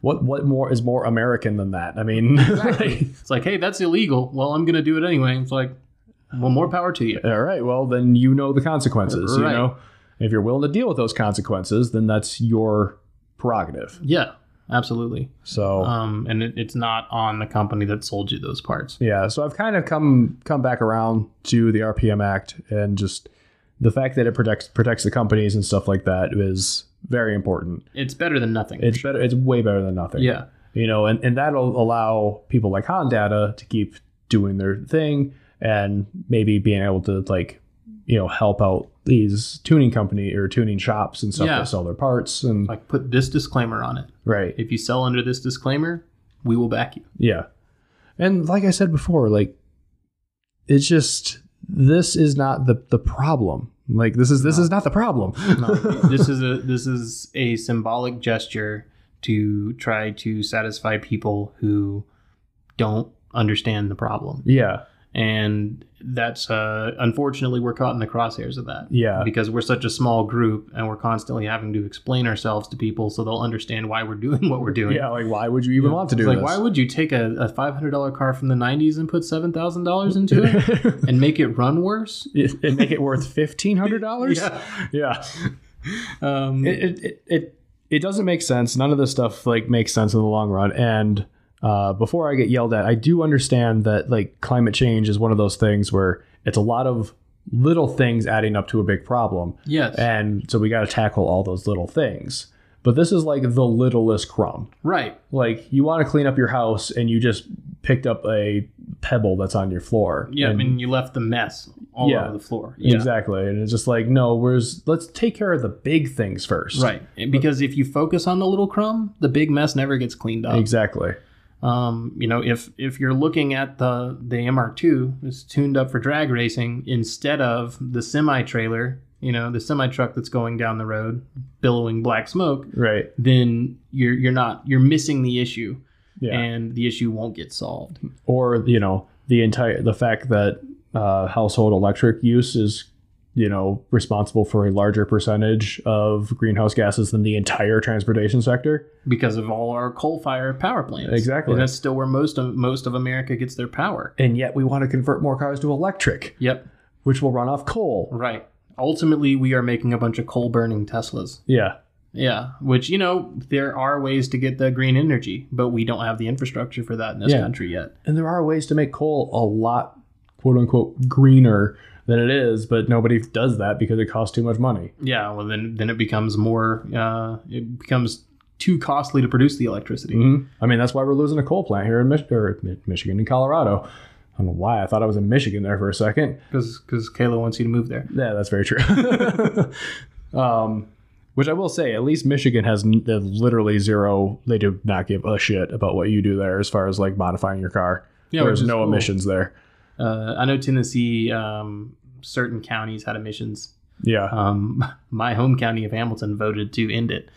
[SPEAKER 1] what what more is more American than that? I mean,
[SPEAKER 2] Exactly. it's like, hey, that's illegal. Well, I'm going to do it anyway. It's like, well, more power to you.
[SPEAKER 1] all right, well then you know the consequences, you
[SPEAKER 2] Right.
[SPEAKER 1] know. If you're willing to deal with those consequences, then that's your prerogative.
[SPEAKER 2] Yeah, absolutely.
[SPEAKER 1] So
[SPEAKER 2] Um, and it, it's not on the company that sold you those parts.
[SPEAKER 1] Yeah, so I've kind of come come back around to the RPM Act and just the fact that it protects protects the companies and stuff like that is very important.
[SPEAKER 2] It's better than nothing.
[SPEAKER 1] It's better. It's way better than nothing.
[SPEAKER 2] yeah,
[SPEAKER 1] you know, and and that'll allow people like Hondata to keep doing their thing and maybe being able to like you know help out these tuning company or tuning shops and stuff
[SPEAKER 2] Yeah.
[SPEAKER 1] that sell their parts and
[SPEAKER 2] like put this disclaimer on it.
[SPEAKER 1] right
[SPEAKER 2] If you sell under this disclaimer, we will back you.
[SPEAKER 1] Yeah. And like I said before, like it's just this is not the the problem. Like this is this is not the problem.
[SPEAKER 2] No, this is a this is a symbolic gesture to try to satisfy people who don't understand the problem,
[SPEAKER 1] yeah.
[SPEAKER 2] and that's uh, unfortunately we're caught in the crosshairs of that.
[SPEAKER 1] Yeah.
[SPEAKER 2] because we're such a small group and we're constantly having to explain ourselves to people so they'll understand why we're doing what we're doing.
[SPEAKER 1] Yeah, like why would you even want to do
[SPEAKER 2] It's like,
[SPEAKER 1] this?
[SPEAKER 2] why would you take a, a five hundred dollar car from the nineties and put seven thousand dollars into it and make it run worse?
[SPEAKER 1] and make it worth fifteen hundred dollars? Yeah.
[SPEAKER 2] um,
[SPEAKER 1] It, it it it it doesn't make sense. None of this stuff like makes sense in the long run. And uh, before I get yelled at, I do understand that like climate change is one of those things where it's a lot of little things adding up to a big problem.
[SPEAKER 2] yes,
[SPEAKER 1] And so we got to tackle all those little things. But this is like the littlest crumb.
[SPEAKER 2] right.
[SPEAKER 1] Like you want to clean up your house and you just picked up a pebble that's on your floor.
[SPEAKER 2] Yeah, I
[SPEAKER 1] And-
[SPEAKER 2] mean, you left the mess all
[SPEAKER 1] Yeah.
[SPEAKER 2] over the floor. Yeah,
[SPEAKER 1] exactly. And it's just like, no, where's let's take care of the big things first.
[SPEAKER 2] right. And Because if you focus on the little crumb, the big mess never gets cleaned up.
[SPEAKER 1] Exactly.
[SPEAKER 2] Um, you know, if if you're looking at the the MR2, it's tuned up for drag racing instead of the semi trailer. You know, the semi truck that's going down the road, billowing black smoke.
[SPEAKER 1] Right.
[SPEAKER 2] Then you're you're not you're missing the issue,
[SPEAKER 1] Yeah.
[SPEAKER 2] and the issue won't get solved.
[SPEAKER 1] or, you know, the entire the fact that uh, household electric use is you know responsible for a larger percentage of greenhouse gases than the entire transportation sector.
[SPEAKER 2] because of all our coal-fired power plants.
[SPEAKER 1] Exactly.
[SPEAKER 2] And that's still where most of most of America gets their power.
[SPEAKER 1] And yet we want to convert more cars to electric.
[SPEAKER 2] Yep.
[SPEAKER 1] which will run off coal.
[SPEAKER 2] Right. Ultimately, we are making a bunch of coal-burning Teslas.
[SPEAKER 1] Yeah,
[SPEAKER 2] Yeah, which you know there are ways to get the green energy, but we don't have the infrastructure for that in this
[SPEAKER 1] Yeah.
[SPEAKER 2] country yet.
[SPEAKER 1] and there are ways to make coal a lot, quote unquote, greener than it is, but nobody does that because it costs too much money.
[SPEAKER 2] Yeah. Well, then then it becomes more. Uh, it becomes too costly to produce the electricity.
[SPEAKER 1] hmm I mean, that's why we're losing a coal plant here in Mich- or Mi- Michigan and Colorado. I don't know why I thought I was in Michigan there for a second.
[SPEAKER 2] Because Kayla wants you to move there.
[SPEAKER 1] Yeah, that's very true. um, which I will say, at least Michigan has n- they've literally zero. They do not give a shit about what you do there as far as like modifying your car.
[SPEAKER 2] Yeah,
[SPEAKER 1] There's
[SPEAKER 2] which is
[SPEAKER 1] no
[SPEAKER 2] cool.
[SPEAKER 1] emissions there.
[SPEAKER 2] Uh, I know Tennessee. Um, certain counties had emissions.
[SPEAKER 1] Yeah.
[SPEAKER 2] Um, my home county of Hamilton voted to end it.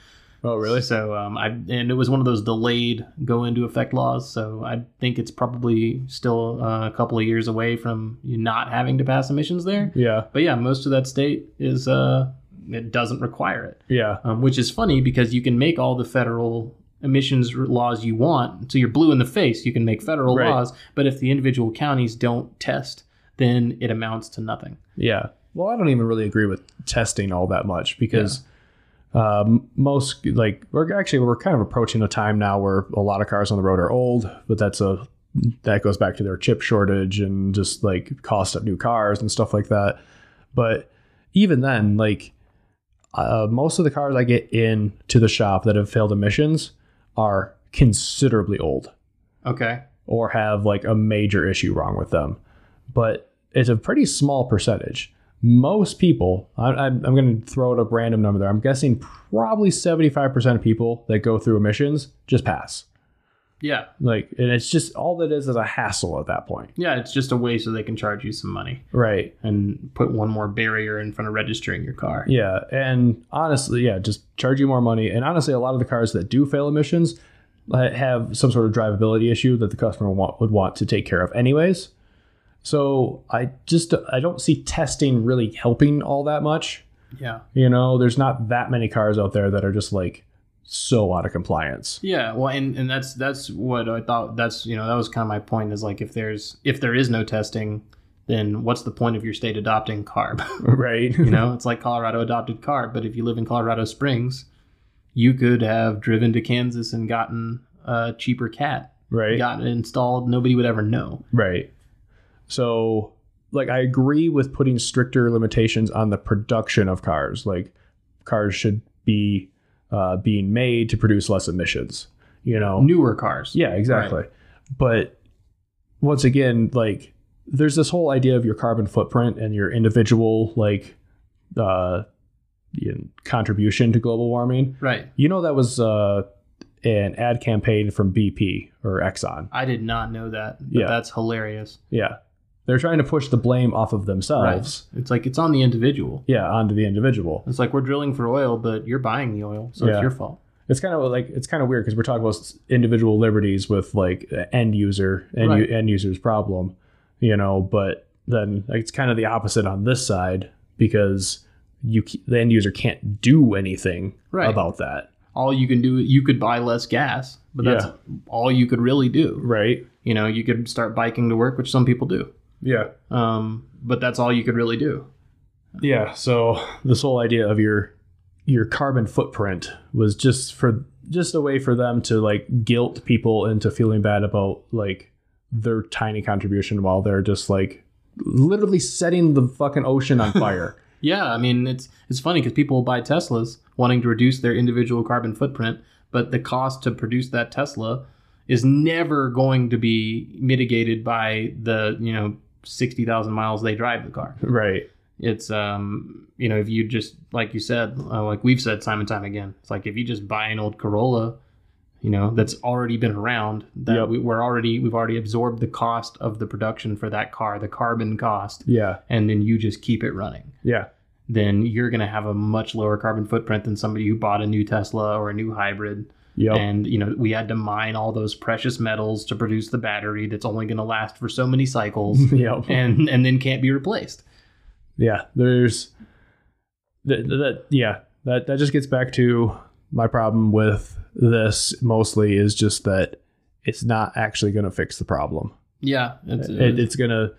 [SPEAKER 1] oh, really?
[SPEAKER 2] So, um, I and it was one of those delayed go into effect laws. So I think it's probably still uh, a couple of years away from you not having to pass emissions there.
[SPEAKER 1] Yeah.
[SPEAKER 2] But yeah, most of that state is uh, it doesn't require it,
[SPEAKER 1] Yeah.
[SPEAKER 2] um, which is funny because you can make all the federal emissions r- laws you want. So you're blue in the face. You can make federal
[SPEAKER 1] Right.
[SPEAKER 2] laws, but if the individual counties don't test, then it amounts to nothing.
[SPEAKER 1] Yeah. Well, I don't even really agree with testing all that much because um, most like we're actually we're kind of approaching a time now where a lot of cars on the road are old, but that's a that goes back to their chip shortage and just like cost of new cars and stuff like that. But even then, like uh, most of the cars I get in to the shop that have failed emissions are considerably old
[SPEAKER 2] Okay.
[SPEAKER 1] or have like a major issue wrong with them. But it's a pretty small percentage. Most people, I, I, I'm going to throw out a random number there. I'm guessing probably 75% of people that go through emissions just pass.
[SPEAKER 2] Yeah.
[SPEAKER 1] Like, and it's just all that is is a hassle at that point.
[SPEAKER 2] Yeah, it's just a way so they can charge you some money
[SPEAKER 1] Right.
[SPEAKER 2] and put one more barrier in front of registering your car.
[SPEAKER 1] Yeah. And honestly, yeah, just charge you more money. And honestly, a lot of the cars that do fail emissions uh, have some sort of drivability issue that the customer want, would want to take care of anyways. So I just I don't see testing really helping all that much.
[SPEAKER 2] Yeah.
[SPEAKER 1] You know, there's not that many cars out there that are just like so out of compliance.
[SPEAKER 2] Yeah, well, and, and that's that's what I thought. That's you know that was kind of my point is like if there's if there is no testing, then what's the point of your state adopting CARB?
[SPEAKER 1] Right.
[SPEAKER 2] you know, it's like Colorado adopted CARB, but if you live in Colorado Springs, you could have driven to Kansas and gotten a cheaper cat,
[SPEAKER 1] right.
[SPEAKER 2] got it installed. Nobody would ever know.
[SPEAKER 1] Right. So, like, I agree with putting stricter limitations on the production of cars. Like, cars should be uh, being made to produce less emissions. You know.
[SPEAKER 2] Newer cars,
[SPEAKER 1] yeah, exactly. But once again, like, there's this whole idea of your carbon footprint and your individual like uh, you know, contribution to global warming.
[SPEAKER 2] right?
[SPEAKER 1] You know that was uh, an ad campaign from BP or Exxon.
[SPEAKER 2] I did not know that. But
[SPEAKER 1] Yeah.
[SPEAKER 2] that's hilarious.
[SPEAKER 1] Yeah. They're trying to push the blame off of themselves.
[SPEAKER 2] It's like it's on the individual.
[SPEAKER 1] Yeah, onto the individual.
[SPEAKER 2] It's like we're drilling for oil, but you're buying the oil, so
[SPEAKER 1] Yeah.
[SPEAKER 2] it's your fault.
[SPEAKER 1] It's kind of like it's kind of weird because we're talking about s- individual liberties with like uh, end user end,
[SPEAKER 2] Right.
[SPEAKER 1] u- end user's problem, you know. But then it's kind of the opposite on this side because you c- the end user can't do anything
[SPEAKER 2] Right.
[SPEAKER 1] about that,
[SPEAKER 2] all you can do you could buy less gas but that's all you could really do
[SPEAKER 1] right?
[SPEAKER 2] you know you could start biking to work which some people do
[SPEAKER 1] Yeah,
[SPEAKER 2] um, but that's all you could really do
[SPEAKER 1] yeah. So this whole idea of your your carbon footprint was just for just a way for them to like guilt people into feeling bad about like their tiny contribution while they're just like literally setting the fucking ocean on fire.
[SPEAKER 2] yeah i mean it's it's funny because people buy teslas wanting to reduce their individual carbon footprint but the cost to produce that tesla is never going to be mitigated by the you know 60000 miles they drive the car
[SPEAKER 1] right.
[SPEAKER 2] it's um you know if you just like you said uh, like we've said time and time again it's like if you just buy an old corolla you know that's already been around that
[SPEAKER 1] Yep.
[SPEAKER 2] we, we're already we've already absorbed the cost of the production for that car the carbon cost
[SPEAKER 1] Yeah.
[SPEAKER 2] and then you just keep it running
[SPEAKER 1] Yeah.
[SPEAKER 2] then you're going to have a much lower carbon footprint than somebody who bought a new tesla or a new hybrid
[SPEAKER 1] Yep.
[SPEAKER 2] and you know we had to mine all those precious metals to produce the battery that's only going to last for so many cycles
[SPEAKER 1] yep.
[SPEAKER 2] and and then can't be replaced
[SPEAKER 1] yeah there's that, that yeah that that just gets back to my problem with this mostly is just that it's not actually going to fix the problem
[SPEAKER 2] yeah it's,
[SPEAKER 1] it, it's going to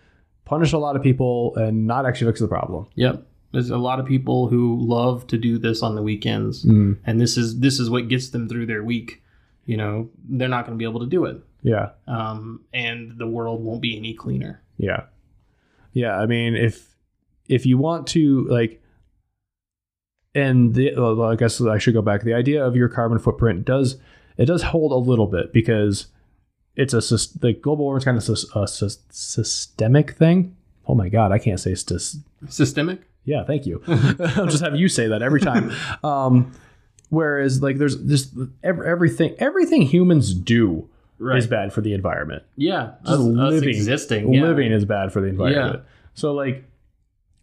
[SPEAKER 1] punish a lot of people and not actually fix the problem
[SPEAKER 2] Yep. There's a lot of people who love to do this on the weekends,
[SPEAKER 1] mm.
[SPEAKER 2] and this is this is what gets them through their week. You know, they're not going to be able to do it,
[SPEAKER 1] yeah
[SPEAKER 2] um, and the world won't be any cleaner.
[SPEAKER 1] yeah yeah i mean if if you want to like and the well, i guess i should go back the idea of your carbon footprint does it does hold a little bit because it's a sys- the global warming is kind of sys- a sys- systemic thing oh my god i can't say sys-
[SPEAKER 2] Systemic.
[SPEAKER 1] yeah thank you i'll just have you say that every time um whereas like there's just ev- everything everything humans do is bad for the environment
[SPEAKER 2] Yeah.
[SPEAKER 1] Just
[SPEAKER 2] us, us
[SPEAKER 1] living-
[SPEAKER 2] existing. Yeah.
[SPEAKER 1] living is bad for the environment. So like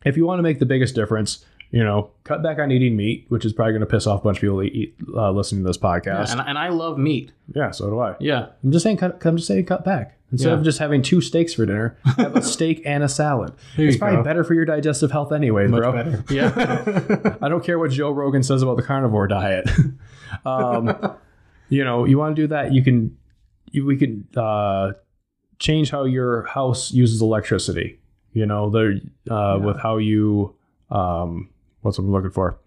[SPEAKER 1] if you want to make the biggest difference, you know, cut back on eating meat, which is probably going to piss off a bunch of people that eat, uh, listening to this
[SPEAKER 2] Yeah,
[SPEAKER 1] podcast. Yeah,
[SPEAKER 2] and, and I love meat.
[SPEAKER 1] so do I.
[SPEAKER 2] Yeah.
[SPEAKER 1] I'm just saying, cut, I'm just saying, cut back. Instead
[SPEAKER 2] Yeah.
[SPEAKER 1] of just having two steaks for dinner, have a steak and a salad. It's
[SPEAKER 2] you
[SPEAKER 1] probably
[SPEAKER 2] go.
[SPEAKER 1] better for your digestive health, anyway, bro.
[SPEAKER 2] Yeah.
[SPEAKER 1] I don't care what Joe Rogan says about the carnivore diet. um, you know, you want to do that, you can, you, we can uh, change how your house uses electricity. You know, there uh, with how you, um, what's I'm looking for,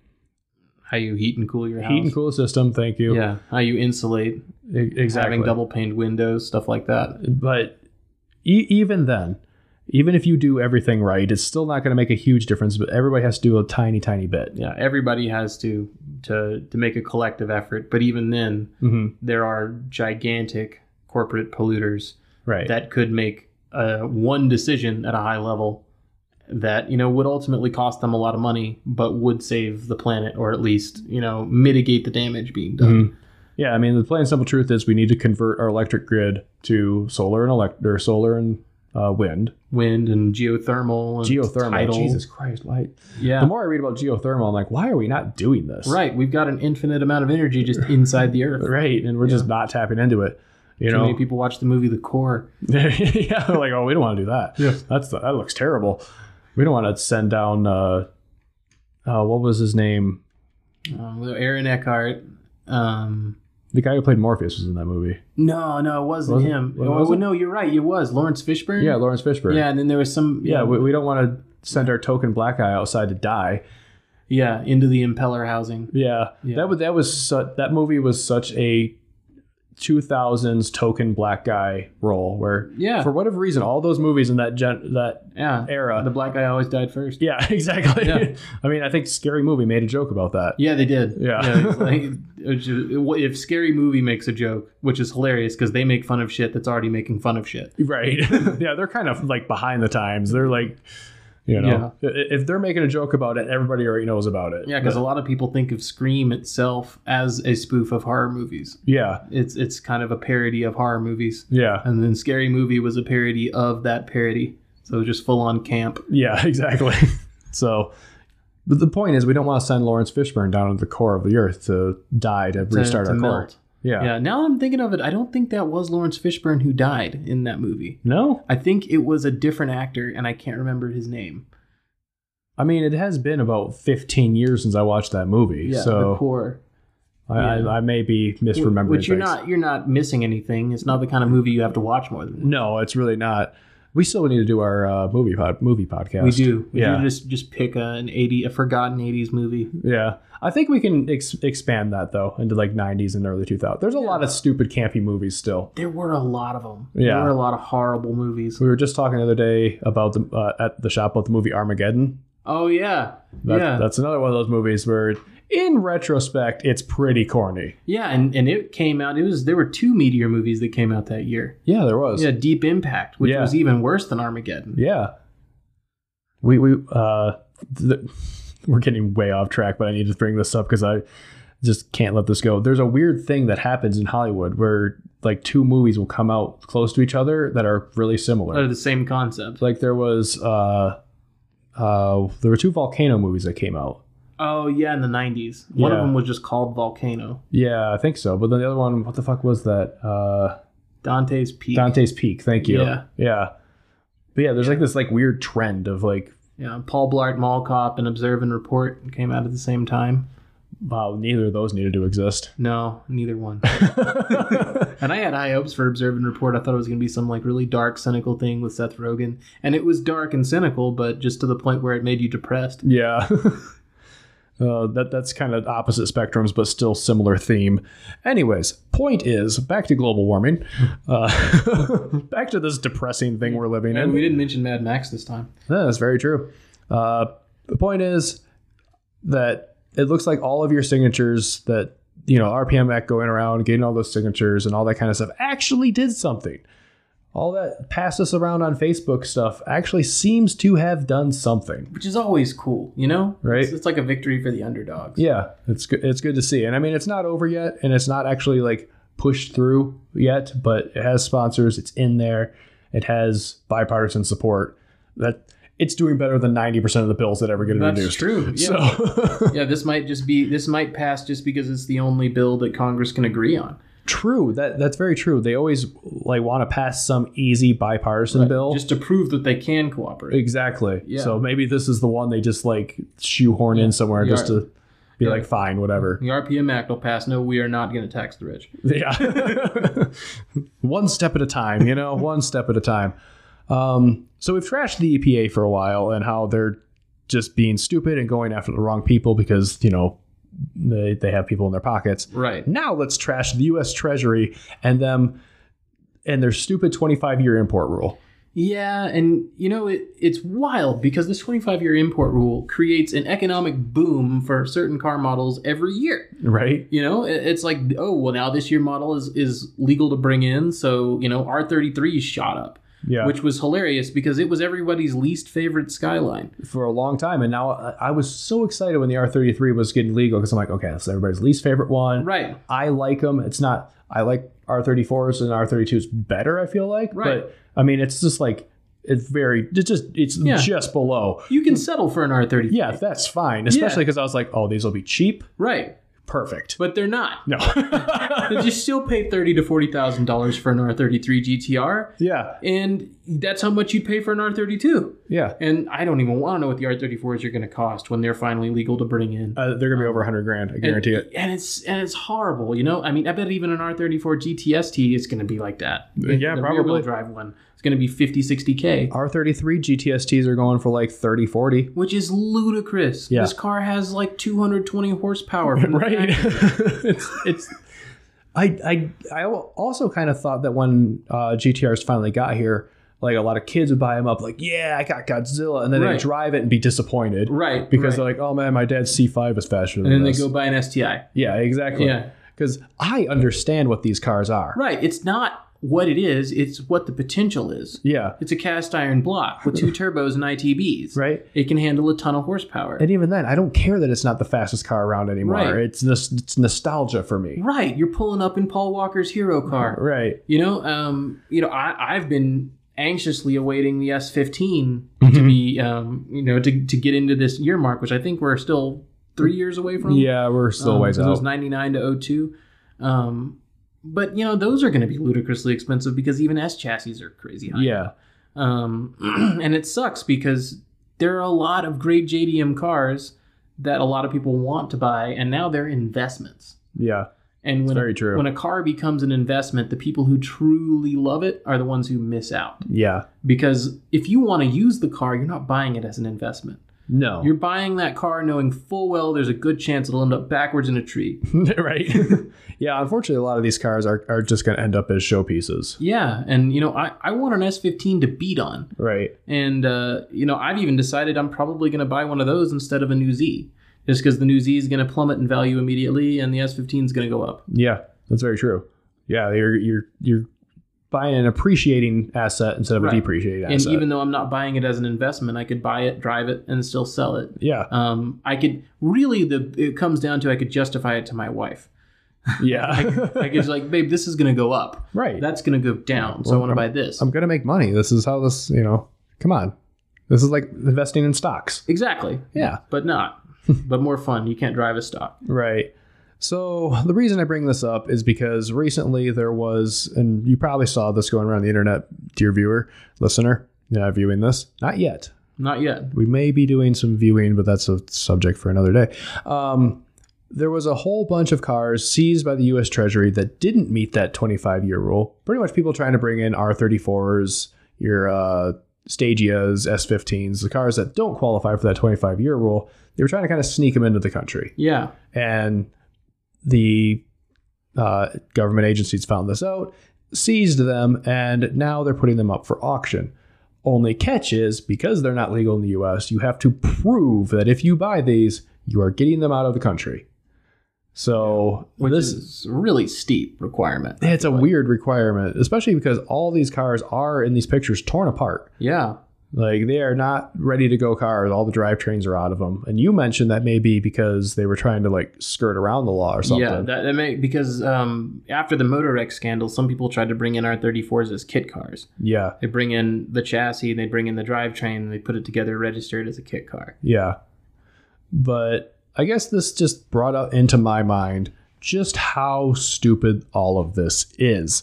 [SPEAKER 2] How you heat and cool your house.
[SPEAKER 1] heat and cool system. Thank you.
[SPEAKER 2] Yeah. How you insulate.
[SPEAKER 1] E- exactly.
[SPEAKER 2] Having double paned windows, stuff like that.
[SPEAKER 1] but e- even then, even if you do everything right, it's still not going to make a huge difference. But everybody has to do a tiny, tiny bit.
[SPEAKER 2] Yeah, everybody has to to to make a collective effort, but even then,
[SPEAKER 1] Mm-hmm.
[SPEAKER 2] there are gigantic corporate polluters
[SPEAKER 1] Right.
[SPEAKER 2] that could make uh, one decision at a high level that you know would ultimately cost them a lot of money, but would save the planet or at least you know mitigate the damage being done.
[SPEAKER 1] Mhm. Yeah, I mean the plain and simple truth is we need to convert our electric grid to solar and elect or solar and uh, wind,
[SPEAKER 2] Wind and geothermal, and
[SPEAKER 1] geothermal.
[SPEAKER 2] tidal.
[SPEAKER 1] Jesus Christ, light. The
[SPEAKER 2] yeah,
[SPEAKER 1] more I read about geothermal, I'm like, why are we not doing this?
[SPEAKER 2] right. We've got an infinite amount of energy just inside the earth.
[SPEAKER 1] right, and we're just not tapping into it. You
[SPEAKER 2] Too
[SPEAKER 1] know,
[SPEAKER 2] many people watch the movie The Core.
[SPEAKER 1] yeah, they're like, oh, we don't want to do that.
[SPEAKER 2] Yeah.
[SPEAKER 1] That's that looks terrible. We don't want to send down. Uh, uh, what was his name?
[SPEAKER 2] Um, Aaron Eckhart. Um,
[SPEAKER 1] The guy who played Morpheus was in that movie.
[SPEAKER 2] no, no, it wasn't
[SPEAKER 1] Wasn't-
[SPEAKER 2] him.
[SPEAKER 1] what
[SPEAKER 2] Oh,
[SPEAKER 1] was it?
[SPEAKER 2] no, you're right. It was Lawrence Fishburne.
[SPEAKER 1] Yeah, Lawrence Fishburne.
[SPEAKER 2] Mm. Yeah, and then there was some.
[SPEAKER 1] yeah. We, we don't want to send our token black guy outside to die.
[SPEAKER 2] yeah, into the impeller housing.
[SPEAKER 1] Yeah,
[SPEAKER 2] Yeah.
[SPEAKER 1] that was that was su- that movie was such a 2000s token black guy role where
[SPEAKER 2] Yeah,
[SPEAKER 1] for whatever reason all those movies in that gen- that
[SPEAKER 2] yeah.
[SPEAKER 1] era
[SPEAKER 2] The black guy always died first.
[SPEAKER 1] yeah exactly
[SPEAKER 2] Yeah.
[SPEAKER 1] i mean i think scary movie made a joke about that
[SPEAKER 2] Yeah, they did.
[SPEAKER 1] Yeah.
[SPEAKER 2] it's like- it was just- if Scary Movie makes a joke, which is hilarious because they make fun of shit that's already making fun of shit.
[SPEAKER 1] right yeah they're kind of like behind the times they're like you know i if they're making a joke about it everybody already knows about it
[SPEAKER 2] Yeah, because a lot of people think of Scream itself as a spoof of horror movies.
[SPEAKER 1] yeah
[SPEAKER 2] It's it's kind of a parody of horror movies,
[SPEAKER 1] yeah
[SPEAKER 2] and then Scary Movie was a parody of that parody. So it was just full on camp.
[SPEAKER 1] yeah exactly so but the point is we don't want to send lawrence fishburne down to the core of the earth to die to
[SPEAKER 2] to-
[SPEAKER 1] restart
[SPEAKER 2] to
[SPEAKER 1] our core
[SPEAKER 2] melt.
[SPEAKER 1] Yeah.
[SPEAKER 2] Yeah. Now I'm thinking of it. I don't think that was Lawrence Fishburne who died in that movie.
[SPEAKER 1] No,
[SPEAKER 2] I think it was a different actor, and I can't remember his name.
[SPEAKER 1] I mean it has been about 15 years since I watched that movie,
[SPEAKER 2] Yeah, the
[SPEAKER 1] so
[SPEAKER 2] core.
[SPEAKER 1] I,
[SPEAKER 2] yeah.
[SPEAKER 1] I, I may be misremembering.
[SPEAKER 2] Which you're
[SPEAKER 1] things.
[SPEAKER 2] not. You're not missing anything. It's not the kind of movie you have to watch more than.
[SPEAKER 1] No, it's really not. We still need to do our uh, movie pod, movie podcast.
[SPEAKER 2] We do. We
[SPEAKER 1] Yeah.
[SPEAKER 2] do just just pick a, an eighty, a forgotten eighties movie.
[SPEAKER 1] Yeah, I think we can ex- expand that though into like 90s and early 2000s. There's a lot of stupid campy movies still.
[SPEAKER 2] There were a lot of them.
[SPEAKER 1] Yeah.
[SPEAKER 2] There were a lot of horrible movies.
[SPEAKER 1] We were just talking the other day about the uh, at the shop about the movie Armageddon.
[SPEAKER 2] Oh yeah.
[SPEAKER 1] That,
[SPEAKER 2] yeah.
[SPEAKER 1] that's another one of those movies where, in retrospect, it's pretty corny.
[SPEAKER 2] yeah. And and it came out. It was there were two meteor movies that came out that year.
[SPEAKER 1] Yeah, there was.
[SPEAKER 2] Yeah. Deep Impact, which
[SPEAKER 1] Yeah.
[SPEAKER 2] was even worse than Armageddon.
[SPEAKER 1] Yeah. We we uh th- we're getting way off track, but I need to bring this up because I just can't let this go. There's a weird thing that happens in Hollywood where like two movies will come out close to each other that are really similar.
[SPEAKER 2] They're the same concept.
[SPEAKER 1] Like there was uh uh there were two volcano movies that came out.
[SPEAKER 2] Oh yeah, in the nineties. One of
[SPEAKER 1] Yeah.
[SPEAKER 2] them was just called Volcano.
[SPEAKER 1] Yeah, I think so. But then the other one, what the fuck was that? Uh
[SPEAKER 2] Dante's Peak.
[SPEAKER 1] Dante's Peak. Thank you.
[SPEAKER 2] Yeah.
[SPEAKER 1] yeah. But yeah, there's like this like weird trend of like
[SPEAKER 2] Yeah, Paul Blart Mall Cop and Observe and Report came out at the same time.
[SPEAKER 1] wow, neither of those needed to exist.
[SPEAKER 2] No, neither one. and I had high hopes for Observe and Report. I thought it was going to be some like really dark, cynical thing with Seth Rogen, and it was dark and cynical, but just to the point where it made you depressed.
[SPEAKER 1] Yeah. Uh, that that's kind of opposite spectrums, but still similar theme. Anyways, point is back to global warming, uh, back to this depressing thing we're living
[SPEAKER 2] And we
[SPEAKER 1] in.
[SPEAKER 2] didn't mention Mad Max this time.
[SPEAKER 1] Yeah, that's very true. Uh, the point is that it looks like all of your signatures that you know RPM Act going around getting all those signatures and all that kind of stuff actually did something. All that pass us around on Facebook stuff actually seems to have done something.
[SPEAKER 2] which is always cool, you know?
[SPEAKER 1] Right.
[SPEAKER 2] It's, it's like a victory for the underdogs.
[SPEAKER 1] Yeah, it's good. It's good to see, and I mean, it's not over yet, and it's not actually like pushed through yet, but it has sponsors. It's in there. It has bipartisan support. That it's doing better than ninety percent of the bills that ever get
[SPEAKER 2] That's
[SPEAKER 1] introduced.
[SPEAKER 2] true. Yeah.
[SPEAKER 1] So
[SPEAKER 2] yeah, this might just be this might pass just because it's the only bill that Congress can agree on.
[SPEAKER 1] true. That that's very true. They always like want to pass some easy bipartisan bill.
[SPEAKER 2] Just to prove that they can cooperate.
[SPEAKER 1] exactly.
[SPEAKER 2] Yeah.
[SPEAKER 1] So maybe this is the one they just like shoehorn in somewhere
[SPEAKER 2] Yeah.
[SPEAKER 1] just to be like, fine, whatever.
[SPEAKER 2] The RPM Act will pass. No, we are not going to tax the rich.
[SPEAKER 1] Yeah. one step at a time, you know, one step at a time. Um, so we've trashed the EPA for a while and how they're just being stupid and going after the wrong people because, you know, they, they have people in their pockets.
[SPEAKER 2] Right.
[SPEAKER 1] Now let's trash the US Treasury and them and their stupid 25 year import rule.
[SPEAKER 2] Yeah, and you know it, it's wild because this 25-year import rule creates an economic boom for certain car models every year.
[SPEAKER 1] right?
[SPEAKER 2] You know, It- it's like, oh, well now this year model is is legal to bring in, so, you know, R33 shot up,
[SPEAKER 1] Yeah,
[SPEAKER 2] which was hilarious because it was everybody's least favorite Skyline.
[SPEAKER 1] for a long time, and now I, I was so excited when the R33 was getting legal because I'm like, okay, that's everybody's least favorite one.
[SPEAKER 2] Right.
[SPEAKER 1] I like them. It's not. I like R34s and R32s better. I feel like,
[SPEAKER 2] Right.
[SPEAKER 1] but I mean, it's just like it's very. It's just it's
[SPEAKER 2] Yeah.
[SPEAKER 1] just below.
[SPEAKER 2] You can settle for an R33.
[SPEAKER 1] Yeah, that's fine. Especially because I was like, oh, these will be cheap.
[SPEAKER 2] Right.
[SPEAKER 1] Perfect.
[SPEAKER 2] But they're not.
[SPEAKER 1] No.
[SPEAKER 2] But you still pay thirty to forty thousand dollars for an R thirty three GTR,
[SPEAKER 1] yeah.
[SPEAKER 2] and that's how much you'd pay for an R thirty two.
[SPEAKER 1] Yeah.
[SPEAKER 2] And I don't even want to know what the R thirty fours are going to cost when they're finally legal to bring in.
[SPEAKER 1] Uh, they're gonna be over 100 grand. I guarantee it.
[SPEAKER 2] And it's and it's horrible, you know. I mean, I bet even an R thirty four GTST is going to be like that.
[SPEAKER 1] Yeah,
[SPEAKER 2] the
[SPEAKER 1] probably.
[SPEAKER 2] Rear-wheel drive one. It's going to be 50, 60 k,
[SPEAKER 1] R33 GTSTs are going for like 30, 40.
[SPEAKER 2] which is ludicrous.
[SPEAKER 1] Yeah.
[SPEAKER 2] This car has like two hundred twenty horsepower. From the
[SPEAKER 1] right
[SPEAKER 2] factory.
[SPEAKER 1] it's, it's I, I i also kind of thought that when uh gtrs finally got here like a lot of kids would buy them up like yeah i got godzilla and then they
[SPEAKER 2] Right.
[SPEAKER 1] drive it and be disappointed
[SPEAKER 2] Right.
[SPEAKER 1] because
[SPEAKER 2] right.
[SPEAKER 1] they're like oh man my dad's c5 is faster than
[SPEAKER 2] and then they
[SPEAKER 1] this.
[SPEAKER 2] go buy an STI.
[SPEAKER 1] yeah exactly
[SPEAKER 2] Yeah.
[SPEAKER 1] because i understand what these cars are
[SPEAKER 2] Right. It's not what it is, it's what the potential is.
[SPEAKER 1] yeah
[SPEAKER 2] It's a cast iron block with two turbos and ITBs.
[SPEAKER 1] right
[SPEAKER 2] It can handle a ton of horsepower.
[SPEAKER 1] and even then i don't care that it's not the fastest car around anymore
[SPEAKER 2] Right.
[SPEAKER 1] it's nos- it's nostalgia for me
[SPEAKER 2] right. You're pulling up in Paul Walker's hero car.
[SPEAKER 1] right
[SPEAKER 2] You know, um, you know, I, I've been anxiously awaiting the S15
[SPEAKER 1] Mm-hmm.
[SPEAKER 2] to be, um, you know, to, to get into this year mark, which I think we're still three years away from.
[SPEAKER 1] yeah we're still
[SPEAKER 2] Um,
[SPEAKER 1] a ways
[SPEAKER 2] 'cause It was
[SPEAKER 1] out
[SPEAKER 2] 99 to 02. Um, but, you know, those are going to be ludicrously expensive because even S chassis are crazy high.
[SPEAKER 1] yeah
[SPEAKER 2] Um, and it sucks because there are a lot of great JDM cars that a lot of people want to buy, and now they're investments.
[SPEAKER 1] yeah
[SPEAKER 2] And when,
[SPEAKER 1] very true.
[SPEAKER 2] when a car becomes an investment, the people who truly love it are the ones who miss out.
[SPEAKER 1] yeah
[SPEAKER 2] Because if you want to use the car, you're not buying it as an investment.
[SPEAKER 1] no
[SPEAKER 2] You're buying that car knowing full well there's a good chance it'll end up backwards in a tree.
[SPEAKER 1] right. yeah, unfortunately, a lot of these cars are, are just going to end up as showpieces.
[SPEAKER 2] Yeah, and you know, I, I want an S15 to beat on.
[SPEAKER 1] Right.
[SPEAKER 2] And uh, you know, I've even decided I'm probably going to buy one of those instead of a new Z, just because the new Z is going to plummet in value immediately, and the S15 is going to go up.
[SPEAKER 1] Yeah, that's very true. Yeah, you're you're you're buying an appreciating asset instead of
[SPEAKER 2] Right.
[SPEAKER 1] a depreciating
[SPEAKER 2] and
[SPEAKER 1] asset.
[SPEAKER 2] even though I'm not buying it as an investment, I could buy it, drive it, and still sell it.
[SPEAKER 1] yeah,
[SPEAKER 2] Um, I could really the it comes down to I could justify it to my wife.
[SPEAKER 1] yeah,
[SPEAKER 2] I could like, babe, this is going to go up.
[SPEAKER 1] right.
[SPEAKER 2] That's going to go down, so I want to buy this.
[SPEAKER 1] I'm gonna make money. This is how this you know. Come on, this is like investing in stocks.
[SPEAKER 2] exactly.
[SPEAKER 1] Yeah.
[SPEAKER 2] but not. but more fun. You can't drive a stock.
[SPEAKER 1] Right. So the reason I bring this up is because recently there was, and you probably saw this going around the internet, dear viewer, listener, yeah, viewing this. Not yet.
[SPEAKER 2] Not yet.
[SPEAKER 1] we may be doing some viewing, but that's a subject for another day. Um, there was a whole bunch of cars seized by the U.S. Treasury that didn't meet that 25 year rule. Pretty much people trying to bring in R34s, your uh, Stagias, S15s, the cars that don't qualify for that 25 year rule. They were trying to kind of sneak them into the country.
[SPEAKER 2] Yeah.
[SPEAKER 1] And the uh, government agencies found this out, seized them, and now they're putting them up for auction. Only catch is because they're not legal in the US, you have to prove that if you buy these, you are getting them out of the country. So
[SPEAKER 2] which
[SPEAKER 1] this
[SPEAKER 2] is a really steep requirement.
[SPEAKER 1] it's a weird requirement, especially because all these cars are in these pictures torn apart.
[SPEAKER 2] Yeah,
[SPEAKER 1] Like they are not ready to go cars. All the drivetrains are out of them. And you mentioned that may be because they were trying to like skirt around the law or something.
[SPEAKER 2] yeah. That, that may because um, after the Motorex scandal, some people tried to bring in R34s as kit cars.
[SPEAKER 1] yeah.
[SPEAKER 2] They bring in the chassis, they bring in the drivetrain, and they put it together, register it as a kit car.
[SPEAKER 1] Yeah. But I guess this just brought out into my mind just how stupid all of this is.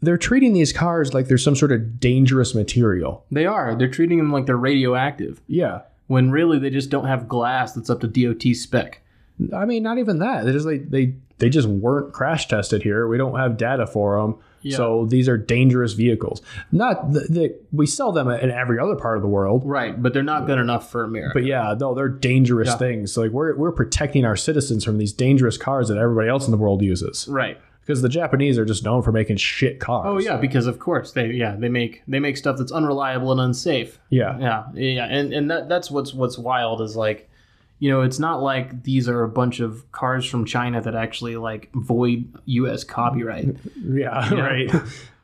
[SPEAKER 1] They're treating these cars like they're some sort of dangerous material.
[SPEAKER 2] They are. They're treating them like they're radioactive
[SPEAKER 1] Yeah.
[SPEAKER 2] when really they just don't have glass that's up to DOT spec.
[SPEAKER 1] I mean, not even that. They're just like they they just weren't crash tested here. We don't have data for them.
[SPEAKER 2] Yeah.
[SPEAKER 1] So these are dangerous vehicles. Not that that- we sell them in every other part of the world,
[SPEAKER 2] Right, but they're not good enough for America.
[SPEAKER 1] but yeah, no, they're dangerous
[SPEAKER 2] Yeah.
[SPEAKER 1] things. So like we're we're protecting our citizens from these dangerous cars that everybody else in the world uses.
[SPEAKER 2] right.
[SPEAKER 1] because the Japanese are just known for making shit cars.
[SPEAKER 2] Oh yeah, because of course they yeah they make they make stuff that's unreliable and unsafe.
[SPEAKER 1] yeah,
[SPEAKER 2] Yeah, yeah, and and that that's what's what's wild is like, you know, it's not like these are a bunch of cars from China that actually like void U.S. copyright.
[SPEAKER 1] yeah,
[SPEAKER 2] Yeah.
[SPEAKER 1] right.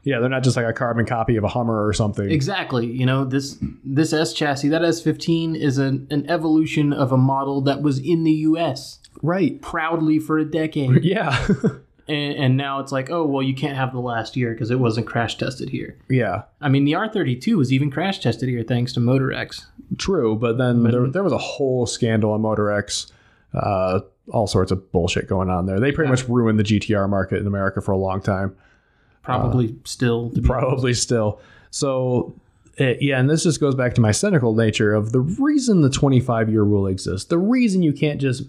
[SPEAKER 1] Yeah, they're not just like a carbon copy of a Hummer or something.
[SPEAKER 2] Exactly. You know this this S chassis that S fifteen is an an evolution of a model that was in the U.S.
[SPEAKER 1] Right.
[SPEAKER 2] proudly for a decade,
[SPEAKER 1] Yeah.
[SPEAKER 2] and, and now it's like, oh well, you can't have the last year because it wasn't crash tested here.
[SPEAKER 1] yeah.
[SPEAKER 2] I mean, the R thirty two was even crash tested here thanks to Motorex.
[SPEAKER 1] True, but then there, there was a whole scandal on Motor X, uh, all sorts of bullshit going on there. They pretty much ruined the GTR market in America for a long time,
[SPEAKER 2] Probably still to be
[SPEAKER 1] Uh, probably still. So, eh, yeah, and this just goes back to my cynical nature of the reason the 25 year rule exists, the reason you can't just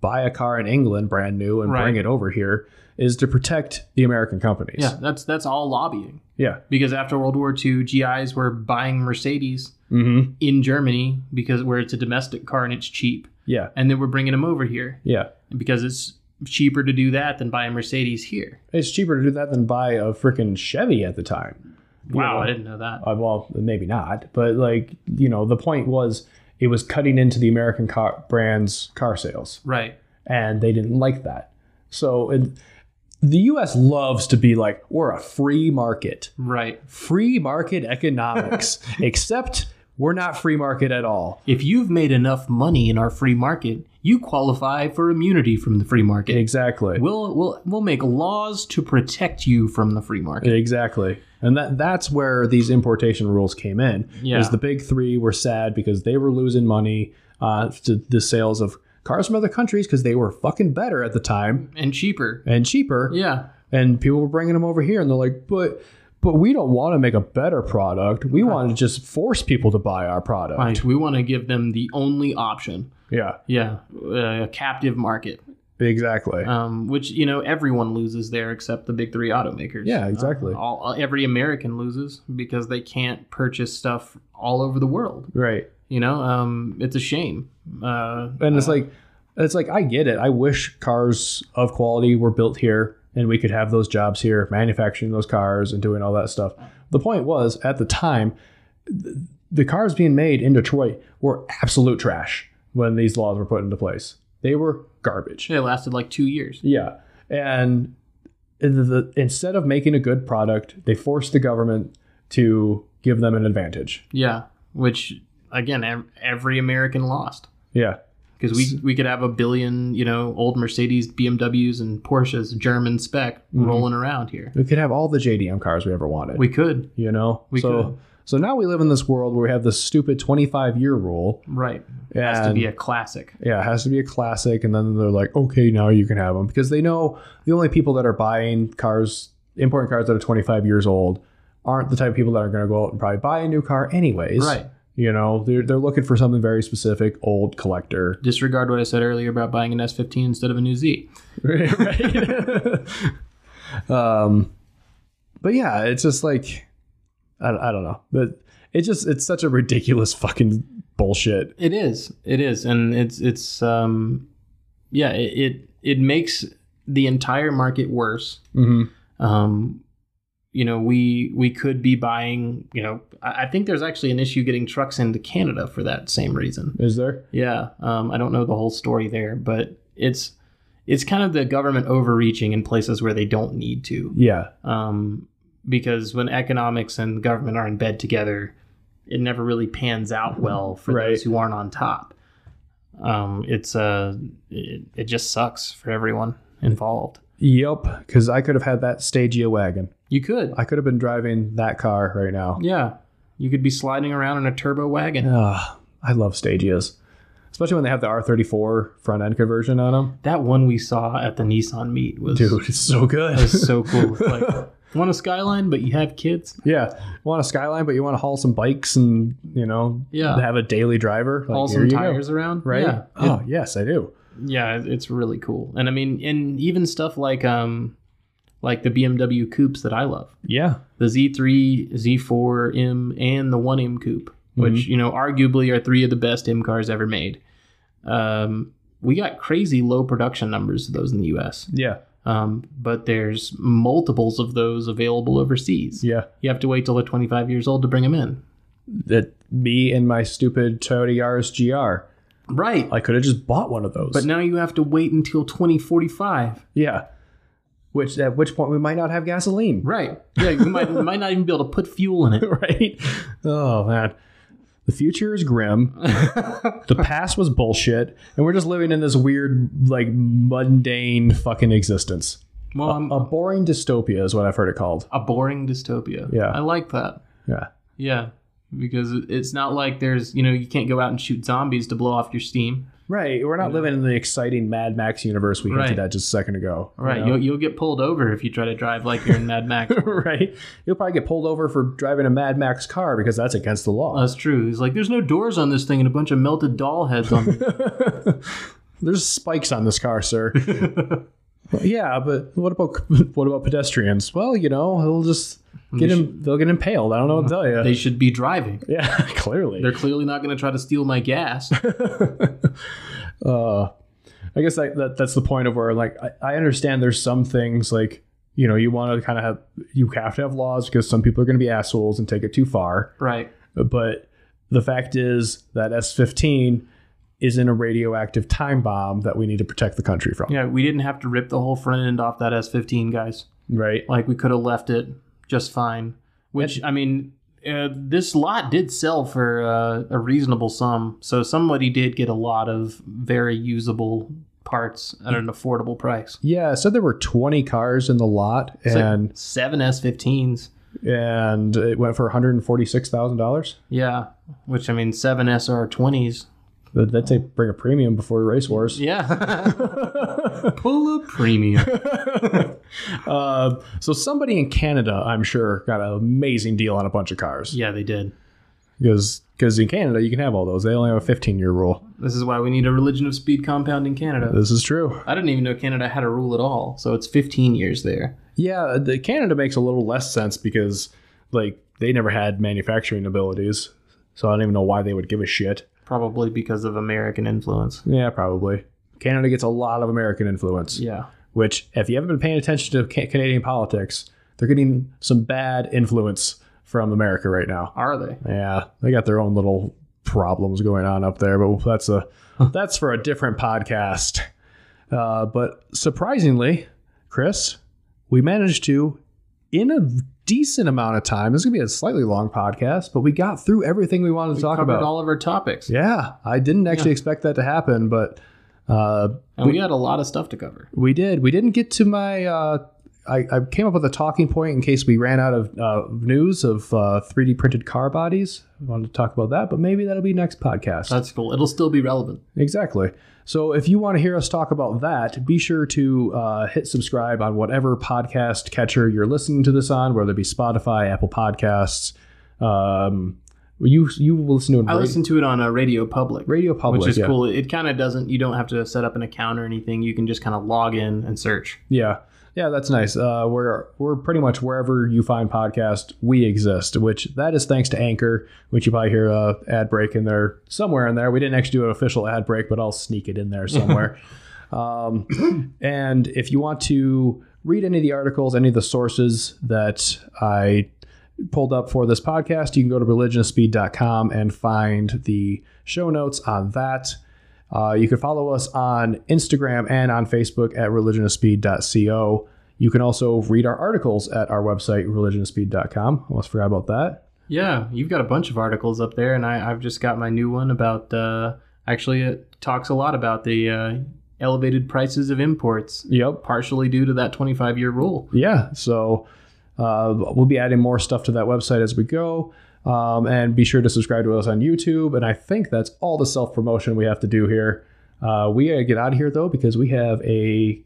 [SPEAKER 1] buy a car in England brand new and
[SPEAKER 2] Right.
[SPEAKER 1] bring it over here is to protect the American companies.
[SPEAKER 2] Yeah, that's that's all lobbying.
[SPEAKER 1] Yeah.
[SPEAKER 2] Because after World War II, GIs were buying Mercedes
[SPEAKER 1] Mm-hmm.
[SPEAKER 2] in Germany because where it's a domestic car and it's cheap,
[SPEAKER 1] Yeah.
[SPEAKER 2] and then we're bringing them over here
[SPEAKER 1] Yeah.
[SPEAKER 2] because it's cheaper to do that than buy a Mercedes here.
[SPEAKER 1] It's cheaper to do that than buy a freaking Chevy at the time.
[SPEAKER 2] Wow,
[SPEAKER 1] Yeah.
[SPEAKER 2] I didn't know that.
[SPEAKER 1] uh, well, maybe not, but like you know, the point was it was cutting into the American car brands car sales,
[SPEAKER 2] Right.
[SPEAKER 1] and they didn't like that. So and the U.S. loves to be like we're a free market,
[SPEAKER 2] Right.
[SPEAKER 1] free market economics, except we're not free market at all.
[SPEAKER 2] If you've made enough money in our free market, you qualify for immunity from the free market.
[SPEAKER 1] Exactly.
[SPEAKER 2] We'll we'll we'll make laws to protect you from the free market.
[SPEAKER 1] Exactly. And that that's where these importation rules came in.
[SPEAKER 2] Yeah.
[SPEAKER 1] Is the big three were sad because they were losing money uh, to the sales of cars from other countries because they were fucking better at the time
[SPEAKER 2] And cheaper.
[SPEAKER 1] and cheaper.
[SPEAKER 2] Yeah.
[SPEAKER 1] And people were bringing them over here and they're like, but but we don't want to make a better product. We want to just force people to buy our product.
[SPEAKER 2] Right. We want to give them the only option.
[SPEAKER 1] Yeah,
[SPEAKER 2] Yeah, Uh, a captive market,
[SPEAKER 1] exactly.
[SPEAKER 2] um, which you know everyone loses there except the big three automakers.
[SPEAKER 1] Yeah, exactly.
[SPEAKER 2] Uh, all, every American loses because they can't purchase stuff all over the world.
[SPEAKER 1] right.
[SPEAKER 2] You know, um, it's a shame. Uh,
[SPEAKER 1] And it's like it's like I get it. I wish cars of quality were built here and we could have those jobs here manufacturing those cars and doing all that stuff. The point was at the time th- the cars being made in Detroit were absolute trash when these laws were put into place. They were garbage.
[SPEAKER 2] it lasted like two years.
[SPEAKER 1] Yeah. And the, the, instead of making a good product, they forced the government to give them an advantage.
[SPEAKER 2] Yeah, which again, ev- every American lost
[SPEAKER 1] Yeah.
[SPEAKER 2] because we we could have a billion you know old Mercedes, BMWs, and Porsches German spec rolling around here.
[SPEAKER 1] We could have all the JDM cars we ever wanted.
[SPEAKER 2] We could,
[SPEAKER 1] you know
[SPEAKER 2] We
[SPEAKER 1] so
[SPEAKER 2] could.
[SPEAKER 1] so now we live in this world where we have this stupid 25 year rule
[SPEAKER 2] right?
[SPEAKER 1] and
[SPEAKER 2] Has to be a classic.
[SPEAKER 1] yeah it has to be a classic and then they're like okay now you can have them because they know the only people that are buying cars importing cars that are 25 years old aren't the type of people that are going to go out and probably buy a new car anyways
[SPEAKER 2] Right.
[SPEAKER 1] you know they're, they're looking for something very specific old collector
[SPEAKER 2] disregard what I said earlier about buying an S15 instead of a new Z.
[SPEAKER 1] right um but yeah it's just like i, I don't know but it just it's such a ridiculous fucking bullshit
[SPEAKER 2] It is. It is, and it's it's um, yeah. It it, it makes the entire market worse.
[SPEAKER 1] mm-hmm.
[SPEAKER 2] Um, you know, we we could be buying. You know, I, I think there's actually an issue getting trucks into Canada for that same reason.
[SPEAKER 1] Is there?
[SPEAKER 2] Yeah. Um, I don't know the whole story there, but it's it's kind of the government overreaching in places where they don't need to.
[SPEAKER 1] Yeah.
[SPEAKER 2] um, because when economics and government are in bed together, it never really pans out well for
[SPEAKER 1] Right.
[SPEAKER 2] those who aren't on top. Um, it's uh, it, it just sucks for everyone involved.
[SPEAKER 1] Yep. Because I could have had that Stagia wagon.
[SPEAKER 2] You could,
[SPEAKER 1] I could have been driving that car right now.
[SPEAKER 2] yeah, you could be sliding around in a turbo wagon.
[SPEAKER 1] Ugh, I love Stagias, especially when they have the R34 front end conversion on them.
[SPEAKER 2] That one we saw at the Nissan meet was
[SPEAKER 1] Dude, it's so good.
[SPEAKER 2] was so cool. It's Like, want a skyline, but you have kids.
[SPEAKER 1] yeah. Want a Skyline, but you want to haul some bikes and you know
[SPEAKER 2] Yeah.
[SPEAKER 1] have a daily driver. Like,
[SPEAKER 2] Haul
[SPEAKER 1] here
[SPEAKER 2] some
[SPEAKER 1] you go.
[SPEAKER 2] tires around,
[SPEAKER 1] Right.
[SPEAKER 2] Yeah,
[SPEAKER 1] oh yes, I do.
[SPEAKER 2] yeah it- it's really cool and i mean and even stuff like um like the bmw coupes that i love
[SPEAKER 1] Yeah.
[SPEAKER 2] the z3 z4 m and the 1m coupe
[SPEAKER 1] Mm-hmm.
[SPEAKER 2] which you know arguably are three of the best m cars ever made um we got crazy low production numbers of those in the us
[SPEAKER 1] Yeah.
[SPEAKER 2] Um, but there's multiples of those available overseas.
[SPEAKER 1] Yeah.
[SPEAKER 2] You have to wait till they're 25 years old to bring them in.
[SPEAKER 1] That me and my stupid Toyota Yaris GR.
[SPEAKER 2] Right.
[SPEAKER 1] I could have just bought one of those.
[SPEAKER 2] But now you have to wait until 2045.
[SPEAKER 1] yeah. Which at which point we might not have gasoline.
[SPEAKER 2] Right. Yeah, you might, you might not even be able to put fuel in it.
[SPEAKER 1] right? Oh man, the future is grim. the past was bullshit, and we're just living in this weird, like mundane fucking existence.
[SPEAKER 2] Well, I'm
[SPEAKER 1] A boring dystopia is what I've heard it called.
[SPEAKER 2] a boring dystopia.
[SPEAKER 1] Yeah.
[SPEAKER 2] I like that.
[SPEAKER 1] Yeah,
[SPEAKER 2] Yeah. Because it- it's not like there's, you know, you can't go out and shoot zombies to blow off your steam.
[SPEAKER 1] right. We're not living in the exciting Mad Max universe we hinted
[SPEAKER 2] Right.
[SPEAKER 1] at just a second ago. you
[SPEAKER 2] Right.
[SPEAKER 1] know?
[SPEAKER 2] You'll, you'll get pulled over if you try to drive like you're in Mad Max.
[SPEAKER 1] right. You'll probably get pulled over for driving a Mad Max car because that's against the law.
[SPEAKER 2] That's true. He's like, there's no doors on this thing and a bunch of melted doll heads on it.
[SPEAKER 1] There's spikes on this car, sir. Well, yeah, but what about what about pedestrians? Well, you know, they'll just get him. They'll get impaled. I don't know what to tell you.
[SPEAKER 2] Mm-hmm. They should be driving.
[SPEAKER 1] yeah, clearly.
[SPEAKER 2] They're clearly not going to try to steal my gas.
[SPEAKER 1] Uh, I guess that, that that's the point of where like I, I understand there's some things like you know you want to kind of have you have to have laws because some people are going to be assholes and take it too far.
[SPEAKER 2] right.
[SPEAKER 1] But the fact is that S15 is in a radioactive time bomb that we need to protect the country from.
[SPEAKER 2] Yeah, we didn't have to rip the whole front end off that S15, guys.
[SPEAKER 1] Right.
[SPEAKER 2] Like, we could have left it just fine. Which, I mean, uh, this lot did sell for uh, a reasonable sum. So somebody did get a lot of very usable parts at an affordable price.
[SPEAKER 1] Yeah, it said there were 20 cars in the lot,
[SPEAKER 2] It's like
[SPEAKER 1] and
[SPEAKER 2] seven S15s.
[SPEAKER 1] and it went for 146 thousand dollars.
[SPEAKER 2] Yeah. Which, I mean, seven SR20s.
[SPEAKER 1] That'd say bring a premium before race wars.
[SPEAKER 2] Yeah. Pull a premium.
[SPEAKER 1] Uh, so somebody in Canada, I'm sure, got an amazing deal on a bunch of cars
[SPEAKER 2] yeah, they did.
[SPEAKER 1] because in Canada you can have all those. They only have a 15 year rule.
[SPEAKER 2] This is why we need a religion of speed compound in Canada.
[SPEAKER 1] This is true.
[SPEAKER 2] I didn't even know Canada had a rule at all. So it's 15 years there.
[SPEAKER 1] Yeah, the Canada makes a little less sense because like they never had manufacturing abilities, so I don't even know why they would give a shit.
[SPEAKER 2] Probably because of American influence.
[SPEAKER 1] Yeah, probably. Canada gets a lot of American influence.
[SPEAKER 2] Yeah.
[SPEAKER 1] which if you haven't been paying attention to ca- Canadian politics, they're getting some bad influence from America right now.
[SPEAKER 2] Are they?
[SPEAKER 1] Yeah, they got their own little problems going on up there, but that's a that's for a different podcast. Uh, but surprisingly, Chris, we managed to in a decent amount of time. This is gonna be a slightly long podcast, but we got through everything we wanted to talk
[SPEAKER 2] Covered
[SPEAKER 1] about.
[SPEAKER 2] all of our topics.
[SPEAKER 1] yeah, I didn't actually expect that to happen, but uh,
[SPEAKER 2] And we had a lot of stuff to cover.
[SPEAKER 1] we did. We didn't get to my. Uh, I, I came up with a talking point in case we ran out of uh, news of uh, 3D printed car bodies. I wanted to talk about that, but maybe that'll be next podcast.
[SPEAKER 2] That's cool. It'll still be relevant.
[SPEAKER 1] exactly. So if you want to hear us talk about that, be sure to uh, hit subscribe on whatever podcast catcher you're listening to this on, whether it be Spotify, Apple Podcasts. Um, you you listen to it
[SPEAKER 2] I
[SPEAKER 1] on
[SPEAKER 2] listened to it on uh, Radio Public,
[SPEAKER 1] Radio Public,
[SPEAKER 2] which is
[SPEAKER 1] yeah.
[SPEAKER 2] cool. It kind of doesn't, you don't have to set up an account or anything. You can just kind of log in and search.
[SPEAKER 1] Yeah. Yeah, that's nice. Uh, we're we're pretty much wherever you find podcast, we exist. Which that is thanks to Anchor, which you probably hear a ad break in there somewhere in there. We didn't actually do an official ad break, but I'll sneak it in there somewhere. um, and if you want to read any of the articles, any of the sources that I pulled up for this podcast, you can go to religiouspeed.com and find the show notes on that. Uh, you can follow us on Instagram and on Facebook at religionouspeed.co. You can also read our articles at our website, religionouspeed.com. Almost forgot about that.
[SPEAKER 2] Yeah, you've got a bunch of articles up there, and I, I've just got my new one about. Uh, actually, it talks a lot about the uh, elevated prices of imports,
[SPEAKER 1] Yep.
[SPEAKER 2] partially due to that 25 year rule.
[SPEAKER 1] Yeah. So uh, we'll be adding more stuff to that website as we go. Um, and be sure to subscribe to us on YouTube. And I think that's all the self promotion we have to do here. Uh, we gotta get out of here though because we have a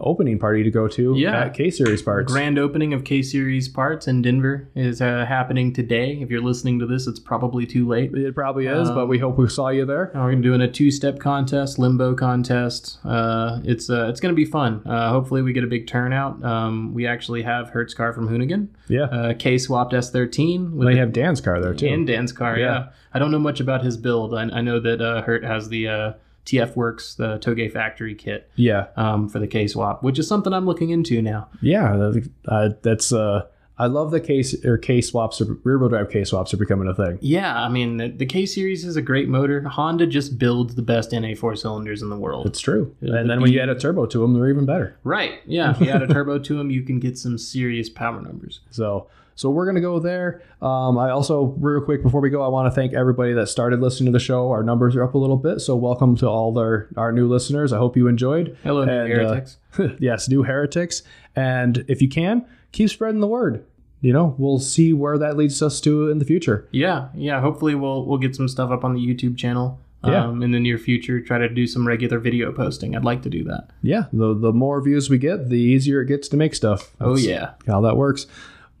[SPEAKER 1] opening party to go to
[SPEAKER 2] Yeah.
[SPEAKER 1] at K Series Parts.
[SPEAKER 2] Grand opening of K Series parts in Denver is uh, happening today. If you're listening to this, it's probably too late.
[SPEAKER 1] it probably is, but
[SPEAKER 2] Um,
[SPEAKER 1] we hope we saw you there.
[SPEAKER 2] Uh, We're gonna doing a two step contest, limbo contest. Uh, it's uh, it's gonna be fun. Uh, hopefully, we get a big turnout. Um, we actually have Hertz car from Hoonigan,
[SPEAKER 1] Yeah.
[SPEAKER 2] uh, K swapped S13 with
[SPEAKER 1] they have Dan's car there too.
[SPEAKER 2] and Dan's car. Yeah.
[SPEAKER 1] Yeah.
[SPEAKER 2] I don't know much about his build. I, I know that uh, Hurt has the uh, TF Works, the Toge Factory kit
[SPEAKER 1] Yeah.
[SPEAKER 2] um, for the K swap, which is something I'm looking into now.
[SPEAKER 1] Yeah, that- uh, that's. Uh, I love the case or K swaps, rear wheel drive K swaps are becoming a thing.
[SPEAKER 2] Yeah, I mean, the, the K series is a great motor. Honda just builds the best NA4 cylinders in the world.
[SPEAKER 1] It's true.
[SPEAKER 2] Yeah,
[SPEAKER 1] and
[SPEAKER 2] the
[SPEAKER 1] then when
[SPEAKER 2] B-
[SPEAKER 1] you add a turbo to them, they're even better.
[SPEAKER 2] Right. Yeah. If you add a turbo to them, you can get some serious power numbers.
[SPEAKER 1] So, so we're gonna go there. Um, I also, real quick before we go, I want to thank everybody that started listening to the show. Our numbers are up a little bit, so welcome to all our our new listeners. I hope you enjoyed.
[SPEAKER 2] Hello, new
[SPEAKER 1] And, uh,
[SPEAKER 2] heretics.
[SPEAKER 1] yes, new heretics. And if you can, keep spreading the word. You know, we'll see where that leads us to in the future.
[SPEAKER 2] Yeah, yeah. Hopefully, we'll we'll get some stuff up on the YouTube channel
[SPEAKER 1] Yeah.
[SPEAKER 2] um, in the near future. Try to do some regular video posting. I'd like to do that.
[SPEAKER 1] Yeah, the the more views we get, the easier it gets to make stuff.
[SPEAKER 2] Oh
[SPEAKER 1] That's-
[SPEAKER 2] yeah,
[SPEAKER 1] how that works.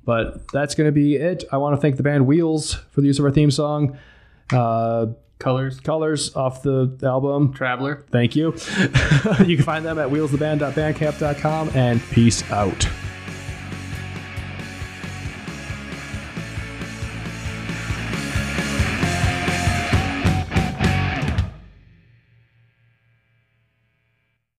[SPEAKER 1] But that's going to be it. I want to thank the band Wheels for the use of our theme song, uh,
[SPEAKER 2] colors
[SPEAKER 1] Colors off the album.
[SPEAKER 2] traveler.
[SPEAKER 1] Thank you. you can find them at wheelstheband.bandcamp.com and peace out.